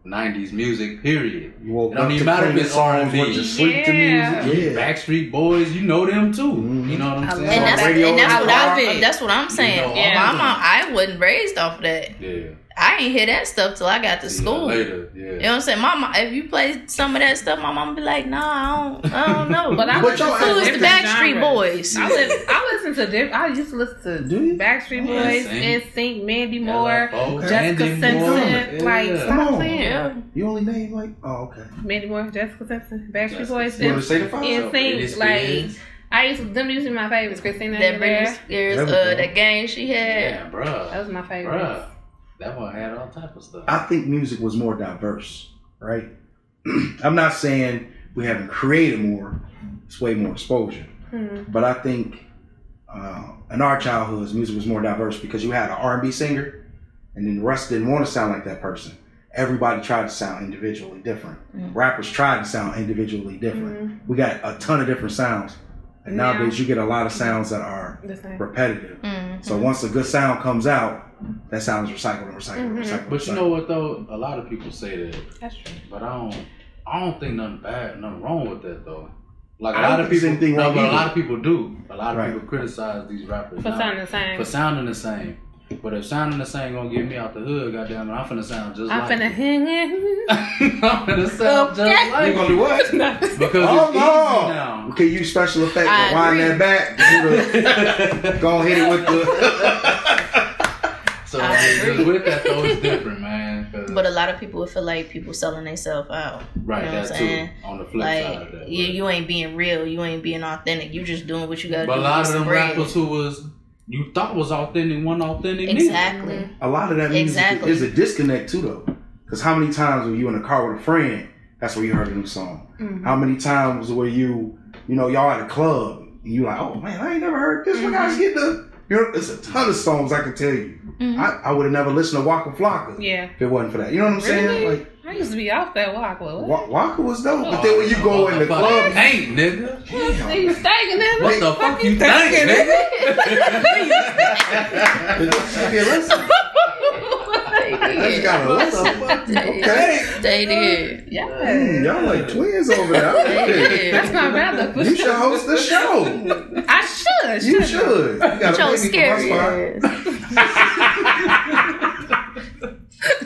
S3: '90s music, period.
S4: You woke
S3: It don't
S4: up
S3: even
S4: to
S3: matter if
S4: Prince
S3: it's
S4: songs,
S3: R&B.
S4: went to sleep to
S1: Yeah.
S4: music. Yeah.
S3: Backstreet Boys, you know them too.
S4: Mhm.
S3: You know what I'm saying?
S2: And that's,
S4: radio
S2: and that's
S4: in
S2: what
S4: the
S2: I,
S3: car.
S2: that's what I'm saying.
S3: know,
S1: Yeah.
S2: My mom, I wasn't raised off of that.
S3: yeah.
S2: I ain't hear that stuff till I got to
S3: See you
S2: school.
S3: later. Yeah.
S2: You know what I'm saying? Mama, if you play some of that stuff, my mom be like, nah, I don't, I don't know.
S1: But I
S4: But
S1: listen
S4: y'all
S1: to
S4: have
S2: Who's the
S1: different
S2: Backstreet
S1: genres.
S2: Boys?
S1: I, li- I listen to diff- I used to listen to
S4: Do you?
S1: Backstreet
S3: Yeah,
S1: Boys,
S3: same.
S1: NSYNC, Mandy Moore,
S3: LFO,
S1: Jessica
S3: Candy
S1: Simpson.
S3: Moore.
S1: Like,
S3: Yeah.
S4: Come
S1: stop
S4: on.
S1: playing.
S2: Yeah.
S4: You only name like oh okay.
S1: Mandy Moore, Jessica Simpson, Backstreet
S3: Jessica
S1: Boys,
S3: Simpson.
S4: You
S1: and
S4: want to say the five?
S1: Yeah.
S3: So,
S1: think,
S3: it is
S1: like,
S3: Spins.
S1: I used to, them used to be my favorites. Christina
S2: That Britney
S1: Aguilera.
S2: Spears,
S4: There we
S2: uh,
S4: go.
S2: that game she had.
S3: yeah,
S1: That
S3: bruh.
S1: was my favorite.
S3: Bruh. That one had all type of stuff.
S4: I think music was more diverse, right? I'm not saying we haven't created more; it's way more exposure.
S1: Hmm.
S4: But I think uh, in our childhoods, music was more diverse because you had an R&B singer, and then the rest didn't want to sound like that person. Everybody tried to sound individually different.
S2: Mhm.
S4: Rappers tried to sound individually different.
S2: Mm.
S4: We got a ton of different sounds, and
S1: Yeah.
S4: nowadays you get a lot of sounds that are
S1: The same.
S4: repetitive.
S2: Mhm.
S4: So once a good sound comes out, that sound is recycled and recycled and
S2: Mm-hmm.
S1: Mhm.
S4: recycled.
S3: but you know what though? A lot of people say that,
S1: That's true.
S3: but I don't. I don't think nothing bad, nothing wrong with that though. Like
S4: I
S3: a
S4: don't
S3: lot of
S4: think there's
S3: people,
S4: anything
S3: no,
S4: wrong
S3: but a
S4: either.
S3: lot of people do. A lot of
S4: Right.
S3: people criticize these rappers
S1: For
S3: now
S1: sounding the same.
S3: for sounding the same. But if sounding the same gonna get me out the hood, goddamn it, I'm finna sound just
S1: I'm
S3: like.
S1: finna
S3: you.
S1: hang in.
S3: I'm finna sound just
S2: Okay.
S3: like.
S4: you gonna do
S3: you.
S4: what?
S3: Because
S4: Oh
S3: it's easy
S4: no!
S3: now.
S4: Okay, you special effect.
S2: I
S4: Wind
S2: agree.
S4: that back. Do the- Go hit it with the.
S3: So
S2: I agree.
S3: with that though, it's different, man. 'cause-
S2: But a lot of people would feel like people selling themselves out.
S3: right,
S2: you know what
S3: that
S2: I'm
S3: too.
S2: saying?
S3: On the flip side
S2: Like,
S3: of that,
S2: yeah,
S3: right.
S2: you ain't being real. You ain't being authentic. You just doing what you gotta
S3: But a
S2: do.
S3: lot
S2: to
S3: of them
S2: spread.
S3: rappers who was you thought was authentic, one authentic. neither.
S2: Exactly.
S4: A lot of that music
S2: Exactly.
S4: is a disconnect too, though. Because how many times were you in a car with a friend? That's where you heard a new song.
S1: Mhm.
S4: How many times were you, you know, y'all at a club and you like, oh man, I ain't never heard this.
S1: Mm-hmm.
S4: What guys get the? You know, it's a ton of songs I can tell you.
S2: Mhm.
S4: I, I would have never listened to Waka Flocka
S1: Mm-hmm. Yeah.
S4: if it wasn't for that. You know what I'm saying?
S1: Really?
S4: Like
S1: I used to be off that walk. Well, what?
S4: Wa- Waka was dope, but then when you go in the
S3: Motherfucker,
S4: club,
S3: hey nigga,
S1: They was taking that.
S3: what the fuck you thinking, nigga?
S4: Yeah, listen. I just gotta listen. Okay.
S2: They did.
S4: Hmm,
S1: Yeah.
S4: y'all like twins over there. I
S2: They
S4: like it.
S1: That's
S2: did.
S1: not bad though.
S4: You should host the show.
S1: I should.
S4: You
S1: shouldn't
S4: should. You got
S2: Joe
S4: a
S2: scary.
S4: baby from
S2: ass.
S1: I?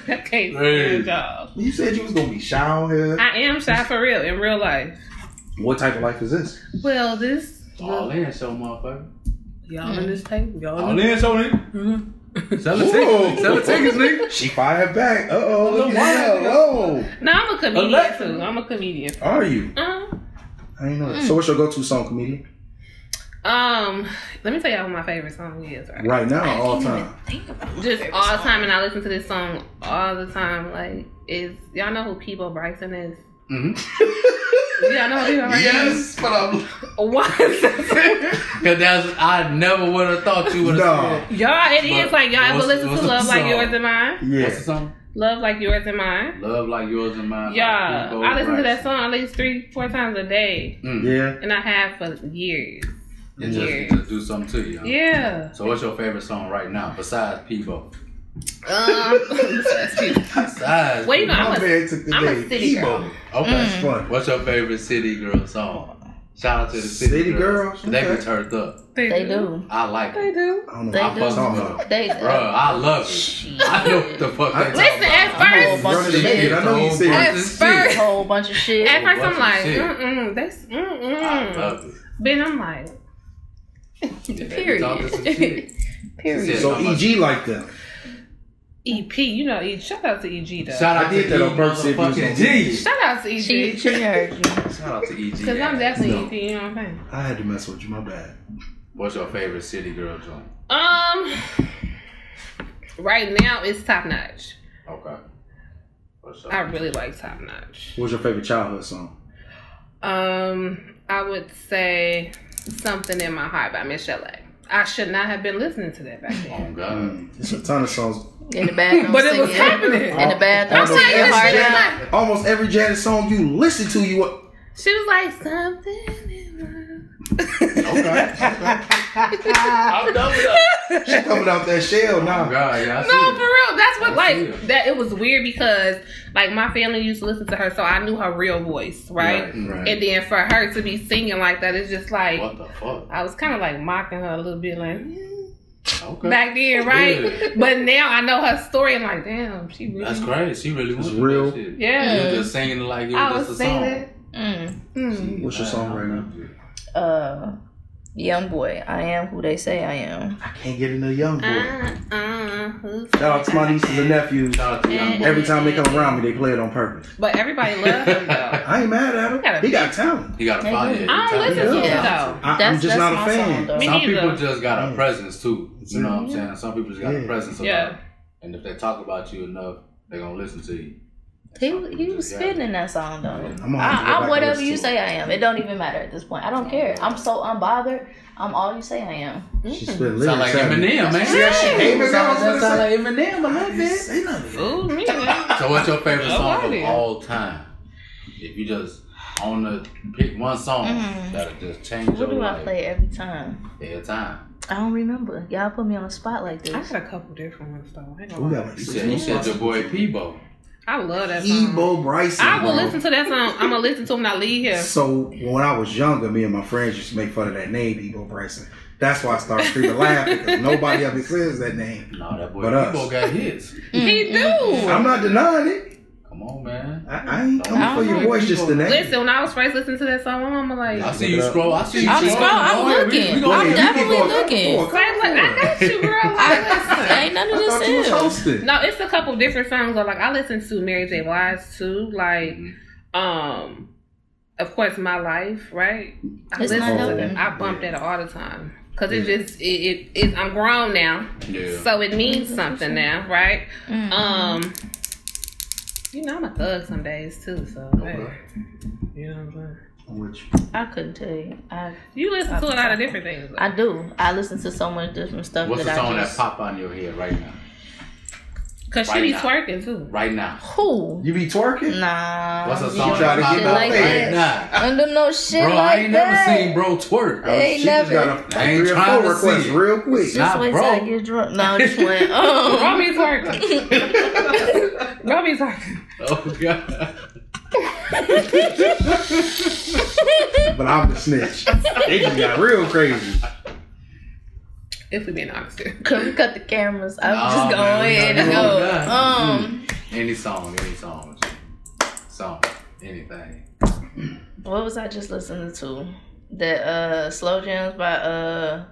S1: I can't
S3: Hey.
S1: stand y'all.
S4: You said you was gonna be shy on here.
S1: I am shy for real in real life.
S4: What type of life is this?
S1: Well, this
S3: All in, show motherfucker.
S1: y'all on this table, y'all.
S3: All in, show nigga. Sell the
S4: Whoa.
S3: tickets, sell the tickets, nigga.
S4: She fired back. Uh oh. Look
S3: Look
S4: at
S3: wild.
S4: that. Whoa.
S1: No, I'm a comedian
S3: Alexa.
S1: too. I'm a comedian.
S4: Are you?
S1: Uh,
S4: I ain't know that.
S1: Mm.
S4: So what's your go-to song, comedian?
S1: um, let me tell y'all what my favorite song is. Right?
S4: Right now, all time.
S2: Think about
S1: Just
S2: favorite
S1: all the
S2: song.
S1: time, and I listen to this song all the time. Like, is y'all know who Peebo Bryson is?
S3: Mm-hmm.
S1: Y'all know who Peebo Bryson is?
S3: Yes, but I'm.
S1: What?
S3: Cause that's I never would have thought you would have
S4: No.
S3: said.
S1: y'all, it is
S3: But
S1: like y'all ever
S3: what's-
S1: listen to
S3: what's the
S1: Love Like
S3: song?
S1: Yours and Mine?
S3: What's the
S4: Yeah.
S3: song?
S1: Love Like Yours and Mine.
S3: Love like yours and mine.
S1: Yeah,
S3: Like
S1: I listen to that song at least three, four times a day,
S3: Mm.
S4: Yeah.
S1: and I have for years.
S3: It just, it
S1: Yeah.
S3: just do something to you. huh?
S1: Yeah.
S3: So what's your favorite song right now besides Peebo?
S2: Uh,
S1: Um,
S3: Besides.
S1: Well, you know,
S3: Peebo.
S1: I'm
S4: My
S1: a-
S4: man took the
S1: I'm a
S4: name.
S1: city
S4: Ebo.
S1: girl. Mm.
S3: Okay.
S4: That's fun.
S3: What's your favorite city girl song? Shout out to the city,
S4: City
S3: girls.
S4: Girls,
S3: They
S4: okay.
S3: be turned up.
S2: They do.
S3: I like
S1: They
S3: it,
S1: do.
S4: I don't know
S2: They
S4: what
S2: do.
S4: you're talking
S3: Bro,
S4: about.
S2: They
S3: I love it. I know what the fuck.
S4: I-
S3: they
S1: Listen,
S3: talking about.
S1: at
S2: I'm a
S1: first,
S2: bunch of
S4: Running
S2: shit.
S4: man, I know you
S3: Whole
S4: said-
S3: bunch
S1: At
S3: of shit.
S1: first-
S2: Whole bunch of shit.
S1: at first I'm
S3: What's
S1: like,
S3: the shit?
S1: mm mm, that's mm
S3: I
S1: mm.
S3: love it.
S1: Then I'm like,
S3: Yeah, they be
S2: Period.
S3: talking some shit.
S2: Period.
S4: So EG like them.
S1: EP, you know, E- shout out to EG though.
S3: Shout
S4: I
S3: out
S4: did
S3: to
S4: that
S3: E,
S4: on Burke City.
S3: motherfucking G.
S1: Shout out to
S2: She
S1: EG.
S2: she heard you.
S3: Shout out to E EG.
S1: Because I'm
S3: Ass.
S1: definitely
S4: No.
S1: EP, you know what I'm saying?
S4: I had to mess with you. My bad.
S3: What's your favorite city girl joint?
S1: Um, right now it's top notch.
S3: Okay. What's up?
S1: I really like top notch.
S4: What was your favorite childhood song?
S1: Um, I would say something in my heart by Michelle. A. I should not have been listening to that back then.
S3: Oh
S1: Um,
S3: God.
S4: There's a ton of songs.
S2: In the bathroom.
S1: But it was
S2: singing.
S1: happening.
S2: In the bathroom.
S4: Almost
S1: saying
S2: singing
S1: it's
S2: hard
S1: just-
S2: out.
S4: every- Almost every Janet song you listen to, you. wa-
S1: She was like something in my
S4: Okay.
S3: I'm done with that.
S4: She coming out that shell
S3: Oh
S4: now.
S3: God, yeah. I see
S1: No,
S3: it.
S1: for real. That's
S3: I
S1: what
S3: see
S1: like
S3: it.
S1: that. It was weird because like my family used to listen to her, so I knew her real voice, right?
S3: Right.
S1: And then for her to be singing like that, it's just like
S3: What the fuck?
S1: I was kind of like mocking her a little bit, like "Mm,"
S3: Okay.
S1: back then, right?
S3: Yeah.
S1: But now I know her story, and like, damn, she really.
S3: That's crazy. She really was
S4: It's real.
S1: Yeah.
S3: You were just singing it like it was
S1: I
S3: just
S1: was
S3: a song.
S1: singing
S2: Mm.
S1: Mm.
S4: What's your song right now?
S2: Uh, young boy, I am who they say I am.
S4: I can't get into young boy.
S1: Uh, uh, who's-
S4: Shout out to my nieces and nephews.
S3: Shout out to Young Boy.
S4: Every time they come around me, they play it on purpose.
S1: But everybody loved him though.
S4: I ain't mad at
S1: Gotta
S4: him. He got talent.
S3: He got a
S2: Hey,
S3: fire.
S2: I
S1: I don't listen to
S4: Yeah.
S1: it though.
S4: I, I'm
S2: That's- that's
S4: just not
S2: my
S4: a fan.
S2: song, though.
S1: Me
S3: Some
S1: neither.
S3: people just got
S4: Yeah.
S3: a presence too. You know what I'm
S2: Yeah.
S3: saying? Some people just got
S4: Yeah.
S3: a presence about
S1: Yeah.
S3: it. And if they talk about you enough, they're gonna listen to you.
S2: He he was spitting in that song though.
S4: I'm gonna have to go back
S2: Ah, I, I
S4: and
S2: whatever
S4: listen
S2: you
S4: to
S2: say I am, it don't even matter at this point. I don't care. I'm so unbothered. I'm all you say I am.
S4: it. She spit lyrics
S3: Sound like
S4: at me.
S3: Eminem, man.
S4: Yeah, she came in
S3: Sound-
S4: there, I was
S3: sound like
S4: I
S3: Eminem a little
S4: didn't
S3: bit.
S4: say nothing.
S1: Ooh, me. man.
S3: So what's your favorite
S1: I
S3: song
S1: love
S3: of
S1: it.
S3: all time? If you just on the pick one song
S2: Mm.
S3: that'll just change
S2: What
S3: your
S2: do I
S3: life
S2: play every time?
S3: every time.
S2: I don't remember. Y'all put me on the spot like
S1: I
S2: this.
S1: got a couple different ones though. I, ain't
S4: We
S1: gonna
S4: got
S1: lie.
S4: like
S3: You
S4: six
S3: said you
S4: more
S3: said your boy Peebo.
S1: I love that song.
S4: Ebo Bryson.
S1: I will
S4: bro.
S1: listen to that song. I'm gonna listen to him when I leave here.
S4: So when I was younger, me and my friends used to make fun of that name, Ebo Bryson. That's why I started screaming laughing because nobody ever says that name.
S3: No, that boy
S4: But us.
S3: Peebo got hits.
S2: Mm,
S1: He do.
S4: I'm not denying it.
S3: Come on, man.
S4: I, I ain't
S2: I
S4: coming for
S2: don't
S4: your
S2: know
S4: voice, just the name.
S1: Listen, when I was first listening to that song, my mama like,
S3: I
S1: I
S3: see you scroll. I see you
S2: I'm
S3: scroll.
S2: scroll- I'm
S3: Go ahead, we-
S2: looking.
S3: we
S4: Go
S3: gonna-
S2: I'm
S4: ahead, you keep
S2: definitely
S4: going.
S2: looking.
S4: Come on,
S1: was
S4: come
S1: like, I got you, girl. Like, listen.
S2: Ain't none
S4: on.
S2: of
S4: I thought you was
S2: this is.
S4: hosting.
S1: no, it's a couple different songs. Or like I listen to Mary J. Blige too. Like,
S3: Mhm.
S1: um, of course, my life, right? I
S2: It's
S1: listen
S2: not
S1: to
S2: helping.
S1: them.
S4: Oh,
S1: I bump that all the time because it just it, it, it I'm grown now,
S3: Yeah.
S1: so it means something now, right?
S2: Mm.
S1: Um, you know I'm a thug some days too, so hey,
S3: Okay.
S1: you know what I'm saying.
S4: Which
S2: I couldn't tell you. I
S1: You listen to a lot of different things.
S2: I do. I listen to so much different stuff
S3: What's the
S2: that
S3: song
S2: I
S3: that
S2: just.
S3: pop on your head right now?
S1: Cause she
S3: Right
S1: be
S3: now.
S1: twerking too.
S3: Right now.
S2: Who?
S4: you be twerking?
S2: Nah.
S3: What's a
S2: you
S3: song
S2: don't
S4: try to
S3: that
S2: do
S4: get
S2: shit
S4: my
S2: like
S4: face.
S2: that.
S3: Nah.
S2: I don't do no shit
S3: Bro,
S2: like
S3: I ain't
S2: that.
S3: never seen bro twerk.
S4: Oh,
S2: Ain't
S4: she just
S2: never.
S4: got a
S3: I ain't
S4: three or
S3: trying
S4: four
S3: to
S4: requests
S3: see it.
S4: real quick.
S2: Just
S3: Nah,
S2: wait till
S3: bro.
S2: I get drunk. No, I'm just playing. Um,
S1: Robbie twerking. Robbie twerking.
S3: Oh god.
S4: But I'm the snitch. They just got real crazy.
S1: If we being honest here.
S2: Can we cut the cameras? I'm
S3: Nah,
S2: just going
S3: man, we
S2: ahead
S3: not
S2: and
S3: doing
S2: go.
S3: that. Mm.
S2: Um,
S3: Any song, any song. Song. Anything.
S2: what was I just listening to? That uh, slow jams by uh,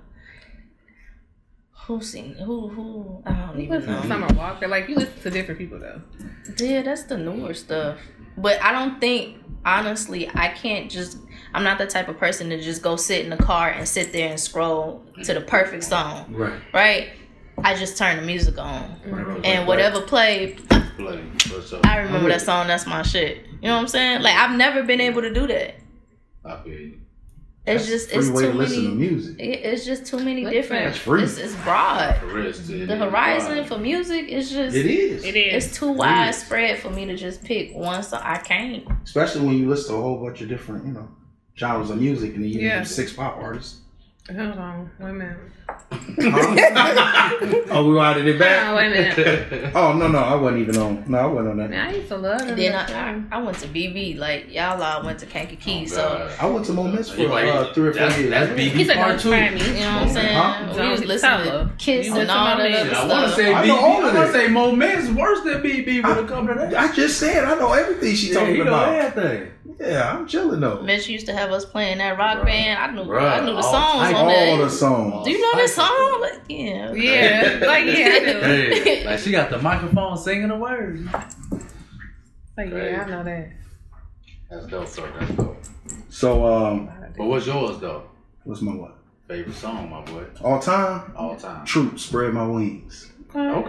S2: who sing? Who who? I don't
S1: You
S2: even
S1: listen
S2: know.
S3: Uh-huh.
S4: Mm-hmm.
S1: to Summer Walker. Like you listen to different people though.
S2: Yeah, that's the newer stuff. But I don't think, honestly, I can't just. I'm not the type of person to just go sit in the car and sit there and scroll to the perfect song,
S4: Right.
S2: right? I just turn the music on.
S4: right, right,
S2: And
S4: right.
S2: whatever played,
S3: Play. What's up?
S2: I remember that song, that's my shit. You know what I'm saying? Like, I've never been able to do that.
S3: I feel you.
S2: It's just,
S4: That's a free
S2: it's
S4: way
S2: too
S4: to listen to
S2: many.
S4: music.
S2: it- It's just too many
S1: That's
S2: different.
S1: That's
S4: free.
S2: It's, it's broad.
S3: The rest it
S2: The
S3: is
S2: horizon
S3: wild.
S2: for music is just,
S4: It is.
S1: It is.
S2: it's too widespread for me to just pick one song. I can't.
S4: Especially when you listen to a whole bunch of different, you know, genres of music and then you
S1: Yeah.
S4: name six pop artists.
S1: Hold on, wait a minute.
S4: oh, we wanted it
S1: Oh,
S4: back?
S1: wait a minute.
S4: Oh, no, no, I wasn't even on. No, I wasn't on that.
S1: Man, I used to love it.
S2: And then I, I, I went to BB, like y'all all went to Kankakee,
S3: Oh,
S2: so
S3: God.
S4: I went to Moments
S3: You
S4: for
S3: like-
S4: uh, three or four
S3: that's-
S4: years.
S3: That's
S1: he
S3: BB
S1: said,
S3: part
S1: "Don't
S3: two.
S1: try me."
S2: you know what I'm saying?
S4: Huh?
S2: We was
S1: Don't
S2: listening
S1: tell her.
S2: to Kiss
S1: You
S2: and
S1: listen
S2: all
S1: to
S2: that
S1: my
S2: other
S3: I
S1: niggas.
S2: stuff.
S3: want to say
S4: I
S3: BB.
S4: know all
S3: I
S4: of
S3: want
S4: it.
S3: to say Mo Man's worse than BB when
S4: I-
S3: it comes to that.
S4: I just said I know everything she
S3: Yeah,
S4: talking
S3: you know
S4: about.
S3: everything.
S4: Yeah, I'm chilling though.
S2: Mitch used to have us playing that rock
S3: Bruh.
S2: band. I knew
S3: Bruh,
S2: I knew the
S3: all
S2: songs
S3: type-
S2: on
S4: All
S2: that.
S4: the songs.
S2: Do you know this song? Like, yeah.
S1: Yeah, like yeah, I do.
S3: Hey, like she got the microphone singing the words.
S1: Like yeah, I know that.
S3: That's dope, sir. That's dope.
S4: So, um,
S3: But what's yours though?
S4: what's my what?
S3: Favorite song, my boy,
S4: All time,
S3: all time.
S4: Troop, Spread My Wings.
S3: Okay. uh, All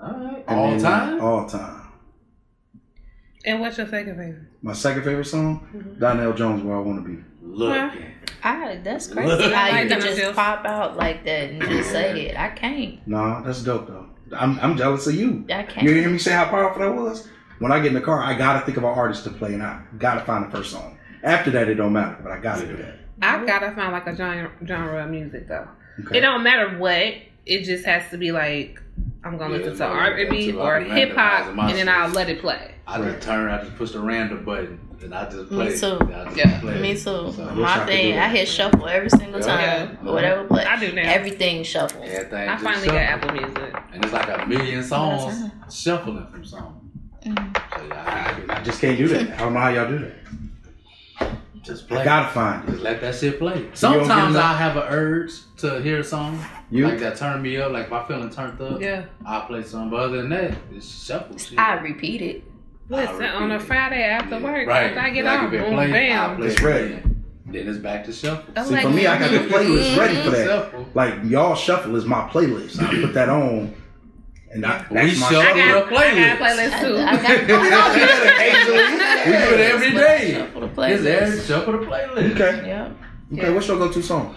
S3: right.
S4: And
S3: All
S4: then,
S3: time.
S4: All time.
S1: And what's your second favorite? Mm-hmm.
S4: My second favorite song, Donnell Jones, Where I Want to Be.
S3: looking.
S2: I, that's crazy
S3: Like,
S2: how you
S1: and I
S2: can just
S1: just-
S2: pop out like that and just say it. I can't.
S4: Nah, that's dope though. I'm, I'm jealous of you.
S2: I
S4: You
S2: can't.
S4: hear me say how powerful that was? When I get in the car, I gotta think of an artist to play, and I gotta find the first song. After that, it don't matter, but I gotta do that.
S1: I've got to find like a genre, genre of music though.
S4: Okay.
S1: It don't matter what. It just has to be like I'm gonna
S3: Yeah,
S1: listen
S3: it's
S1: to
S3: like-
S1: R and B
S3: that's
S1: or
S3: about
S1: hip hop,
S3: randomizing my
S1: and then
S3: shit.
S1: I'll let it play.
S3: I just turn, I just push the random button, and I just play.
S2: Me too.
S3: I just
S1: Yeah.
S3: play.
S2: Me too.
S3: So,
S4: I wish I
S2: My
S4: could do
S2: thing,
S4: that.
S2: I hit shuffle every single
S3: Yeah.
S2: time. Whatever play.
S1: I do now.
S2: Everything shuffle.
S3: Everything
S1: I
S3: just
S1: finally got
S3: shuffle.
S1: Apple Music.
S3: and it's like a million songs
S2: That's
S3: shuffling from song.
S2: Mm.
S3: So yeah, I, I
S4: I
S3: just
S4: just can't do that. I don't know how y'all do that.
S3: just play.
S4: I gotta find it.
S3: Just let that shit play.
S4: don't get
S3: Sometimes
S4: no-
S3: I have an urge to hear a song
S4: You?
S3: like that turn me up, like if I feeling turned up,
S1: Yeah.
S3: I play some. But other than that, it's shuffle shit.
S2: I repeat it.
S1: Listen,
S3: I
S1: on a
S3: repeat it.
S1: Friday after
S3: Yeah,
S1: work,
S3: right?
S1: after I get
S3: like
S1: off,
S3: if it
S1: boom,
S3: playing, I
S1: bam.
S3: play
S4: It's ready.
S3: it again. Then it's back to shuffle.
S1: I'm
S4: See,
S1: like,
S4: for me, I got the
S1: mhm.
S4: playlist ready for that.
S3: Shuffle.
S4: Like y'all shuffle is my playlist. I put that on, and I,
S3: We
S4: that's my
S3: shuffle.
S1: I got, I
S4: shit.
S1: got a
S3: Playlist.
S1: playlist
S2: I,
S1: too.
S2: I
S4: I
S2: got
S4: do that
S3: We do
S4: occasionally.
S3: it every day.
S2: Shuffle the
S3: It's every
S2: playlist.
S3: shuffle the playlist.
S4: Okay.
S2: Yep.
S4: Okay, what's your go-to song?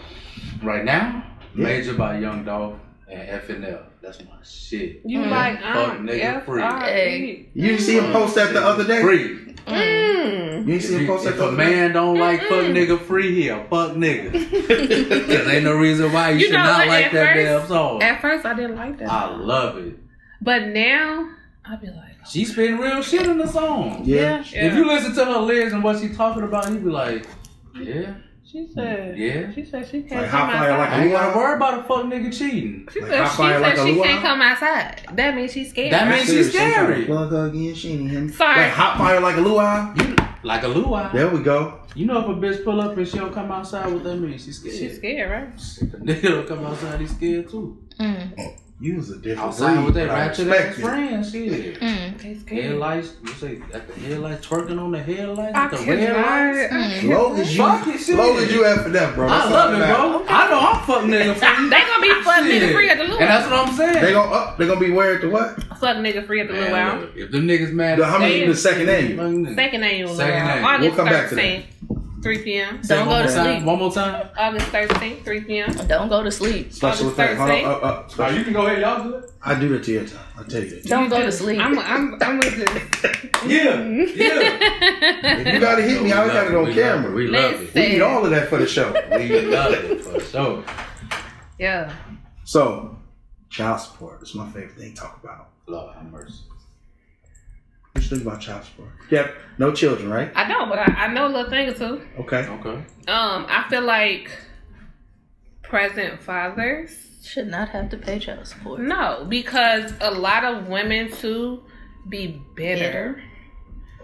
S3: Right now,
S4: Yeah.
S3: Major by Young Dolph and FNL. That's my shit.
S1: You
S2: Mm.
S1: like
S3: Fuck
S1: um,
S3: nigga
S1: F
S3: free.
S1: R
S2: Hey.
S1: E.
S4: You didn't see him post that the other day. You
S3: Free.
S2: Mm.
S4: didn't
S3: If,
S4: see him
S3: you-
S4: post that
S3: if
S4: the
S3: a
S4: other day.
S3: man don't like fuck nigga free, he a fuck nigga. Cause ain't no reason why you,
S1: You
S3: should
S1: know
S3: not
S1: what,
S3: like
S1: at
S3: that
S1: first-
S3: damn song.
S1: At first, I didn't like that,
S3: I love it.
S1: but now I'll be like,
S3: She spitting real shit in the song.
S4: Yeah.
S3: If you listen to her lyrics and what she talking about, you be like, yeah,
S1: she said,
S3: yeah.
S1: she said she can't
S4: Like,
S1: come
S4: hot fire
S1: outside.
S4: like
S3: I ain't gotta worry about a fuck nigga cheating.
S1: she
S4: Like,
S1: said,
S4: hot
S1: she,
S4: fire
S1: said
S4: like a
S1: she can't
S4: luau.
S1: come outside. That means she's scared.
S3: That
S4: I
S3: mean,
S4: said
S3: she's
S4: she tried to
S3: scary.
S4: Plug again, she ain't him.
S1: Sorry.
S4: Like hot fire like a luau.
S3: Like a luau.
S4: There we go.
S3: You know if a bitch pull up and she don't come outside, what that means? She's scared.
S1: she's scared, right?
S3: If a nigga don't come outside, he's scared too.
S2: Mm.
S4: You was a different
S3: Outside
S4: breed,
S3: with that
S4: but I
S3: ratchet ass
S4: respect it.
S3: friend, shit.
S2: Mm.
S1: She's scared.
S3: Headlights, you say at the headlights, twerking on the headlights,
S1: I
S3: at the red lights.
S1: cannot.
S4: Low as you,
S3: Fuck it, shit.
S4: low as you after that, bro.
S3: I
S4: That's all
S3: love it,
S4: that matters.
S3: bro. I know I'm fuck nigga free.
S1: They gonna be fuck nigga
S3: Shit.
S1: free at the luau.
S3: And that's what I'm saying.
S4: They gonna up. They gonna be wearing the what?
S1: Fuck nigga free at the
S3: Man,
S1: luau.
S3: look, If them niggas mad,
S4: The, how many?
S1: Damn.
S4: The second annual.
S1: Second annual
S3: Second
S1: luau.
S3: annual.
S1: August
S4: We'll come back to that.
S1: 13th, 3 p.m.
S2: Don't go to sleep.
S3: One more time.
S1: August 13th, 3 p.m.
S2: Don't go to sleep.
S4: Special
S1: August
S4: effect. Hold on,
S1: 13th.
S4: up, up,
S3: Oh,
S4: special-
S3: you can go ahead, y'all do it.
S4: I do that to your time. I tell you. That.
S2: Don't go to sleep.
S1: I'm, I'm, I'm with this.
S3: Yeah,
S1: Mm-hmm.
S3: yeah.
S4: If you gotta hit me, I got it on camera.
S3: We love it.
S4: We need all of that for the show.
S3: We love it for sure.
S1: Yeah.
S4: So, child support is my favorite thing to talk about.
S3: Lord have mercy.
S4: What you think about child support? Yep. No children, right?
S1: I don't, but I, I know a little thing or two.
S4: Okay.
S3: Okay.
S1: Um, I feel like present fathers.
S2: Should not have to pay child support.
S1: No, because a lot of women too be bitter.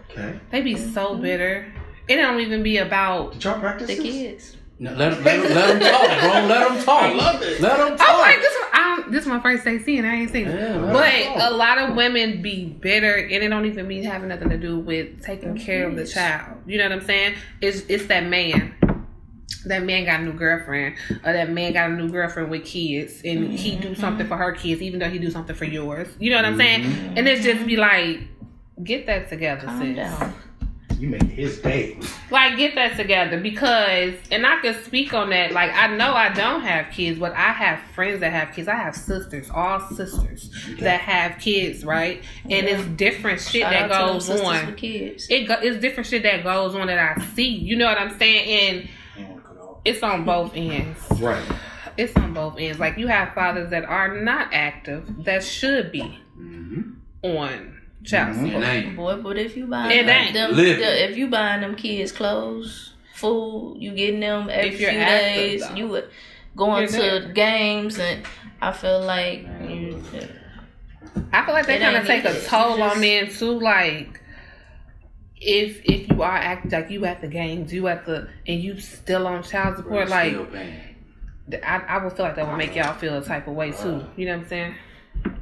S4: Okay.
S1: They be so
S2: Mm-hmm.
S1: bitter. It don't even be about.
S4: Did y'all practice
S2: The
S4: this?
S2: kids.
S3: No, let, him- let, him- let him talk, bro. Let him talk. I love it. Let him talk.
S1: Oh, like this one. I'm, this is my first day seeing. it. I ain't seen it.
S3: Yeah, let
S1: But
S3: him
S1: a
S3: talk.
S1: lot of women be bitter, and it don't even mean having nothing to do with taking care of the child. You know what I'm saying? It's it's that man. That man got a new girlfriend, or that man got a new girlfriend with kids, and he do
S2: Mm-hmm.
S1: something for her kids, even though he do something for yours. You know what I'm saying?
S4: Mm-hmm.
S1: And it's just be like, get that together,
S2: Mm-hmm. Calm
S1: sis.
S2: down.
S4: You made his day.
S1: Like, get that together because, and I can speak on that. Like, I know I don't have kids, but I have friends that have kids. I have sisters, all sisters that have kids, right? And it's different shit
S2: Shout
S1: that
S2: out to them
S1: goes
S2: sisters with
S1: on.
S2: kids.
S1: It go, it's different shit that goes on that I see. You know what I'm saying? And it's on both ends.
S4: Right.
S1: It's on both ends. Like, you have fathers that are not active that should be
S4: Mm-hmm.
S3: Mhm.
S1: on child
S4: Mhm.
S1: support.
S3: It ain't.
S2: Boy, but if you buying
S1: It ain't
S2: them,
S3: living.
S2: the- if you buying them kids clothes, food, you getting them every
S1: If
S2: few
S1: you're active,
S2: days.
S1: though.
S2: You going
S1: You're
S2: to
S1: there.
S2: games, and I feel like
S3: Man,
S2: you,
S1: I feel like they
S2: It
S1: kind of take
S2: ain't
S1: a
S2: needed.
S1: toll
S2: Just-
S1: on men too. Like, if if you are act like you at the games, you at the and you still on child
S3: Bro,
S1: support,
S3: you
S1: like
S3: still paying.
S1: th- I, I would feel like that would make y'all feel a type of way too. You know what I'm saying?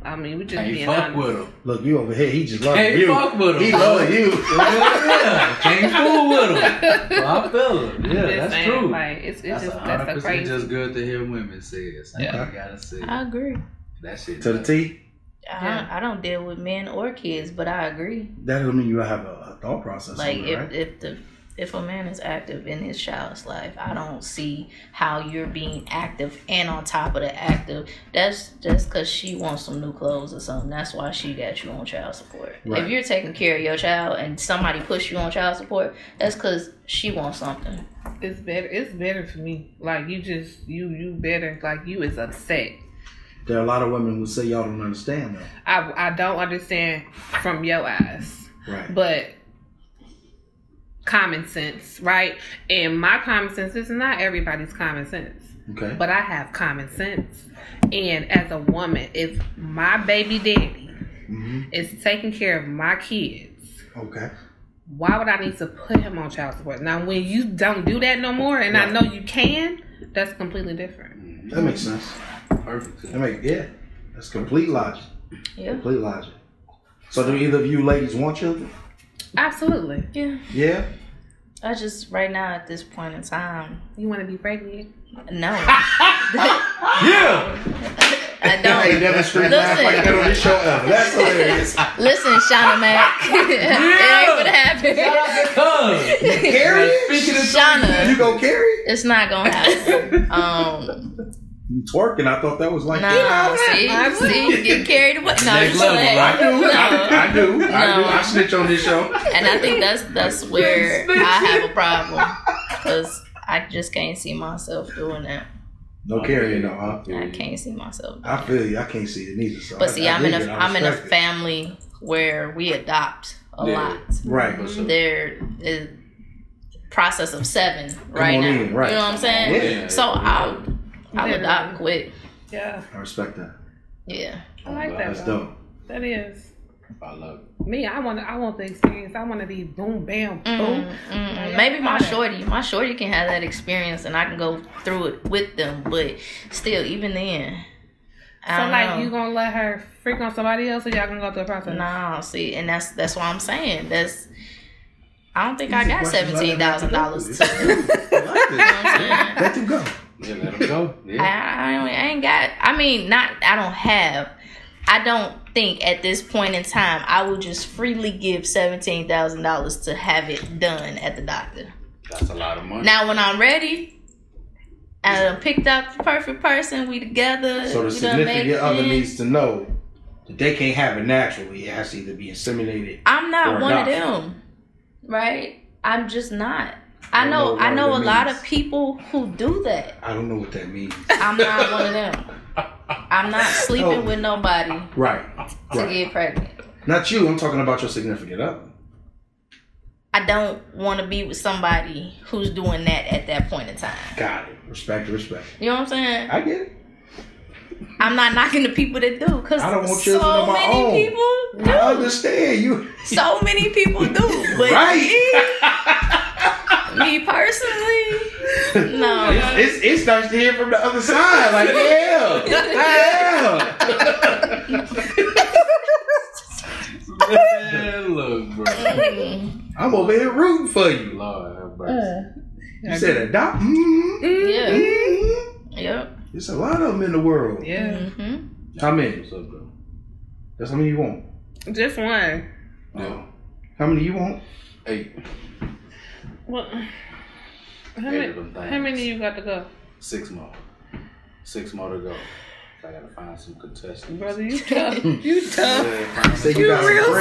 S1: I mean, we just
S3: Can't
S1: being
S3: fuck
S1: honest.
S3: with him.
S4: Look, you over here. He just loves
S3: Can't
S4: you.
S3: fuck with him.
S4: He loves you.
S3: yeah, can't fool with him. Well, I feel him. Yeah,
S1: I'm just
S3: that's
S1: saying,
S3: true.
S1: Like, it's, it's
S3: that's
S1: just
S3: a
S1: that's
S3: hundred
S1: a
S3: percent
S1: crazy.
S3: just good to hear women say it. Like,
S4: Yeah.
S3: I gotta say it.
S2: I agree.
S3: that shit.
S4: to the T.
S1: Yeah.
S2: I, I don't deal with men or kids, but I agree.
S4: That doesn't mean you have a, a thought process.
S2: like
S4: on it,
S2: if
S4: right?
S2: if the if a man is active in his child's life, I don't see how you're being active and on top of the active. That's just because she wants some new clothes or something. That's why she got you on child support.
S4: Right.
S2: If you're taking care of your child and somebody puts you on child support, that's because she wants something.
S1: It's better. It's better for me. Like you just you you better. Like you is upset.
S4: There are a lot of women who say y'all don't understand though.
S1: I I don't understand from your eyes,
S4: Right.
S1: but common sense, right? And my common sense is not everybody's common sense.
S4: Okay.
S1: but I have common sense. And as a woman, if my baby daddy
S4: hmm
S1: is taking care of my kids,
S4: Okay.
S1: why would I need to put him on child support? Now, when you don't do that no more, and I know you can, that's completely different.
S4: That makes sense.
S3: Perfect.
S4: That make yeah. That's complete logic.
S2: Yeah.
S4: Complete logic. So do either of you ladies want children?
S1: Absolutely.
S2: Yeah.
S4: Yeah.
S2: I just, right now at this point in time,
S1: You want to be pregnant?
S2: no.
S4: Yeah.
S2: I
S4: I ain't
S2: don't.
S4: never screamed laugh like that on this show ever. That's hilarious.
S2: Listen, Shauna Mack. it ain't gonna happen.
S4: Carry it? You
S2: Shauna,
S4: go carry it?
S2: it's not gonna happen. Um,
S4: You twerking? I thought that was like.
S2: No, see, see, you get carried away. No,
S3: Next
S2: it's
S3: level,
S2: like-
S3: right?
S4: do.
S2: No.
S4: do.
S2: No.
S4: snitch on this show.
S2: and I think that's that's where I have a problem because I just can't see myself doing that.
S4: No carrying though, huh?
S2: I can't see myself.
S4: I feel you. I can't see it neither. So
S2: But
S4: I-
S2: see,
S4: I
S2: I'm in
S4: dig
S2: a
S4: it. I
S2: I'm in a
S4: respect it.
S2: family where we adopt a
S3: Yeah.
S2: lot.
S4: Right.
S2: There is process of seven right
S4: on
S2: now.
S4: in, right.
S2: You know what I'm saying?
S4: Yeah.
S2: So I I would
S1: Literally.
S2: adopt quick.
S1: Yeah,
S4: I respect that.
S2: Yeah.
S1: I like that.
S4: That's dope.
S1: that is
S3: I love it.
S1: me. I want. I want the experience. I want to be boom, bam, boom.
S2: Mm, mm, maybe my shorty, my shorty can have that experience, and I can go through it with them. But still, even then, I
S1: So
S2: don't
S1: like,
S2: know.
S1: you gonna let her freak on somebody else, or y'all gonna go through a process?
S2: No, see, and that's that's what I'm saying. That's I don't think I
S4: These are
S2: got
S4: questions I
S2: seventeen thousand
S4: never had to
S2: dollars.
S4: do.
S2: I,
S4: Let them go.
S3: Yeah, let them go. Yeah.
S2: I don't- I ain't got. I mean, not. I don't have. I don't think at this point in time I will just freely give seventeen thousand dollars to have it done at the doctor.
S3: That's a lot of money.
S2: Now when I'm ready, I done picked out the perfect person. We together.
S4: So the
S2: we done made
S4: significant other
S2: plans.
S4: needs to know that they can't have it naturally. It has to either be inseminated.
S2: I'm
S4: or
S2: not one
S4: not.
S2: of them, right? I'm just not. I
S4: don't
S2: know.
S4: know
S2: I
S4: what
S2: know
S4: it
S2: a lot
S4: means.
S2: of people who do that.
S4: I don't know what that means.
S2: I'm not one of them. I'm not
S4: Oh.
S2: sleeping with nobody
S4: Right.
S2: to
S4: Right.
S2: get pregnant.
S4: Not you. I'm talking about your significant other.
S2: I don't want to be with somebody who's doing that at that point in time.
S4: Got it. Respect. Respect.
S2: You know what I'm saying?
S4: I get it.
S2: I'm not knocking the people that do because
S4: I don't want
S2: so
S4: children of my
S2: many
S4: own.
S2: people do.
S4: I understand you.
S2: So many people do, but
S4: Right.
S2: me personally, no.
S4: It's, it's nice to hear from the other side. Like, yeah. Yeah.
S3: Man, look, bro.
S2: Mm,
S4: I'm over here rooting for you.
S3: Lord have mercy.
S4: You said adopt. Mm,
S1: Mm-hmm.
S2: yeah,
S4: mm.
S2: yep.
S4: There's a lot of them in the world.
S1: Yeah,
S2: hmm
S4: How many?
S3: What's up, bro?
S4: That's how many you want.
S1: just one.
S3: Yeah.
S4: How many you want?
S3: Eight.
S1: Well, how
S3: Eight
S1: many?
S3: of them things.
S1: How many you got to go,
S3: Six more. Six more to go. I gotta find some contestants.
S1: brother? You tough. you tough.
S3: Yeah, find
S4: Say
S3: some,
S4: you got
S1: You real
S4: some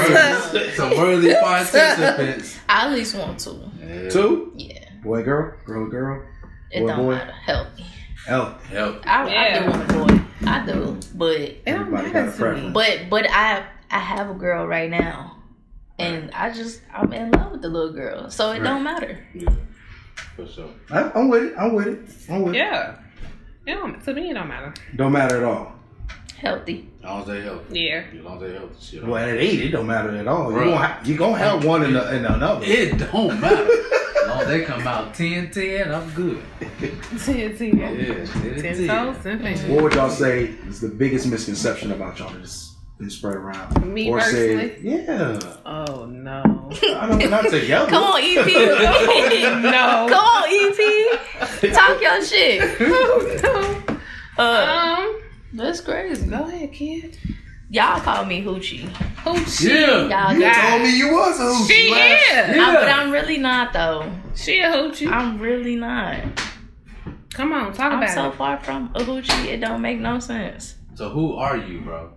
S4: friends.
S3: some worthy participants.
S2: I at least want two.
S3: Yeah.
S4: Two?
S2: Yeah,
S4: Boy, girl, girl, girl.
S2: it
S4: Boy,
S2: don't
S4: boy.
S2: matter. Healthy.
S4: Hell,
S3: Help.
S2: I,
S1: Yeah.
S2: I do want a boy. I do, but
S1: It don't
S4: Everybody
S1: matter
S4: got a
S1: to
S4: preference.
S1: me.
S2: but but I I have a girl right now, and I just I'm in love with the little girl, so it don't matter.
S3: Yeah. For sure.
S4: I- I'm with it. I'm with it. I'm with
S1: Yeah. Yeah, to me it don't matter.
S4: it. Don't matter at all.
S2: Healthy.
S3: As long as they help.
S1: Yeah.
S3: As long as they help. Shit.
S4: Well, at eight, it don't matter at all. You're
S3: Bruh.
S4: gonna, ha- you gonna have one and, a, and another.
S3: It don't matter. As long as they come out 10 10, I'm good.
S1: Ten,
S3: Yeah,
S1: ten.
S3: 10
S1: Ten toes, ten fingers.
S4: What would y'all say is the biggest misconception about y'all that's been spread around?
S1: Me
S4: or
S1: personally?
S4: say, yeah.
S1: Oh no.
S4: I don't not together.
S2: Come on, EP.
S1: no.
S2: Come on, EP. Talk your shit.
S1: no.
S2: Uh,
S1: Um
S2: that's crazy.
S1: go ahead, kid.
S2: Y'all call me hoochie.
S1: Who she?
S3: Yeah.
S2: Y'all
S4: You
S2: got
S1: God.
S4: told me you was a hoochie.
S1: She
S4: last-
S1: is.
S2: I- but
S4: Yeah.
S2: I'm really not though.
S1: She a hoochie.
S2: I'm really not.
S1: Come on, talk
S2: I'm
S1: about
S2: so
S1: it.
S2: far from a hoochie, it don't make no sense.
S3: So who are you, bro?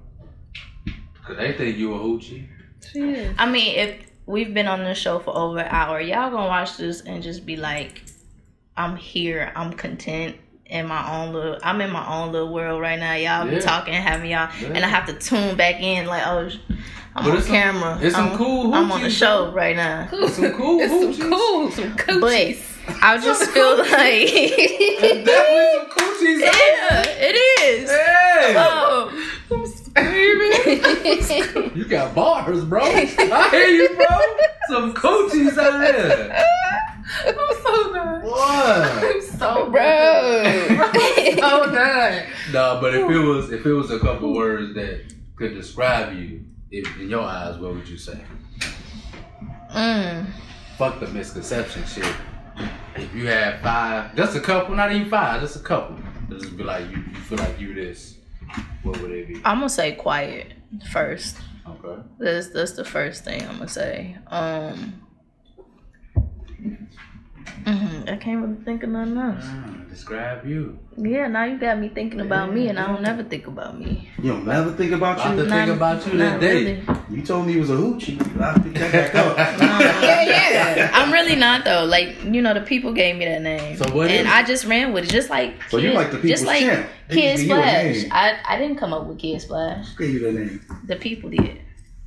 S3: Cause they think you a hoochie.
S1: She is.
S2: I mean, if we've been on this show for over an hour, y'all gonna watch this and just be like, I'm here, I'm content in my own little I'm in my own little world right now.
S3: Yeah.
S2: Y'all be talking, having y'all
S3: Yeah.
S2: and I have to tune back in like, oh sh- I'm
S3: But
S2: on
S3: it's some-
S2: camera.
S3: it's some
S2: I'm,
S3: cool
S2: I'm on the
S3: hoochies,
S2: show right now.
S1: Cool.
S3: some cool
S1: it's
S3: hoochies.
S1: some cool, some
S2: But
S1: coochies.
S2: I just feel like
S3: Definitely some coochies.
S2: Yeah, it is.
S3: Hey,
S2: Oh.
S1: I'm screaming.
S3: you got bars, bro. I hear you, bro. Some coochies out here.
S1: I'm so done.
S3: What?
S1: I'm so
S2: Bro.
S1: done. I'm so done.
S3: Nah, but if it was if it was a couple words that could describe you, if, in your eyes, what would you say?
S2: mm.
S3: Fuck the misconception shit. If you had five, just a couple, not even five, just a couple. Just be like you, you feel like you this. What would it be?
S2: I'm gonna say quiet first.
S3: Okay.
S2: That's that's the first thing I'm gonna say. Um, mhm, I can't really think of nothing else.
S3: Mm, describe you.
S2: Yeah, now you got me thinking about me, and I don't never think about me.
S4: You don't never think about
S3: About
S4: you.
S3: to
S2: Not-
S3: think about you
S2: not
S3: today.
S2: really.
S4: You told me you was a hoochie. I picked that back up.
S1: Yeah, yeah.
S2: I'm really not though. Like you know, the people gave me that name,
S3: So what
S2: and
S3: is-
S2: I just ran with it, just like
S4: So you
S2: Kid-
S4: like the people's
S2: just like
S4: champ. They
S2: Kid
S4: give you a
S2: Splash.
S4: name.
S2: I I didn't come up with Kid Splash.
S4: Who gave you that name?
S2: The people did.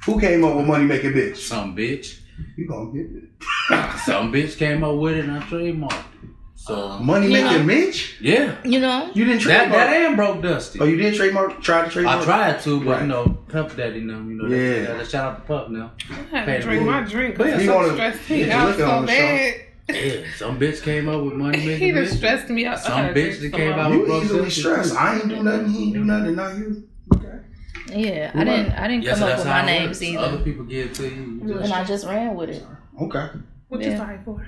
S4: Who came up with money making bitch?
S3: Some bitch.
S4: You gonna get it.
S3: Some bitch came up with it and I trademarked it. So
S4: Money
S2: You
S4: making
S2: know.
S4: bitch?
S3: yeah.
S2: You know,
S4: You didn't
S3: That
S4: trademark.
S3: that ain't broke Dusty.
S4: oh, you did trademark? Try to trademark?
S3: I tried to, but
S4: Right.
S3: you know, Puff Daddy now, you know,
S4: Yeah.
S3: yeah. shout out to Puff now.
S1: I had to drink my drink.
S3: But yeah,
S1: I'm
S4: he
S1: so
S4: wanna-
S1: stressed
S4: he
S1: me out
S4: just looking on
S1: so
S4: the show.
S1: bad.
S3: Yeah, some bitch came up with money
S1: He
S3: making
S1: done
S3: bitch.
S1: stressed me out. I
S3: Some
S1: had to
S3: bitch
S1: drink
S3: that came
S1: some
S3: out-
S1: more.
S4: You easily stressed. I ain't do nothing. He ain't do nothing. Not you.
S2: yeah, I
S4: Right.
S2: didn't I didn't
S3: Yeah, so
S2: come up
S3: that's
S2: with
S3: how
S2: my
S3: it
S2: names
S3: works. Other
S2: either,
S3: people give it to you. you just-
S2: and I just ran with it.
S4: Okay.
S1: What
S2: Yeah.
S1: you sorry for?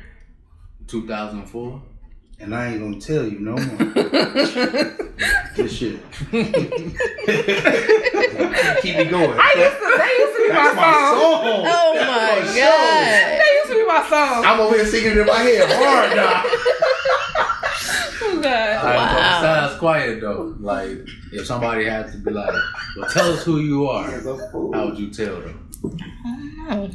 S3: 2004.
S4: And I ain't gonna tell you no more. this shit. Keep it going.
S1: I used to, that used to be my
S4: That's my
S1: song.
S4: song.
S2: Oh
S4: That's
S2: my
S4: show.
S2: god.
S1: That used to be my song.
S4: I'm over here singing it in my head hard now.
S1: Oh, God.
S3: Alright, so
S2: Wow.
S3: besides quiet though, like if somebody had to be like, well, tell us who you are,
S4: As a fool.
S3: how would you tell them?
S2: No,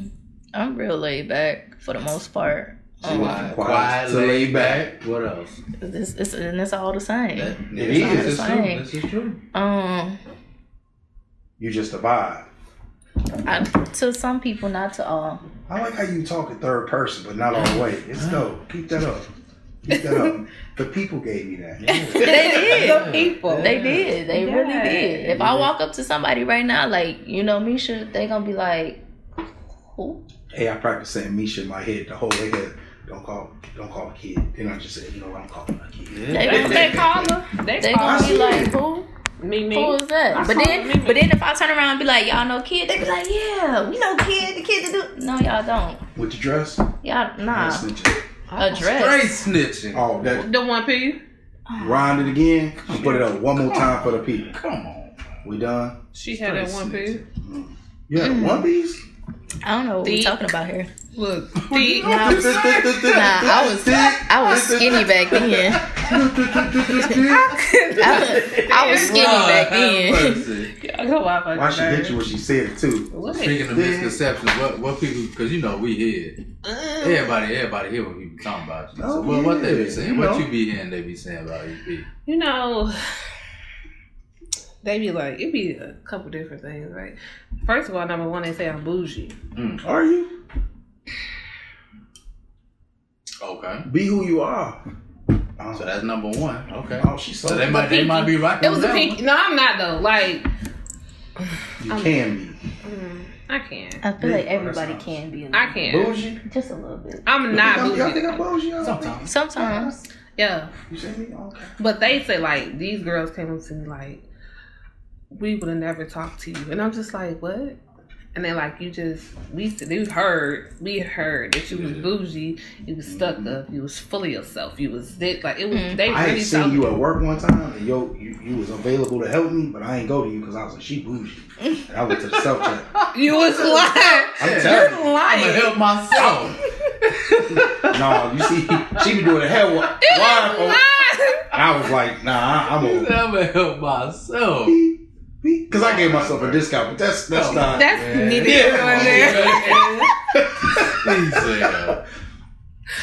S2: I'm real laid back for the most part. Um,
S4: was-
S3: Quiet,
S4: Quiet,
S3: quiet
S4: to
S3: laid
S4: laid
S3: back. What else?
S2: it's, it's, and it's all the same.
S3: That,
S4: It
S3: this
S4: is.
S3: is true.
S2: Same.
S3: This is true.
S2: Um,
S4: You just a vibe.
S2: I, to some people, not to all.
S4: I like how you talk in third person, but not all the way. It's dope. Keep that up. Keep that up. The people gave me that.
S2: they did.
S1: The people.
S2: They did. They
S1: Oh, Yeah.
S2: really did. If I walk up to somebody right now, like you know, Misha, they gonna be like, "Who?"
S4: Hey, I practiced saying Misha in my head the whole way here. Don't call, don't call a kid. Then I just said, you know, what, I'm calling a kid.
S3: Yeah.
S2: They,
S1: They,
S2: gonna-
S1: they call her. They,
S2: they
S1: call
S2: gonna
S1: her.
S2: be like, "Who?
S1: Me, me.
S2: Who is that?"
S1: I
S2: But
S1: saw
S2: then,
S1: it, me, me.
S2: but then, if I turn around and be like, "Y'all know kid," they be like, "Yeah, we know kid. The kid that do." No, y'all don't.
S4: With the dress?
S2: Y'all
S4: I'm
S2: nah.
S4: snitching.
S2: A dress.
S3: Straight snitching.
S4: Oh, that
S1: The one P.
S4: rhymed it again. Put it up one more time for the people.
S3: Come on.
S4: We done?
S1: She had that one P.
S4: Yeah,
S2: Mm-hmm.
S4: one piece.
S2: I don't know what we
S1: Deep.
S2: talking about here.
S1: Look, thick.
S2: Nah, I was, nah, I was, I was skinny back then. I, I was skinny back then.
S1: I go out like
S4: Why she
S1: that.
S4: hit you when she said it too?
S1: What?
S3: Speaking of misconceptions, what what people? Because you know we hear everybody, everybody hear what people talking about you.
S4: Oh,
S3: so what, what they
S4: yeah,
S3: be saying,
S4: you know.
S3: what you be hearing, they be saying about you. P.
S1: You know, they be like, it be a couple different things, right? First of all, number one, they say I'm bougie.
S4: Are you?
S3: Okay,
S4: Be who you are. Oh,
S3: so that's number one. Okay,
S4: oh, she's so.
S3: so they might they might be right.
S1: It
S3: on
S1: was a
S3: that
S1: pink. No, I'm not though. Like,
S4: You can
S1: mm, I can't.
S2: I feel like everybody can be a
S1: I
S2: little,
S4: be.
S1: can't.
S4: Bougie.
S2: just a little bit.
S1: I'm not
S4: Y'all- Y'all
S1: bougie.
S4: think I'm bougie? Y'all think-
S3: Sometimes.
S2: Sometimes.
S1: Yeah,
S4: You see me? Okay.
S1: but they say like these girls came up to me like, we would have never talked to you, and I'm just like, what? and they like you just we they heard we heard that you was bougie, you was stuck up, you was full of yourself, you was dick like it was. They
S4: I
S1: really
S4: ain't seen
S1: told
S4: you at work one time, and yo, you, you was available to help me, but I ain't go to you because I was like, she bougie. And I went to the self check.
S1: you was lying.
S4: I'm
S1: You're
S4: telling you.
S3: I'm gonna
S1: lying.
S3: help myself.
S4: No, you see, she be doing a hell wide open.
S1: Lying.
S4: And I was like, nah,
S3: I'm
S4: I'm over.
S3: gonna help myself.
S4: Because I gave myself a discount, but that's that's not.
S1: That's
S3: Man.
S1: needed
S4: Yeah.
S1: right there.
S3: He said,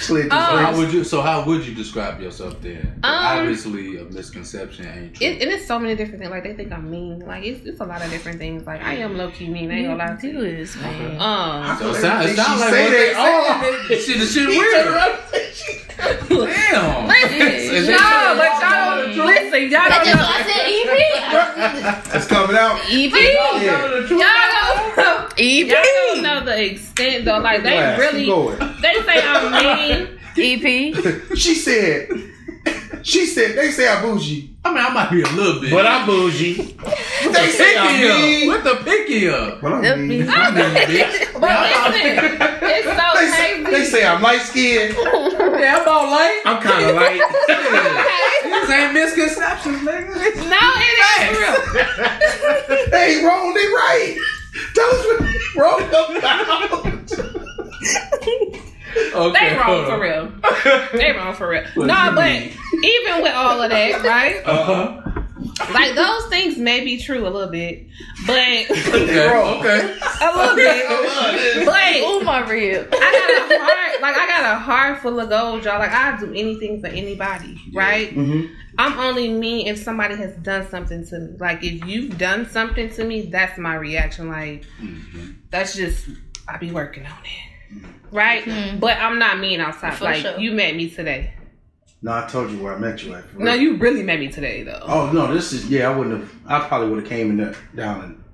S4: slid
S1: Oh.
S4: this
S3: How
S4: way.
S3: would you? So how would you describe yourself then?
S1: Um,
S3: Obviously, a misconception ain't true.
S1: It, it is so many different things. Like they think I'm mean. Like it's, it's a lot of different things. Like I am low key mean. I ain't gonna lie to
S2: do
S1: you.
S2: is, man.
S1: Um,
S3: so it sounds
S4: She
S3: it sound like
S4: say
S3: what
S4: they
S3: they
S4: all-
S3: saying, they- shit. The shit
S4: He
S3: weird.
S4: turned around
S3: Damn. Is they telling
S1: no, but
S3: y'all
S1: y'all
S3: the
S1: don't
S3: truth?
S1: listen. Y'all don't
S2: That's just E
S1: know.
S2: why I E said
S4: It's coming out.
S2: EP.
S4: Yeah.
S3: Y'all know the truth.
S1: Y'all don't know.
S2: EP.
S1: Y'all don't know the extent though. Like they
S4: Glass, keep
S1: really,
S4: going.
S1: they say I'm mean.
S2: EP. EP.
S4: She said. She said they say I bougie,
S3: I mean, I might be a little bit.
S4: I'm bougie. They say I'm
S3: picky up.
S4: mean,
S3: What the picky up?
S4: but
S2: They'll
S4: I'm
S2: be-
S4: mean.
S3: I mean, bitch.
S1: But listen, it's
S4: They
S1: so
S4: say,
S1: crazy.
S4: they say I'm light skinned.
S3: Yeah, I'm all light.
S4: I'm kind of light.
S3: These ain't misconceptions, nigga.
S1: no, it is real.
S4: they ain't wrong. They right. Tell us what they wrong about.
S3: Okay,
S1: They
S3: hold
S1: wrong
S3: on.
S1: for real. They wrong for real. No, but even with all of that, right?
S3: Uh-huh.
S1: Like those things may be true a little bit, but
S3: Okay.
S4: wrong.
S3: Okay.
S1: a little bit. But I
S2: Ooh, my rib.
S1: got a heart, like I got a heart full of gold, y'all. Like I do anything for anybody, right?
S4: Mm-hmm.
S1: I'm only me if somebody has done something to me. Like if you've done something to me, that's my reaction. Like Mm-hmm. that's just I be working on it. Right?
S2: Mhm.
S1: But I'm not mean outside.
S2: For
S1: like
S2: sure.
S1: you met me today.
S4: No, I told you where I met you at. for
S1: No,
S4: real.
S1: you really met me today though.
S4: Oh no, this is yeah. I wouldn't have. I probably would have came in there, down and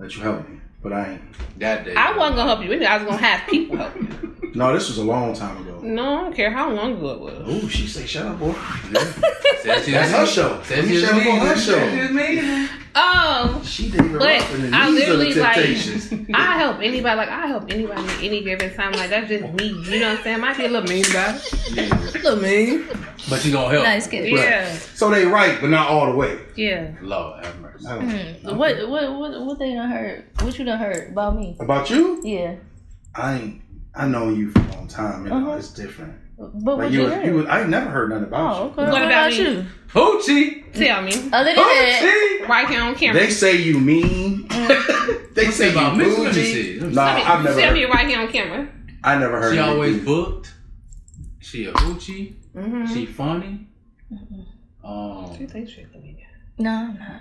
S4: let you help me, but I ain't.
S3: That day.
S1: I wasn't gonna help you anyway. I was gonna have people help me.
S4: No, this was a long time ago.
S1: No, I don't care how long ago it was.
S4: Oh, she say shut up, boy.
S3: Said she
S4: That's
S3: was-
S4: her show.
S3: said
S4: Let me
S3: she
S4: shut
S3: was
S4: up on her
S3: mean. Said she
S4: show.
S3: was mean.
S1: Oh,
S4: She didn't even
S1: But
S4: rock in the
S1: I
S4: knees of the
S1: literally, like-
S4: temptations.
S1: I help anybody. Like I help anybody at any given time. Like that's just me. You know what I'm saying? Might be a little mean, bro.
S3: Yeah.
S1: Little mean.
S3: But you gonna help.
S2: Nice kid.
S1: Yeah,
S4: so they right, but not all the way.
S1: yeah.
S3: Lord have mercy.
S4: I don't-
S2: Mm. What what what what they done heard? What you done heard about me?
S4: About you,
S2: Yeah,
S4: I ain't. I know you for a long time. You know,
S2: Uh-huh.
S4: it's different.
S2: but
S4: Like
S2: what
S4: you,
S2: you,
S4: was,
S2: heard?
S4: you was, I ain't never heard nothing about
S2: oh, okay.
S4: you.
S2: What, about
S1: about
S2: you?
S1: you?
S3: Hoochie.
S1: Tell me
S2: Other than
S4: Oh,
S2: that,
S3: Hoochie.
S1: right here on camera.
S4: They say you mean. they say you
S3: about me? Let me
S4: bougie.
S3: see. Let me
S4: Nah,
S1: Tell me,
S4: uh, I've never.
S1: tell me
S4: Heard,
S1: right here on camera.
S4: I never heard.
S3: She always
S4: anything.
S3: booked. She a hoochie.
S1: Mm-hmm.
S3: She funny.
S2: Mm-hmm.
S3: Um,
S2: no, I'm not.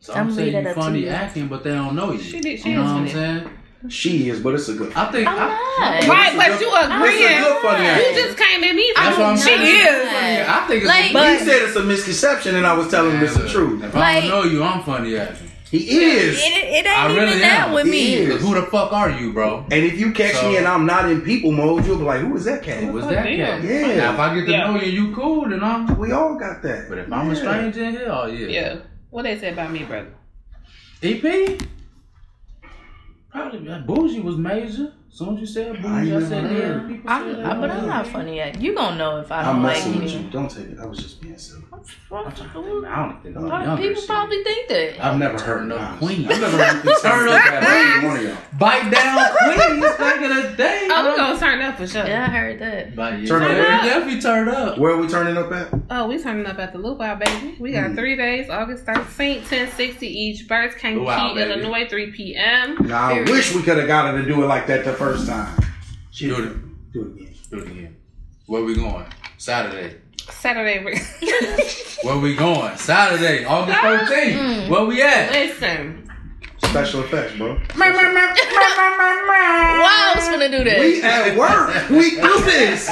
S3: so
S2: I'm
S3: I'm
S2: leave
S3: saying
S2: that
S3: you
S2: up to
S3: funny
S2: you.
S3: acting, but they don't know you.
S1: She did- she
S3: you know
S1: is
S3: what I'm
S1: funny.
S3: saying?
S4: She is, but it's a good.
S3: I think
S2: I'm
S3: I,
S2: not.
S1: Right,
S4: That's a
S1: but
S4: good-
S1: you
S4: It's a
S1: agreeing.
S4: good funny
S2: You
S1: You
S4: acting.
S1: just came at me.
S3: That's what I'm
S1: she
S2: saying.
S1: is.
S3: I think it's
S2: Like-
S3: a
S2: But-
S4: He said it's a misconception, and I was telling him it's the truth.
S3: If I
S2: Like-
S3: don't know you, I'm funny acting.
S4: He is.
S2: It, it
S3: I
S2: ain't
S3: really
S2: even that
S3: am.
S2: with
S4: He
S2: me.
S4: is.
S3: Because who the fuck are you, bro?
S4: And if you catch me
S3: So-
S4: and I'm not in people mode, you'll be like, "Who is that cat?"
S3: Who was
S1: Oh,
S3: that
S1: damn.
S3: cat?
S4: Yeah.
S3: Now, if I get to
S1: Yeah.
S3: know you, you cool, then I'm.
S4: We all got that.
S3: But if I'm a
S4: Yeah.
S3: stranger in here, oh yeah.
S1: Yeah. What they say about me, brother?
S3: EP? E Probably that bougie was major. As soon as you said bougie, I,
S4: never
S3: said
S4: heard.
S3: yeah. People
S2: I'm,
S3: said that.
S2: I, but I'm not funny yet. You gonna know if I don't
S4: I'm
S2: like
S4: messing with
S2: you.
S4: you. Don't take it. I was just being silly.
S3: I'm trying to think. I don't think I'm
S2: Probably-
S3: younger.
S2: people
S3: shit.
S2: probably think that.
S4: I've never heard
S3: Turn up
S4: nah.
S3: queen.
S4: I've never heard anything
S3: Turn
S4: like
S3: up
S4: that.
S3: queen.
S4: One of y'all.
S3: Bite down queens back in the day.
S1: Oh, we gonna turn up for sure.
S2: Yeah, I heard that.
S3: But yeah,
S4: Turn
S3: turn
S4: up.
S3: up. Definitely turn up.
S4: Where are we turning up at?
S1: Oh, we turning up at the Luau, baby. We got
S4: Mm.
S1: three days, August 13th, 1060 each. Birds,
S3: Luau,
S1: Kankakee,
S3: baby.
S1: Illinois, 3 p.m.
S4: Now I
S2: Period.
S4: wish we could have got her to do it like that the first time. She
S3: Do
S4: Do it again.
S3: Do it again. Where we going? Saturday.
S1: Saturday.
S3: Where we going? Saturday, August 13th.
S2: Mm.
S3: Where we at?
S1: Listen,
S4: Special effects, bro.
S2: Why I was gonna do that?
S4: We at work. We do this.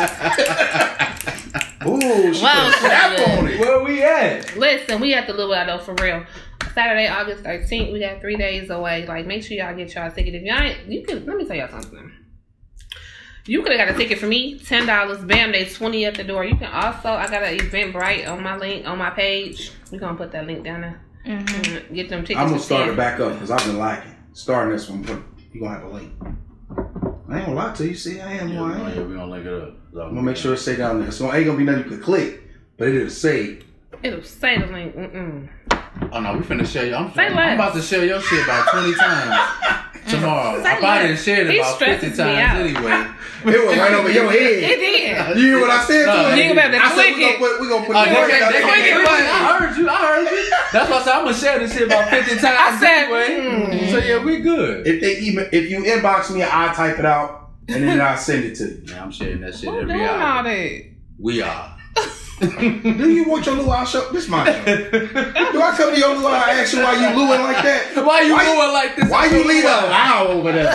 S4: Ooh, she
S2: Wow,
S4: put a slap
S2: good.
S4: on it.
S3: Where we at?
S1: listen, we at the Luau, though, for real. Saturday, August 13th, we got three days away. Like, make sure y'all get y'all ticket. If y'all ain't, you can, let me tell y'all something. You could have got a ticket for me, ten dollars. Bam, they twenty at the door. You can also, I got an Eventbrite on my link on my page. We gonna put that link down there. Mm-hmm.
S2: Mhm.
S1: Get them tickets.
S4: I'm gonna
S1: for
S4: start
S1: 10.
S4: it back up because I've been lacking. Starting this one, put You're gonna have a link. I ain't gonna lie to you. See, I am
S3: Yeah,
S4: who
S3: we
S4: I am.
S3: gonna- we gonna link it up.
S4: I'm gonna make sure it stay down there. So it ain't gonna be nothing you could click, but it'll say
S1: It'll say the link. Mm-mm.
S3: Oh no, we finna share you. I'm,
S1: Say
S3: I'm
S1: less.
S3: about to share your shit about 20 times tomorrow.
S1: Say
S3: I probably didn't
S1: less.
S3: share it
S1: He
S3: about 50 times
S1: stresses me out.
S3: anyway.
S4: it went right over your
S1: It
S4: head.
S1: did.
S4: You hear what I said?
S3: No,
S4: to
S3: you
S4: him?
S1: better
S4: I
S1: click
S4: said we gonna
S1: it.
S4: put we gonna put
S3: Oh,
S4: the
S3: they
S4: word
S3: can't-
S4: out
S3: they
S4: there.
S1: click
S3: can't-
S1: it.
S3: I heard you. I heard you. That's why I said I'm gonna share this shit about 50 times I
S1: said, hmm.
S3: anyway. So yeah, we good.
S4: If they email, if you inbox me, I type it out and then I send it to you.
S3: Yeah, I'm sharing that shit
S1: Who
S3: every
S1: doing all
S3: hour.
S1: that?
S3: We are.
S4: Do you want your luau show? This my show. Do I come to your luau and ask you why you luing like that?
S3: Why you
S4: Why-
S3: going like this?
S4: Why you leave a luau over there?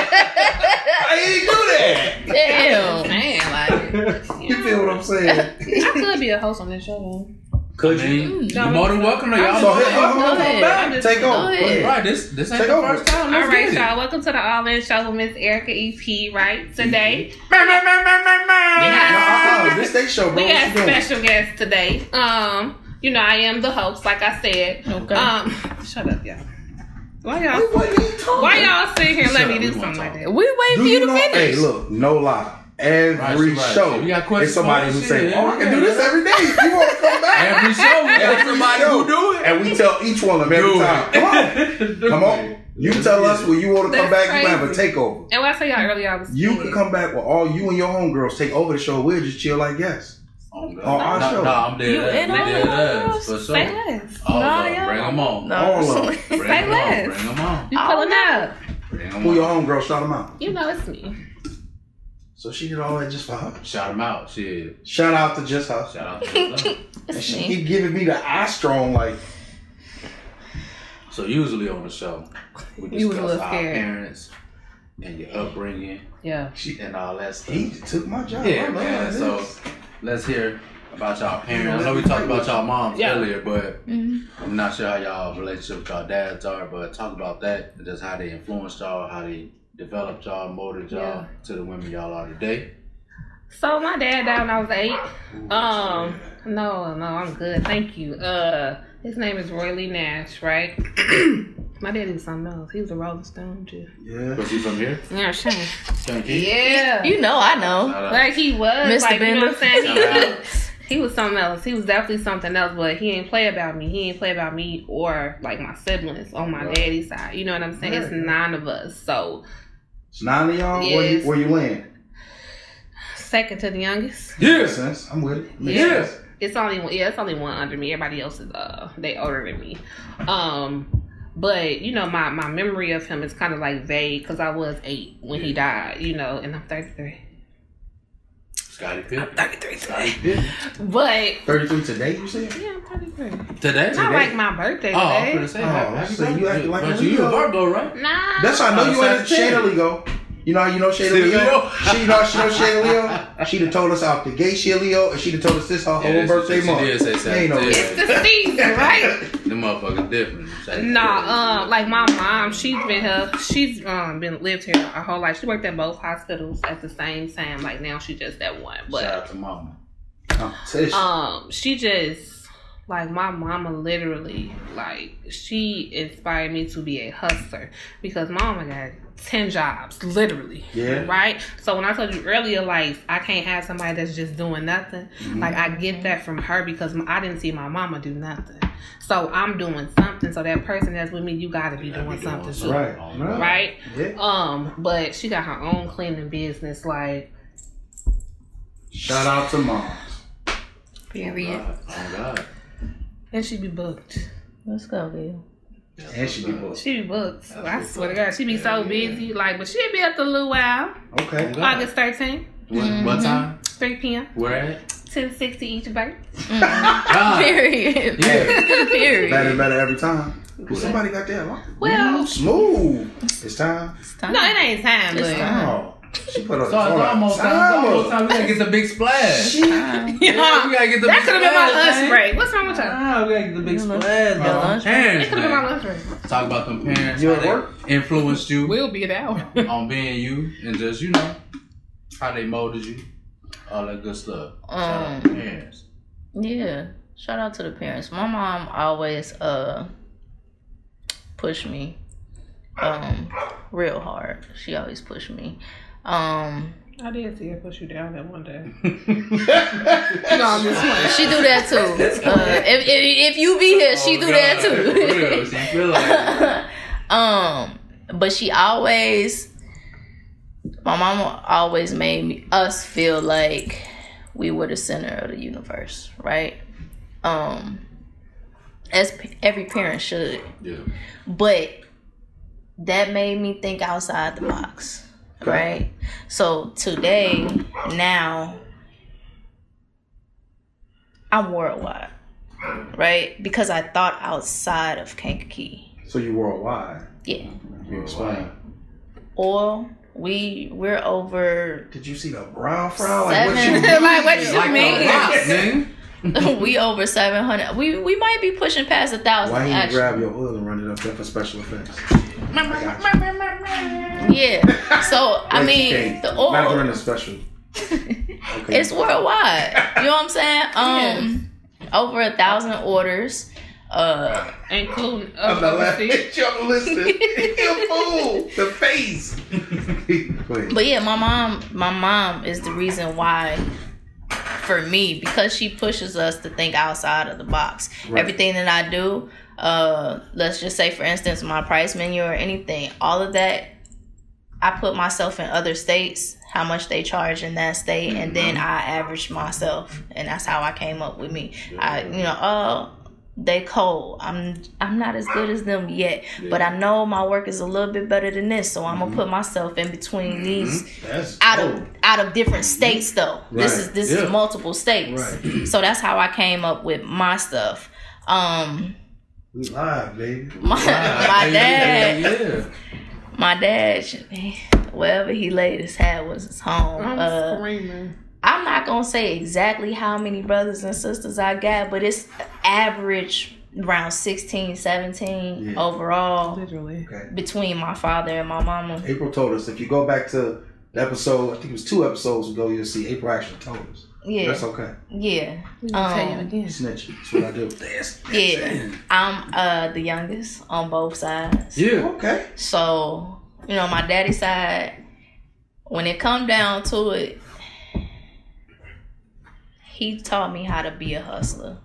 S4: I ain't do that.
S2: Damn.
S1: Man, like
S4: You feel what I'm saying?
S1: I could be a host on this show. though.
S4: Could
S3: I
S1: Mm,
S3: mean, you're more than welcome to y'all.
S4: So hey,
S3: All
S2: Go
S4: hold on, come
S2: ahead.
S4: back. Take
S2: Go
S4: over.
S2: ahead.
S4: Right.
S3: right, this this ain't
S4: Take
S3: the
S4: over.
S3: first time.
S1: All
S3: Oh, Let's
S1: right,
S3: get
S1: y'all. Welcome to the All In Show with Miss Erica EP. Right today,
S4: No, uh-uh, this they show, bro.
S1: we
S4: What
S1: got
S4: you doing?
S1: special guest today. Um, you know I am the host, like I said.
S2: Okay.
S1: Um, shut up, y'all. Why y'all?
S4: Wait, what are you talking?
S1: Why y'all sit here and
S3: Shut
S1: let
S3: up,
S1: me
S3: we
S1: do
S3: wanna
S1: something like
S3: talk.
S1: that? We wait
S4: Do
S1: for you
S4: you
S1: to
S4: know? Hey,
S1: finish.
S4: look, no lie. Every
S3: Right, right.
S4: show,
S3: You got
S4: it's
S3: questions
S4: somebody
S3: for
S4: who
S3: us?
S4: say,
S3: Yeah,
S4: "Oh, I can
S3: yeah.
S4: do this every day." You want to come back?
S3: Every show, we got
S4: Every
S3: somebody
S4: show.
S3: who do it.
S4: And we tell each one of them every
S3: Do
S4: time. Come on,
S3: it.
S4: come on. You tell us when you want to come
S1: That's
S4: back. You can have a takeover.
S1: And when Oh, I say y'all earlier, I was
S4: You
S1: scared.
S4: could come back with all you and your homegirls take over the show. We'll just chill like yes.
S3: Oh, no,
S4: On our
S3: no,
S4: show.
S3: No, I'm dead.
S2: You in
S3: ass.
S2: on
S3: dead
S2: it?
S3: ass, for sure.
S1: Say less.
S3: All
S2: No,
S3: of them.
S2: yeah.
S3: Bring them on.
S4: All of
S2: No.
S4: them.
S3: Bring
S1: Say
S3: them
S1: less.
S3: on. Bring them on.
S1: You pulling up?
S3: Bring them
S4: Pull your
S3: on.
S4: homegirls, shout them out.
S1: You know it's me.
S4: So she did all that just for her.
S3: Shout them out. Shit.
S4: Shout out to just her.
S3: Shout out to them.
S4: And she
S2: me.
S4: keep giving me the eye strong like
S3: So usually on the show, we
S1: You was a
S3: discuss
S1: little
S3: our
S1: scared.
S3: parents and your upbringing
S1: Yeah.
S4: she.
S3: and all that stuff.
S4: He took my job.
S3: Yeah,
S4: I love
S3: man.
S4: this.
S3: So let's hear about y'all parents. I know we talked about y'all moms
S1: Yeah.
S3: earlier, but I'm not sure how y'all relationship with y'all dads are. But talk about that, and just how they influenced y'all, how they developed y'all, molded y'all
S1: Yeah.
S3: to the women y'all are today.
S1: So my dad died when I was eight. Um, no, no, I'm good. Thank you. Uh, his name is Roy Lee Nash, right? my daddy was something else. He was a Rolling Stone too.
S4: yeah.
S3: Was he from here?
S1: Yeah, shame.
S3: Thank you.
S1: Yeah.
S2: You know I know.
S3: Shout out.
S1: Like he was,
S2: Mr.
S1: like you know what I'm
S2: Bender.
S1: saying. He
S3: Shout out.
S1: was, he was something else. He was definitely something else, but he ain't play about me. He ain't play about me or like my siblings on my
S3: Right.
S1: daddy's side. You know what I'm saying? It's
S4: Right.
S1: nine of us, so
S4: It's nine of y'all. Where you
S1: Yes.
S4: where you land?
S1: second to the youngest.
S4: Makes
S3: Yes.
S4: sense. I'm with it. Makes
S3: Yeah.
S4: sense.
S1: It's only one. Yeah, it's only one under me. Everybody else is uh they older than me. Um, but you know my my memory of him is kind of like vague because I was eight when he died. You know, and I'm 33.
S3: Scotty Pippen.
S1: 33
S3: Scotty
S1: today.
S3: Pippen.
S1: But
S4: 33 today, you said?
S1: yeah, I'm 33.
S3: Today.
S1: Not like my birthday
S3: Oh, I'm
S1: today.
S3: gonna say.
S4: Oh,
S3: happy
S4: so you
S3: birthday.
S4: acting like a
S3: but you, you
S4: Leo.
S3: a Virgo, right?
S1: nah.
S4: That's how I know
S3: Oh,
S4: you ain't Shada
S3: Sagittarius.
S4: Leo. You know how you know Shada
S3: Shada
S4: Leo?
S3: Leo.
S4: She you know she know Shada Leo. She'd have told us out the gate she a Leo, and she'd have told us this her whole
S3: Yeah, she-
S4: birthday
S3: she
S4: month.
S3: did say
S4: They ain't no
S3: Sagittarius.
S4: Leo.
S1: It's the season, right?
S3: Them motherfuckers different. Sagittarius.
S1: Nah, um, like my mom, she's been here. She's um been lived here her whole life. She worked at both hospitals at the same time. Like now, she just at one. But
S3: Shout out to mama.
S4: Competition.
S1: um she just like my mama literally like she inspired me to be a hustler because my mama got 10 jobs literally
S4: Yeah.
S1: right so when i told you earlier like i can't have somebody that's just doing nothing
S2: Um,
S1: like i get that from her because m- i didn't see my mama do nothing so i'm doing something so that person that's with me you gotta be
S3: gotta
S1: doing
S3: be doing
S1: something too
S3: something. Oh,
S4: Right. right.
S1: right
S4: Yeah.
S1: um but she got her own cleaning business like
S4: Shout out to moms.
S2: Period.
S3: God. Oh, God.
S1: and she be booked
S2: Let's go, Gail.
S4: And she be booked.
S1: She be booked. So I
S3: That's
S1: swear to
S3: what's up.
S1: God, she be
S3: Yeah,
S1: so
S3: yeah.
S1: busy. Like, but she'll be up the luau,
S4: Okay.
S3: oh, God.
S1: August Mm-hmm. 13th,
S3: What, what time?
S1: 3 p.m.,
S3: Where at?
S1: 1060 each bite.
S3: God.
S2: Period.
S3: Yeah.
S4: Better and
S2: Period.
S4: better every time. Somebody got that lock.
S1: Well-
S4: Ooh, smooth. It's time.
S2: It's time.
S1: No, it ain't time,
S2: It's
S1: but.
S2: time.
S4: Oh. She put up
S3: So it's almost time. It's almost time. We gotta get the big splash.
S4: She
S3: Yeah, we gotta get the
S1: That
S3: big
S1: could have been my
S3: splash,
S1: lunch
S3: man.
S1: break. What's wrong with y'all?
S3: Ah, we gotta get the big
S2: Your lunch-
S3: splash.
S2: your
S3: bro.
S2: lunch
S1: It
S3: Parents,
S1: could have been
S3: man.
S1: my lunch break.
S3: Talk about them parents.
S4: You
S3: how
S4: at
S3: they
S4: work?
S3: Influenced you
S1: We'll be an hour.
S3: on being you, and just you know how they molded you, all that good stuff. Shout
S2: Um.
S3: out to parents.
S2: Yeah. Shout out to the parents. My mom always uh pushed me um, real hard. She always pushed me. Um,
S1: I did see her push you down that one day.
S3: no,
S1: I'm just playing.
S2: she do that too. Uh, if, if, if you be here, she do that
S3: Oh, Real,
S2: too.
S3: she feel like it.
S2: um, but she always, my mama always made me, us feel like we were the center of the universe, right? Um, as p- every parent should,
S3: Yeah.
S2: but that made me think outside the box, right? So today, now, I'm worldwide, right? Because I thought outside of Kankakee.
S4: So you worldwide.
S2: Yeah.
S4: You explain.
S2: Oil, we we're over
S4: Did you see the brow frown? Like what you
S2: Seven.
S4: mean?
S1: Like, what you
S4: Like,
S1: mean?
S3: nigga.
S2: we over seven hundred. We we might be pushing past a thousand
S4: Why didn't you
S2: actually.
S4: grab your oil and run it up there for special effects?
S2: Yeah. So I mean the oil
S4: Not during the special. Okay.
S2: it's worldwide. you know what I'm saying? Um, over a thousand orders. Uh,
S1: Including
S4: I'm not
S1: other
S4: laughing
S1: seats.
S4: at y'all listening. you fool. The face. Go ahead.
S2: but yeah, my mom, my mom is the reason why for me because she pushes us to think outside of the box.
S4: Right.
S2: Everything that I do, uh, let's just say for instance, my price menu or anything, all of that, I put myself in other states, how much they charge in that state, and then I average myself, and that's how I came up with me. I, you know, oh. They cold. I'm I'm not as good as them yet, but I know my work is a little bit better than this, so
S4: Mm-hmm.
S2: I'm gonna put myself in between these
S4: That's
S2: out
S4: dope.
S2: of out of different states though. This
S4: Right.
S2: is this
S4: Yeah.
S2: is multiple states.
S4: Right.
S2: So that's how I came up with my stuff. Um
S4: We live, baby.
S2: my, my dad
S4: Yeah.
S2: my dad wherever he laid his hat was his home.
S1: I'm
S2: uh,
S1: screaming.
S2: I'm not gonna say exactly how many brothers and sisters I got, but it's average around 16, 17
S4: Yeah.
S2: overall
S1: Literally.
S4: Okay.
S2: between my father and my mama.
S4: April told us if you go back to the episode, I think it was two episodes ago, you'll see April actually told us.
S2: Yeah,
S4: That's okay.
S2: yeah.
S1: We gonna tell you
S2: Um,
S1: again.
S4: Snitching. That's what I do. That's
S2: Yeah. I'm uh the youngest on both sides.
S3: Yeah.
S4: Okay.
S2: So, you know, my daddy side, when it come down to it, he taught me how to be a hustler.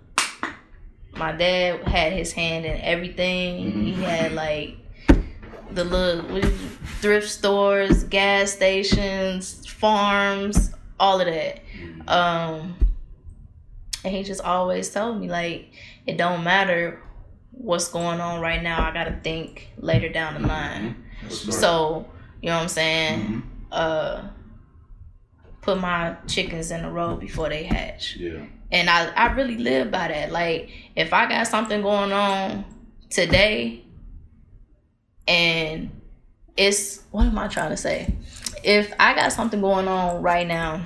S2: My dad had his hand in everything. He had like the little what is it, thrift stores, gas stations, farms, all of that. Um, and he just always told me like it don't matter what's going on right now. I gotta think later down the line. So, you know what I'm saying? Uh put my chickens in a row before they hatch.
S3: Yeah.
S2: And I, I really live by that. Like if I got something going on today and it's what am I trying to say? If I got something going on right now,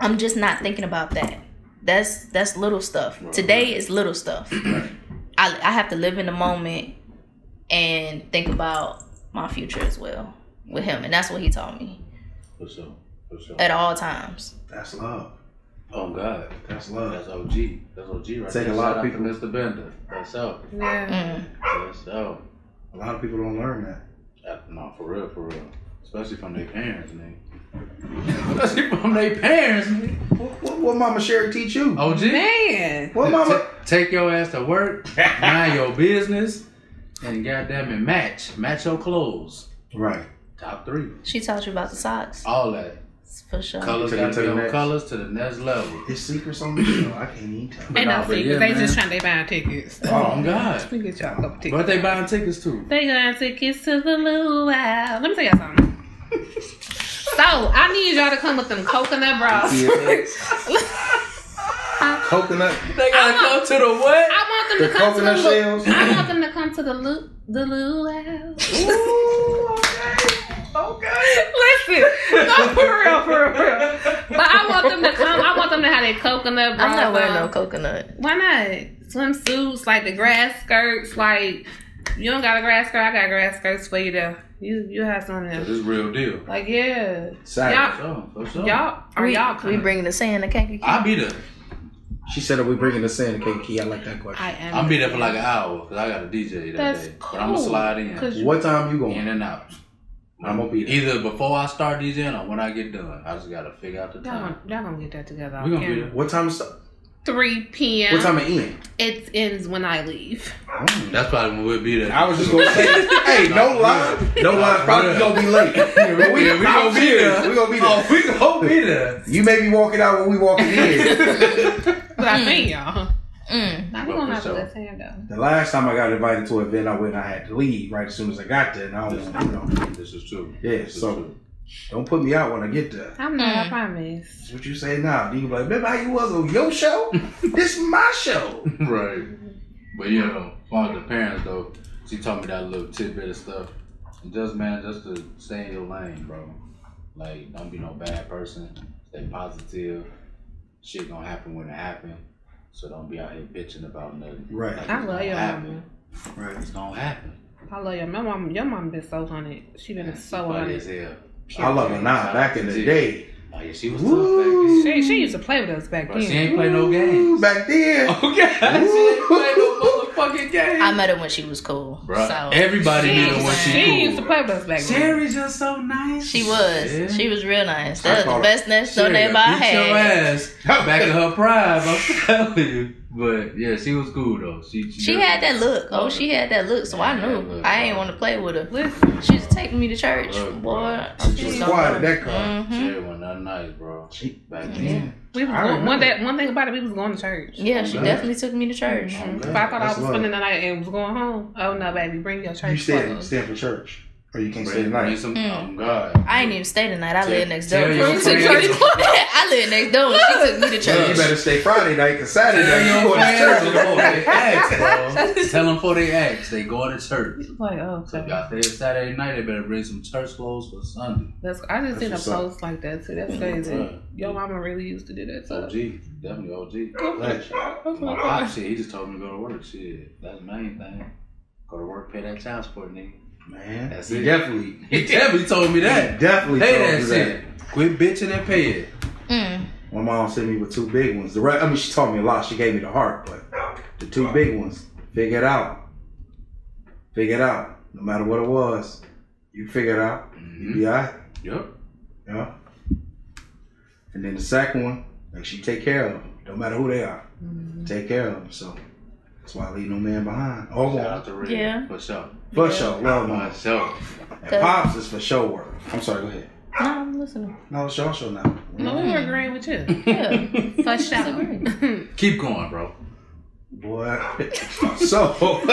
S2: I'm just not thinking about that. That's that's little stuff. Today is little stuff. I I have to live in the moment and think about my future as well with him, and that's what he taught me
S3: For sure. For sure.
S2: at all times.
S4: That's love.
S3: Oh God.
S4: That's love.
S3: That's OG. That's OG right
S4: Take
S3: there.
S4: a lot
S3: Shout
S4: of
S3: out
S4: people-
S3: to Mr. Bender. That's out.
S1: Yeah.
S2: Mm.
S3: That's out.
S4: A lot of people don't learn that.
S3: Uh, No, for real, for real. Especially from their parents, nigga. Especially from their parents, nigga.
S4: What, what, what Mama Sherry teach
S1: Oh.
S4: you?
S3: OG.
S1: Man.
S4: What Mama?
S3: T- take your ass to work, mind your business, and goddamn it, match. Match your clothes.
S4: Right.
S3: Top three.
S2: She taught you about the socks
S3: All that.
S2: for sure.
S3: Colors
S4: Take it
S3: gotta
S4: to
S3: be
S4: the
S3: on
S4: next.
S3: colors to the next level.
S4: It's secrets on me. No, I can't even tell.
S1: Ain't
S3: Nah,
S1: no
S3: but
S1: secret.
S3: yeah,
S1: they
S3: man.
S1: just trying to buy tickets.
S3: Oh
S4: Oh,
S3: God.
S1: We get y'all a couple tickets.
S3: But they buying tickets too.
S1: They got tickets to the luau. Let me tell y'all something. so I need y'all to come with them coconut bras.
S4: Coconut.
S3: They gotta
S1: come
S3: to the what?
S1: I want
S4: The
S1: them to come to
S4: coconut
S1: the lu-
S4: shells.
S1: I want them to come to the lu- the luau.
S4: Ooh, okay.
S1: Listen, no, for real, for real, for real. But I want them to come. I want them to have their coconut bras.
S2: I'm not wearing no
S1: on.
S2: coconut.
S1: Why not? Swimsuits, like the grass skirts, like you don't got a grass skirt, I got grass skirts for you though. You you have some of
S3: This
S1: them.
S3: is real deal.
S1: Like yeah.
S4: Sorry.
S1: Y'all-
S3: For sure, for sure.
S1: Y'all are
S2: we,
S1: y'all
S2: we
S1: coming?
S2: bringing the sand to Kankakee.
S3: I be there.
S4: She said, "Are we bringing the sand cake key?" I like that question.
S1: I am.
S3: I'm be there for like an hour because I got a DJ that
S1: That's
S3: day. But I'm gonna
S1: cool,
S3: slide in,
S1: 'cause-
S4: What time you
S3: in
S4: going?
S3: and out.
S4: I'm gonna be there.
S3: Either before I start DJing or when I get done. I just gotta figure out the
S1: Y'all
S3: time.
S1: gonna, y'all gonna get that together.
S3: We gonna
S1: okay?
S3: be there.
S4: What time? Start?
S1: 3 p.m.
S4: What time it end?
S1: It ends when I leave.
S3: That's probably when we'll be there.
S4: I was just gonna say, hey, no lie, no lie, probably gonna be late. But we,
S3: Yeah, we
S4: I'm
S3: gonna be
S4: serious.
S3: there.
S4: We gonna be there.
S3: we gonna be there.
S4: You may be walking out when we walking in.
S1: But I think y'all.
S2: Mm.
S1: Now we
S3: Well,
S1: gonna
S3: for
S1: have a
S3: sure.
S1: good time though.
S4: the last time I got invited to an event, I went. and I had to leave right as soon as I got there, and I was, you know,
S3: This is true.
S4: Yeah,
S3: This is
S4: so-
S3: true.
S4: don't put me out when I get there.
S1: I'm not.
S2: Mm.
S1: I promise.
S4: That's what you say now. You be like, remember how you was on your show? this my show.
S3: right. But you know, father the parents though, she taught me that little tidbit of stuff. And just man, just to stay in your lane, bro. Like, don't be no bad person. Stay positive. Shit gonna happen when it happen. So don't be out here bitching about nothing.
S4: Right.
S3: Like,
S1: I
S3: it's
S1: love
S3: gonna
S1: your
S3: happen.
S1: mama.
S4: Right.
S3: It's gonna happen.
S1: I love your mom. Your mom been so hunted. She been
S3: And
S1: so
S3: funny
S1: hunted.
S3: as hell.
S4: I love her now. Back in the day,
S3: Oh yeah, she was tough back
S4: Woo.
S3: then.
S1: She she used to play with us back
S3: Bro, she
S1: then.
S3: ain't play no
S4: Ooh,
S3: games.
S4: back then.
S3: Oh yeah, she ain't play no motherfucking games.
S2: I met her when she was cool.
S3: Bruh,
S2: So
S3: everybody
S1: She,
S3: knew
S1: used-
S3: her when she,
S1: she
S3: cool.
S1: used to play with us back then.
S3: Sherry's just so nice.
S2: she was.
S3: Yeah.
S2: She was real nice.
S4: I
S2: That was
S4: call
S2: the
S4: her
S2: best next door
S3: Sherry uh,
S2: neighbor
S3: beat
S2: I had.
S3: Your ass back in her prime, I'm telling you. But yeah, she was cool though. She she,
S2: She had that look. Oh, she had that look. So I knew I ain't want to play with her.
S1: Listen,
S2: She was taking me to church,
S3: Look,
S2: boy.
S3: bruh.
S2: I'm
S4: She
S2: just
S4: was
S2: gonna-
S4: quiet in that car.
S2: Mhm.
S3: Sherry was not nice, bro. Back
S4: Yeah.
S3: then,
S1: we was
S4: I
S1: going, one
S4: remember.
S1: day. One thing about it, we was going to church.
S2: Yeah, she
S4: Yeah.
S2: definitely took me to church.
S1: Mhm.
S4: Okay,
S1: If I thought I
S4: that's
S1: was
S4: love.
S1: spending the night and was going home, oh no, baby, bring your
S4: You
S1: church
S4: stand,
S1: clothes.
S4: stand for church, or you can't stay
S3: bring, bring
S4: tonight.
S3: some.
S2: Mm.
S3: Oh God,
S2: I ain't even stay the night. I
S3: Tell-
S2: live next door.
S3: tell your
S2: She took me
S1: friends.
S2: to- I live next door. and She took me to
S4: You
S2: church.
S4: better stay Friday night because Saturday night you
S3: Tell
S4: going
S3: your
S4: to
S3: friends
S4: church.
S3: before they ask, bro. Tell them before they ask, they going to church.
S1: Like oh,
S3: So if
S1: okay.
S3: y'all stay Saturday night, they better bring some church clothes for Sunday.
S1: That's I just
S4: That's
S1: seen a
S4: what's up.
S1: post like that too. That's crazy.
S3: Bruh.
S1: Your mama really used to do that
S3: OG,
S1: stuff.
S3: definitely OG.
S4: Bless you.
S3: My
S1: "Oh."
S3: pop shit, he just told me to go to work. Shit, that's the main thing. Go to work, pay that child support, nigga.
S4: Man,
S3: That's
S4: he
S3: it.
S4: definitely,
S3: He definitely told me
S4: he
S3: that.
S4: definitely
S3: Pay
S4: told
S3: that
S4: me
S3: shit. Quit bitching and pay it.
S2: Mm.
S4: My mom sent me with two big ones. The rest, I mean, she taught me a lot. She gave me the heart, but the two big ones. Figure it out. Figure it out. No matter what it was, you figure it out. You
S3: Mm-hmm.
S4: be all right.
S3: Yep.
S4: Yeah. And then the second one, make sure you take care of them. No matter who they are, take care of them. So that's why I leave no man behind. Oh,
S3: Shout
S4: woman.
S3: out to Red.
S2: Yeah.
S3: For sure.
S4: for
S2: Yeah.
S4: sure. Love
S3: For
S4: mine.
S3: sure.
S4: And Pops is for sure work. I'm sorry, go ahead.
S2: No, I'm listening.
S4: No, it's your show now.
S1: No, we were agreeing with you.
S2: Yeah.
S1: For
S2: Disagree.
S1: sure.
S3: Keep going, bro.
S4: Boy. so.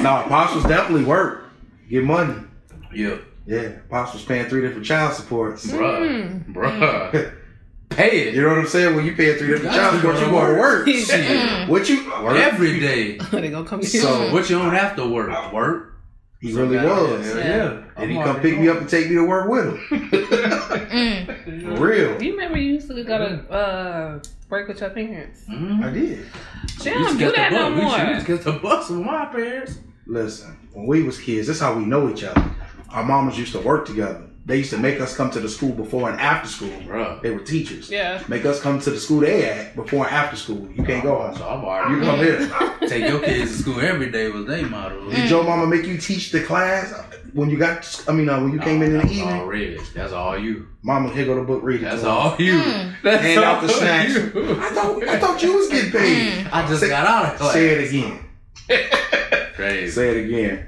S4: nah, Pops was definitely work. Get money.
S3: Yeah.
S4: Yeah, Pops was paying three different child supports.
S3: Bruh.
S4: Mm.
S3: Bruh. pay it.
S4: You know what I'm saying? When you paying three different
S3: That's
S4: child supports, you want to work.
S3: Shit.
S2: Mm,
S4: What you work?
S3: Every day.
S1: Mm-hmm. they gonna come get
S4: So-
S1: you.
S3: So what you don't have to work. Work.
S4: He really was.
S3: Yeah.
S4: And he come pick me up and take me to work with him.
S2: Mm.
S4: For real.
S1: Do you remember you used to go
S4: Mm-hmm.
S1: to uh, work with your parents?
S4: I did.
S1: She don't do that no
S3: We
S1: more.
S3: used to get the bus with my parents.
S4: Listen, when we was kids, that's how we know each other. Our mamas used to work together. They used to make us come to the school before and after school.
S3: Bruh.
S4: They were teachers.
S1: Yeah.
S4: Make us come to the school they at before and after school. You can't go
S3: So
S4: home.
S3: I'm
S4: You
S3: already
S4: come here.
S3: take your kids to school every day was they model.
S4: Did your mama make you teach the class when you got? I mean, uh, when you came in in the
S3: That's all
S4: evening,
S3: red. That's all you.
S4: mama here go the book reading.
S3: That's
S4: to her.
S3: all you.
S2: Mm.
S3: That's
S4: Hand out the
S3: all Mm.
S4: snacks.
S3: you.
S4: I thought I thought you was getting paid.
S3: I just
S4: Say-
S3: got out of class.
S4: Say it again.
S3: Crazy.
S4: Say it again.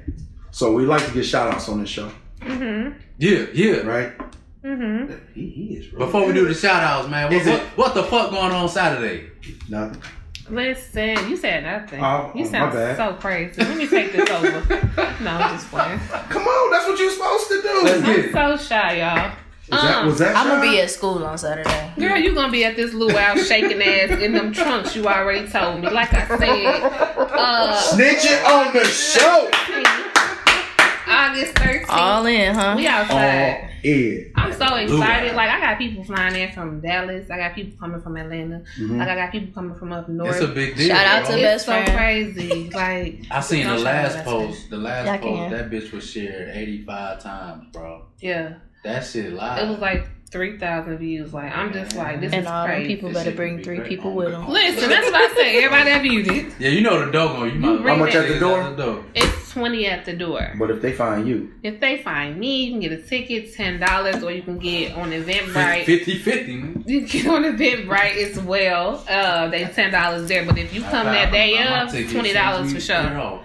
S4: So we like to get shout outs on this show,
S1: Mm-hmm.
S3: Yeah, yeah.
S4: right?
S1: Mm-hmm.
S4: He, he is. really
S3: Before we do
S4: good.
S3: the shout outs, man, what,
S4: Is it-
S3: what, what the fuck going on Saturday?
S4: nothing.
S1: Listen, you said nothing.
S4: Oh,
S1: you
S4: oh, my
S1: sound
S4: bad.
S1: so crazy. Let me take this over. no, I'm just playing.
S4: Come on, that's what you're supposed to do.
S3: Let's get
S1: I'm
S3: it.
S1: so shy, y'all.
S4: Was that, was that
S2: I'm gonna
S4: shy?
S2: be at school on Saturday.
S1: Girl, you gonna be at this luau shaking ass in them trunks you already told me. Like I uh, said,
S4: snitching on the show.
S1: uh, August 13th.
S2: All in, huh?
S1: we outside.
S4: Oh, yeah.
S1: I'm so
S3: Luau.
S1: excited. Like I got people flying in from Dallas. I got people coming from Atlanta. Like
S4: Mm-hmm.
S1: I got people coming from up north.
S3: Mm. It's a big deal.
S2: Shout out
S3: bro.
S2: to- Best
S1: it's so
S2: friend.
S1: crazy. Like
S3: I seen the
S1: Don't shout out
S3: last
S1: best
S3: post. The last
S2: Y'all
S3: post
S2: can.
S3: that bitch was shared 85 times, bro.
S1: yeah,
S3: That shit live.
S1: it was like three thousand views. Like I'm just like this
S2: And
S1: is
S2: all them
S1: crazy.
S2: people
S3: This
S2: better
S3: shit
S2: bring
S3: be
S2: three
S3: great.
S2: people with them.
S1: Listen, that's what I say. Everybody that viewed it,
S3: Yeah, you know the doggone. You might
S1: How much
S4: at the door?
S1: it's twenty at the door.
S4: But if they find you,
S1: If they find me, you can get a ticket, ten dollars, or you can get on Eventbrite.
S3: 50 50, man.
S1: You can get on Eventbrite as well. Uh, they ten dollars there, but if you come that day up, uh, twenty dollars for sure.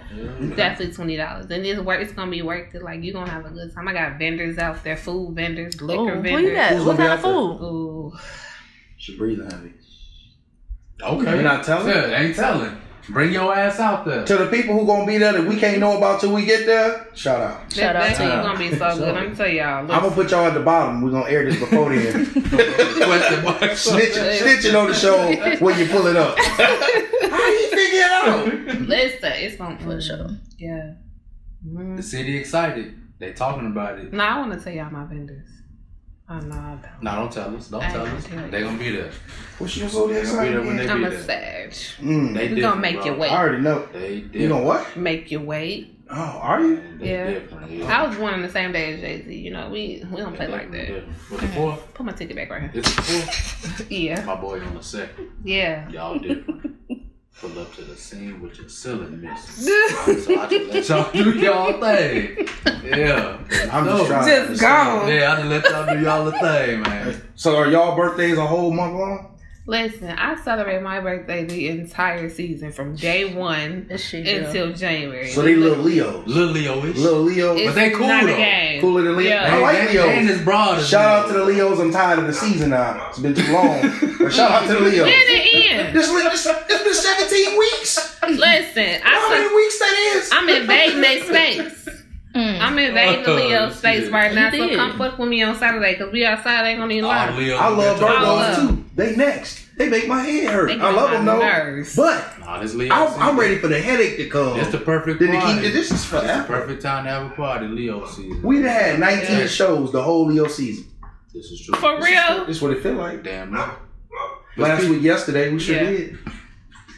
S1: Definitely twenty dollars, and it's worth. It's gonna be worth it. Like you're gonna have a good time. I got vendors out there, food vendors, liquor
S2: Ooh, Oh, who you
S1: vendors.
S2: got?
S4: Who's
S2: What
S4: gonna
S2: kind
S4: be
S2: of
S4: out
S2: food?
S1: Ooh,
S4: should breathe heavy.
S3: Okay.
S4: You not telling?
S3: Yeah, ain't telling. Bring your ass out there.
S4: To the people who gonna be there that we can't know about till we get there, shout out.
S1: that,
S2: Shout out
S1: that shit's
S2: to
S3: you.
S1: gonna be so good. I'm tell y'all.
S4: I'm gonna put y'all at the bottom. We're gonna air this before then.
S3: Question mark.
S4: snitching, snitching on the show when you pull it up. How you figure it out?
S1: Listen, it's gonna
S2: For sure.
S1: Yeah.
S3: The
S1: Mm.
S3: city excited. They talking about it.
S1: No, I want to tell y'all my vendors. I'm not.
S3: No, don't tell us. Don't
S1: I
S3: tell
S1: ain't
S3: us.
S1: telling
S3: They gonna be there.
S4: Well, she was so
S3: They gonna be there when they
S4: excited.
S3: be
S1: I'm a
S3: there.
S1: sag.
S4: Mm,
S3: They
S1: We gonna
S3: different,
S1: make
S3: bro.
S1: you
S4: I
S1: wait.
S4: already know.
S3: They different.
S4: You know what?
S1: Make you wait.
S4: Oh, are you?
S3: They
S1: Yeah.
S3: different. Yeah.
S1: I was born on the same day as Jay Z. You know, we we don't play like that.
S3: But the fourth,
S1: Put my ticket back right here.
S3: it's the fourth.
S1: Yeah,
S3: My boy on the second.
S1: yeah.
S3: Y'all different. Pull up to the scene with your silly miss. So I just let y'all do y'all thing. Yeah.
S4: I'm just
S3: No.
S4: trying. to
S1: Just
S4: understand.
S1: gone.
S3: Yeah, I just let y'all do y'all the thing, man.
S4: So are y'all birthdays a whole month long?
S1: Listen, I celebrate my birthday the entire season from day one
S2: This shit, yeah.
S1: until January.
S4: So they little Leos.
S3: Little Leo-ish.
S4: Little Leo.
S1: It's
S3: But they cool,
S1: not a
S3: though.
S1: game.
S4: Cooler than Leo.
S1: Yeah.
S4: I like
S3: And
S4: Leos.
S3: it's broad. as
S4: Shout
S3: Leo.
S4: out to the Leos. I'm tired of the season now. It's been too long. But shout out to the Leos.
S1: When it end?
S4: This, this, it's been 17 weeks.
S1: Listen,
S4: How
S1: I.
S4: many weeks that is?
S1: I'm invading their space.
S2: Mm.
S1: I'm invading the Leo
S3: Oh,
S1: space
S3: shit.
S1: right now,
S2: You
S1: so
S2: did.
S1: come fuck with me on Saturday, because we outside, ain't gonna
S4: Oh,
S1: even
S3: All
S1: lie.
S3: Leo.
S4: I love
S1: I love-
S4: Virgos too. They next. They make my head hurt.
S1: They
S4: I love
S1: get
S4: them
S1: my
S4: though.
S1: nerves.
S4: But
S3: Nah, this Leo.
S4: I'm,
S3: season.
S4: I'm ready for the headache to come.
S3: That's the perfect
S4: Then to
S3: party.
S4: keep it- this is
S3: That's the
S4: forever.
S3: perfect time to have a party, Leo season.
S4: We've had 19
S1: Yeah.
S4: shows the whole Leo season.
S3: This is true.
S1: For real?
S4: This is what it feel like.
S3: Damn right.
S4: Last week, yesterday, we sure
S1: Yeah.
S4: did.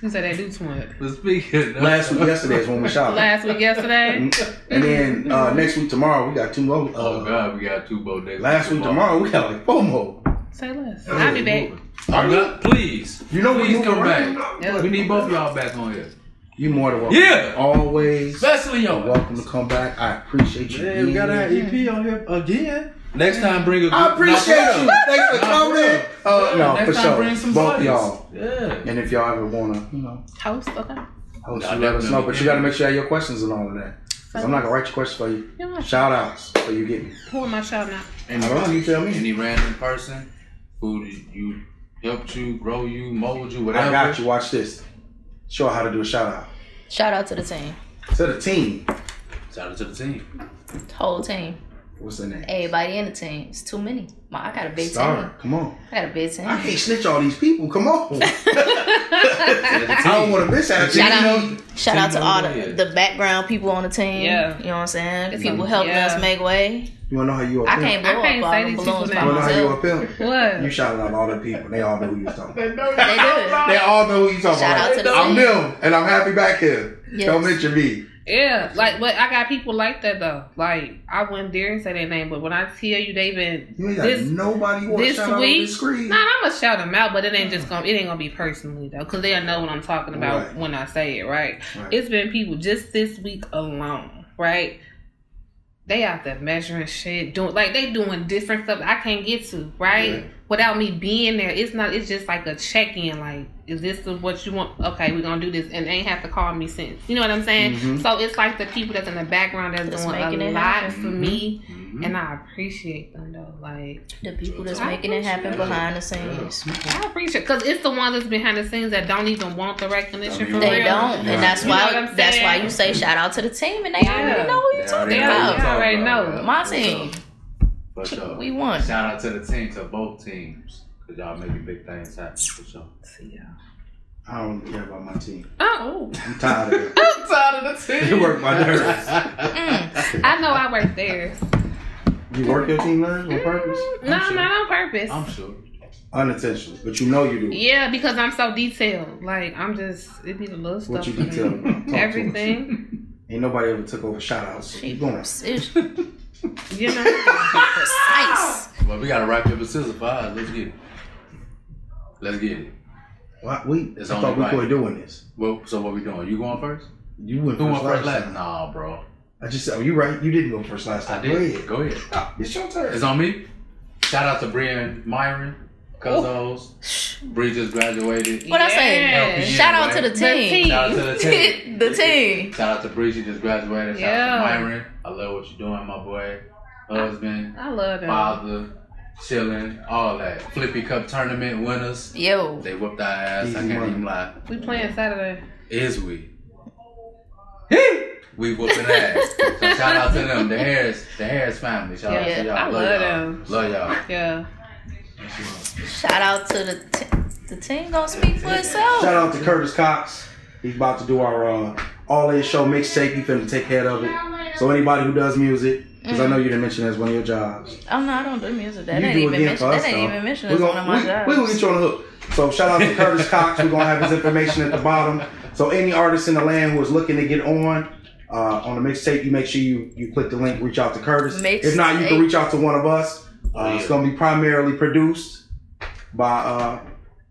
S1: You said they do too much.
S3: But speaking of-
S4: Last week, yesterday is when we shot.
S1: Last week, yesterday.
S4: and then uh, next week, tomorrow, we got two more. Uh,
S3: Oh God, we got two bodegas.
S4: Last week, tomorrow, we got like four more.
S1: Say less. I'll be back.
S3: I'm not. Please,
S4: You know we
S3: please
S4: move
S3: come
S4: around.
S3: back.
S1: Yeah.
S3: We need both of y'all back on here,
S4: You more than welcome.
S3: Yeah.
S4: Always
S3: especially y'all.
S4: welcome to come back. I appreciate you.
S3: Yeah, we
S4: being
S3: gotta
S4: here.
S3: have EP on here again. Next time, bring a.
S4: I appreciate
S3: Nah,
S4: you. Thanks for
S3: Nah,
S4: coming.
S3: bro.
S4: Uh,
S3: Yeah,
S4: no,
S3: next
S4: for
S3: time, bring
S4: sure.
S3: some
S4: Both
S3: buddies.
S4: y'all.
S3: Yeah.
S4: And if y'all ever wanna, you know,
S1: Host, okay.
S4: host,
S3: Nah,
S4: you let us know.
S3: definitely.
S4: But you gotta make sure you have your questions and all of that. 'Cause I'm not gonna write your questions for you.
S1: You know,
S4: Shout outs for you getting.
S1: who am I shouting out?
S3: And
S4: I don't know, you tell me.
S3: Any random person who you helped you grow you mold you whatever.
S4: I got you. Watch this. Show her how to do a shout out
S2: Shout out to the team,
S4: to the team.
S3: Shout out to the team.
S2: the whole team,
S4: What's the name?
S2: everybody in the team. It's too many. My, I got a big
S4: Star.
S2: team.
S4: Come on.
S2: I got a big team.
S4: I can't snitch all these people. Come on. I don't want to miss out.
S2: Shout
S4: You
S2: out,
S4: know,
S2: shout out to
S3: Team
S2: all
S3: Overhead.
S2: the, the background people on the team.
S1: Yeah.
S2: You know what I'm saying?
S1: It's
S2: people
S1: a-
S2: helping
S1: yeah.
S2: us make way.
S4: you want to know how you are.
S2: I can't blow
S1: I can't say
S2: up all them
S1: these people's
S2: balloons by
S4: You want to know how you
S2: myself.
S4: are feeling?
S1: What?
S4: You shouted out all the people. They all know who you was talking about.
S2: They do.
S4: They all know who you talking
S2: Shout
S4: about.
S2: out to the
S4: I'm
S2: team.
S4: them, and I'm happy back here.
S2: Yes.
S4: Don't mention me.
S1: Yeah, like, but I got people like that though. Like, I wouldn't dare say their name, but when I tell you they've been
S4: You ain't got
S1: this,
S4: nobody you want to
S1: this
S4: shout out on
S1: week?
S4: this screen.
S1: nah, I'm gonna shout them out, but it ain't just gonna, it ain't gonna be personally though, cause they'll know what I'm talking about
S4: Right.
S1: when I say it, right?
S4: Right.
S1: It's been people just this week alone, right? They out there measuring shit, doing like they doing different stuff I can't get to, right?
S4: Yeah.
S1: Without me being there, it's not. It's just like a check in. Like, is this the- what you want? Okay, we're gonna do this, and they ain't have to call me since. You know what I'm saying?
S3: Mm-hmm.
S4: Mhm.
S1: So it's like the people that's in the background that's
S2: That's
S1: doing
S2: making
S1: a
S2: it
S1: lot
S2: happen.
S1: for me,
S3: Mhm.
S1: and I appreciate them though. Like,
S2: The people that's
S1: I
S2: making it happen
S1: appreciate it.
S2: behind the scenes.
S1: I appreciate because it's the ones that's behind the scenes that don't even want the recognition
S3: They
S1: for
S2: They
S1: real.
S2: don't,
S4: Yeah.
S2: and that's
S1: You know what
S2: why
S1: I'm
S2: that's why
S1: saying?
S2: you say shout out to the team, and they
S1: Yeah.
S2: already know who
S3: They
S2: you're talking
S3: already know who
S2: about.
S3: you talking
S1: already
S3: about,
S1: know.
S3: yeah.
S2: My
S3: For
S2: team.
S3: sure. For sure.
S2: We
S3: uh,
S2: won.
S3: Shout out to the team, to both teams, cause y'all making big things happen for sure.
S4: I don't care about my team.
S1: Oh,
S4: I'm tired of it.
S3: I'm tired of the
S4: You work my nerves.
S2: Mm.
S1: I know I work there. Mm,
S4: You work your team nerves on purpose?
S1: No,
S3: sure.
S1: not on purpose.
S3: I'm sure.
S4: Unintentionally, but you know you do.
S1: Yeah, because I'm so detailed. Like I'm just it be the little
S4: What
S1: stuff.
S4: you
S1: for me.
S4: detailed about? Talk to us.
S1: Everything.
S4: Ain't nobody ever took over shout outs.
S2: She
S4: Keep going.
S2: precise.
S1: You know.
S2: precise.
S3: Well, we gotta rock paper scissors for ours. Let's get it. Let's get it.
S4: Why, we,
S3: It's
S4: I
S3: only
S4: thought we
S3: right.
S4: were doing this.
S3: Well, so what we doing? You going first?
S4: You went
S3: Who
S4: first
S3: went
S4: last
S3: first? Last?
S4: time.
S3: Nah, bro.
S4: I just said, oh, you right. You didn't go first last
S3: I
S4: time.
S3: did.
S4: Go
S3: Go ahead.
S4: ahead. Ah, It's your turn.
S3: It's on me. Shout out to Brian Myron,
S2: Oh.
S3: Cuzos. Bree just graduated.
S2: What I say?
S3: Yeah,
S2: Shout out to the
S3: right.
S1: The
S2: team.
S3: Shout out to the team.
S2: the team.
S3: Shout out to Bree, she just graduated. Shout out
S1: Yeah.
S3: to Myron. I love what you're doing, my boy. Husband,
S1: I love them.
S3: father, chilling, all that. Flippy Cup tournament winners.
S2: Yo.
S3: They whooped our ass. I
S4: Easy
S3: can't
S4: money.
S3: even lie.
S1: We playing Saturday.
S3: Is we? we whooping ass. So shout out to them, the Harris, the Harris family. Shout out
S2: Yeah,
S3: to y'all.
S1: I love them.
S3: Love y'all.
S1: Yeah.
S2: Shout out to the team. The team gonna speak for itself.
S4: Shout out to Curtis Cox. He's about to do our uh, all in show mixtape. He finna take head of it. So anybody who does music, because I
S1: Mm.
S4: know you didn't mention that as one of your jobs.
S2: Oh no, I don't do music. That
S4: you
S2: ain't
S4: do
S2: even
S4: again
S2: mentioned.
S4: for
S2: That
S4: us,
S2: ain't
S4: though.
S2: even mentioned.
S4: We
S2: It's
S4: gonna-
S2: one of my
S4: we,
S2: jobs.
S4: We gonna get you on the hook. So shout out to Curtis Cox. We're gonna have his information at the bottom. So any artist in the land who is looking to get on uh, on the mixtape, you make sure you you click the link, reach out to Curtis. If not, you can
S2: Mixtape.
S4: reach out to one of us. Uh, it's gonna be primarily produced by uh,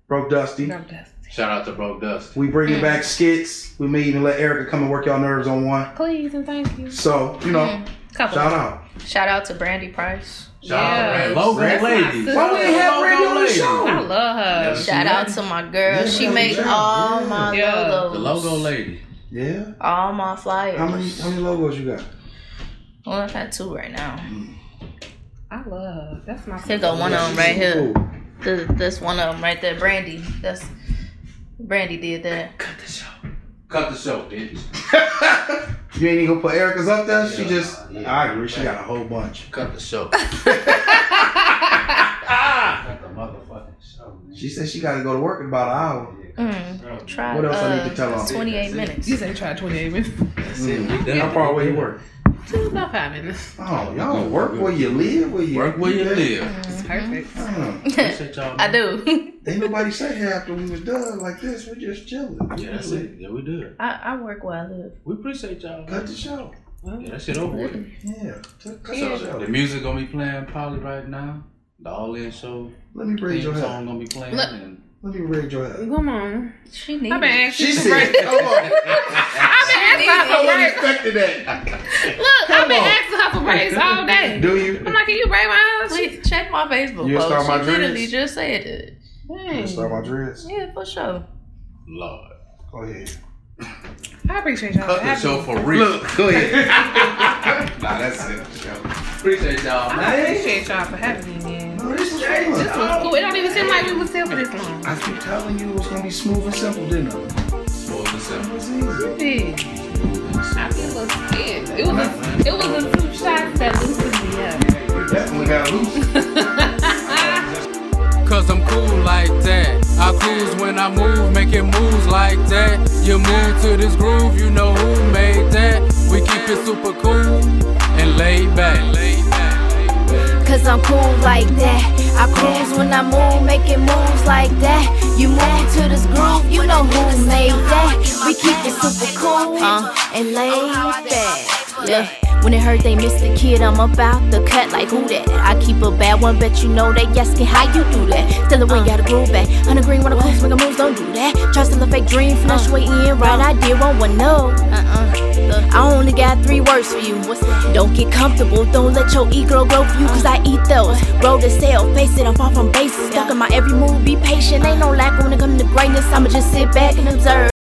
S4: Broke Dusty.
S1: Drop that.
S3: Shout out to Bro Dust.
S4: We
S2: Mm.
S4: bringing back skits. We may even let Erica come and work y'all nerves on one.
S1: Please and thank you.
S4: So you know,
S2: Mm-hmm.
S1: Couple.
S4: shout out.
S2: Shout out to Brandy Price.
S3: Shout out to
S1: Yeah.
S3: Red Logo
S4: That's
S1: my
S3: Ladies.
S1: sister. Why we ain't
S4: have Red on the
S3: Ladies?
S4: show?
S1: I love her.
S3: Yes.
S2: Shout
S3: Yeah.
S2: out to my girl.
S4: Yeah,
S2: she
S4: yeah,
S2: make
S4: yeah.
S2: all my
S1: Yeah.
S2: logos.
S3: The logo lady.
S4: Yeah.
S2: All my flyers.
S4: How many how many logos you got?
S2: Well, I've got two right now.
S1: I love. her. That's my.
S2: Here go
S1: sister.
S2: one of them right here.
S4: Cool.
S2: This, this one of them right there. Brandy. That's Brandy did that.
S3: Cut the show. Cut the show, bitch.
S4: You ain't even gonna put Erica's up there. She
S3: Yeah.
S4: just,
S3: Yeah.
S4: I agree. She got a whole bunch.
S3: Cut the show. Cut the motherfucking show, man.
S4: She said she got to go to work in about an hour.
S2: Mm. Try.
S4: What else
S2: uh,
S4: I need to tell on?
S2: 28 minutes.
S1: You say try twenty eight minutes.
S3: That's it. We done.
S4: How far away you work?
S1: Just about five minutes.
S4: Mm. Oh, y'all work where you live. Where you
S3: Work where you
S4: at?
S3: live.
S1: It's perfect.
S4: Damn.
S3: Appreciate
S1: Mm.
S3: y'all,
S2: I
S3: man.
S2: do.
S4: Ain't nobody sat here after we was done like this. We're just chilling.
S3: Yeah, that's it. Yeah, we do.
S2: I, I work where I live.
S3: We appreciate y'all. man.
S4: Cut the show.
S3: Yeah, that shit over with.
S1: Mm.
S4: Yeah. t- Cut
S1: Yeah.
S4: the show.
S3: The music gonna be playing probably right now. The All In Show
S4: Let me
S3: theme
S4: raise your hat.
S3: song gonna be playing.
S1: Look.
S3: And
S4: Let me raise your hat.
S1: Come on.
S2: She needs
S1: I've been
S2: it.
S1: asking
S4: Mm-hmm. She
S1: you
S4: said,
S1: for
S4: "Come on."
S1: I've been asking
S4: I
S1: her for braids.
S4: expected that.
S1: Look, I've been
S4: on.
S1: asking her for braids all day.
S4: Do you?
S1: I'm like, can you braid my eyes? She-
S2: Please check my Facebook
S4: You
S2: post.
S4: start
S2: She
S4: my
S2: literally
S4: dreads?
S2: just said it.
S1: Dang.
S4: Let's start my dress.
S2: Yeah, for sure.
S3: Lord,
S4: Go ahead.
S1: I appreciate y'all.
S3: cut the
S1: having
S3: show
S1: me.
S3: for real.
S4: go ahead. nah, that's it. Yo.
S3: Appreciate y'all.
S1: I
S3: Man.
S1: appreciate y'all for having me again.
S4: No, this is fun.
S1: This was cool. It don't even seem like we was here for this long.
S4: I keep telling you it's gonna be smooth and simple, didn't I?
S3: Well, listen,
S4: It's easy.
S1: Shit. I feel a scared. It was a, it was a two shots that loosened me up.
S4: You definitely got loose.
S6: Cause I'm cool like that. I cruise when I move, making moves like that. You move to this groove, you know who made that. We keep it super cool and laid back.
S5: Cause I'm cool like that. I cruise when I move, making moves like that. You move to this groove, you know who made that. We keep it super cool uh, and laid back. Look. When it hurt they missed the kid, I'm about the cut like who that? I keep a bad one, bet you know they asking how you do that. Still away, gotta groove back. Hunter green when I cruise, make a moves, don't do that. Try to a fake dream, flush way in, right? I did one, one no. I only got three words for you. Don't get comfortable, don't let your ego grow for you, cause I eat those. Roll the sale, face it, I'm far from basic. Stuck in my every move, be patient. Ain't no lack when it comes to greatness, I'ma just sit back and observe.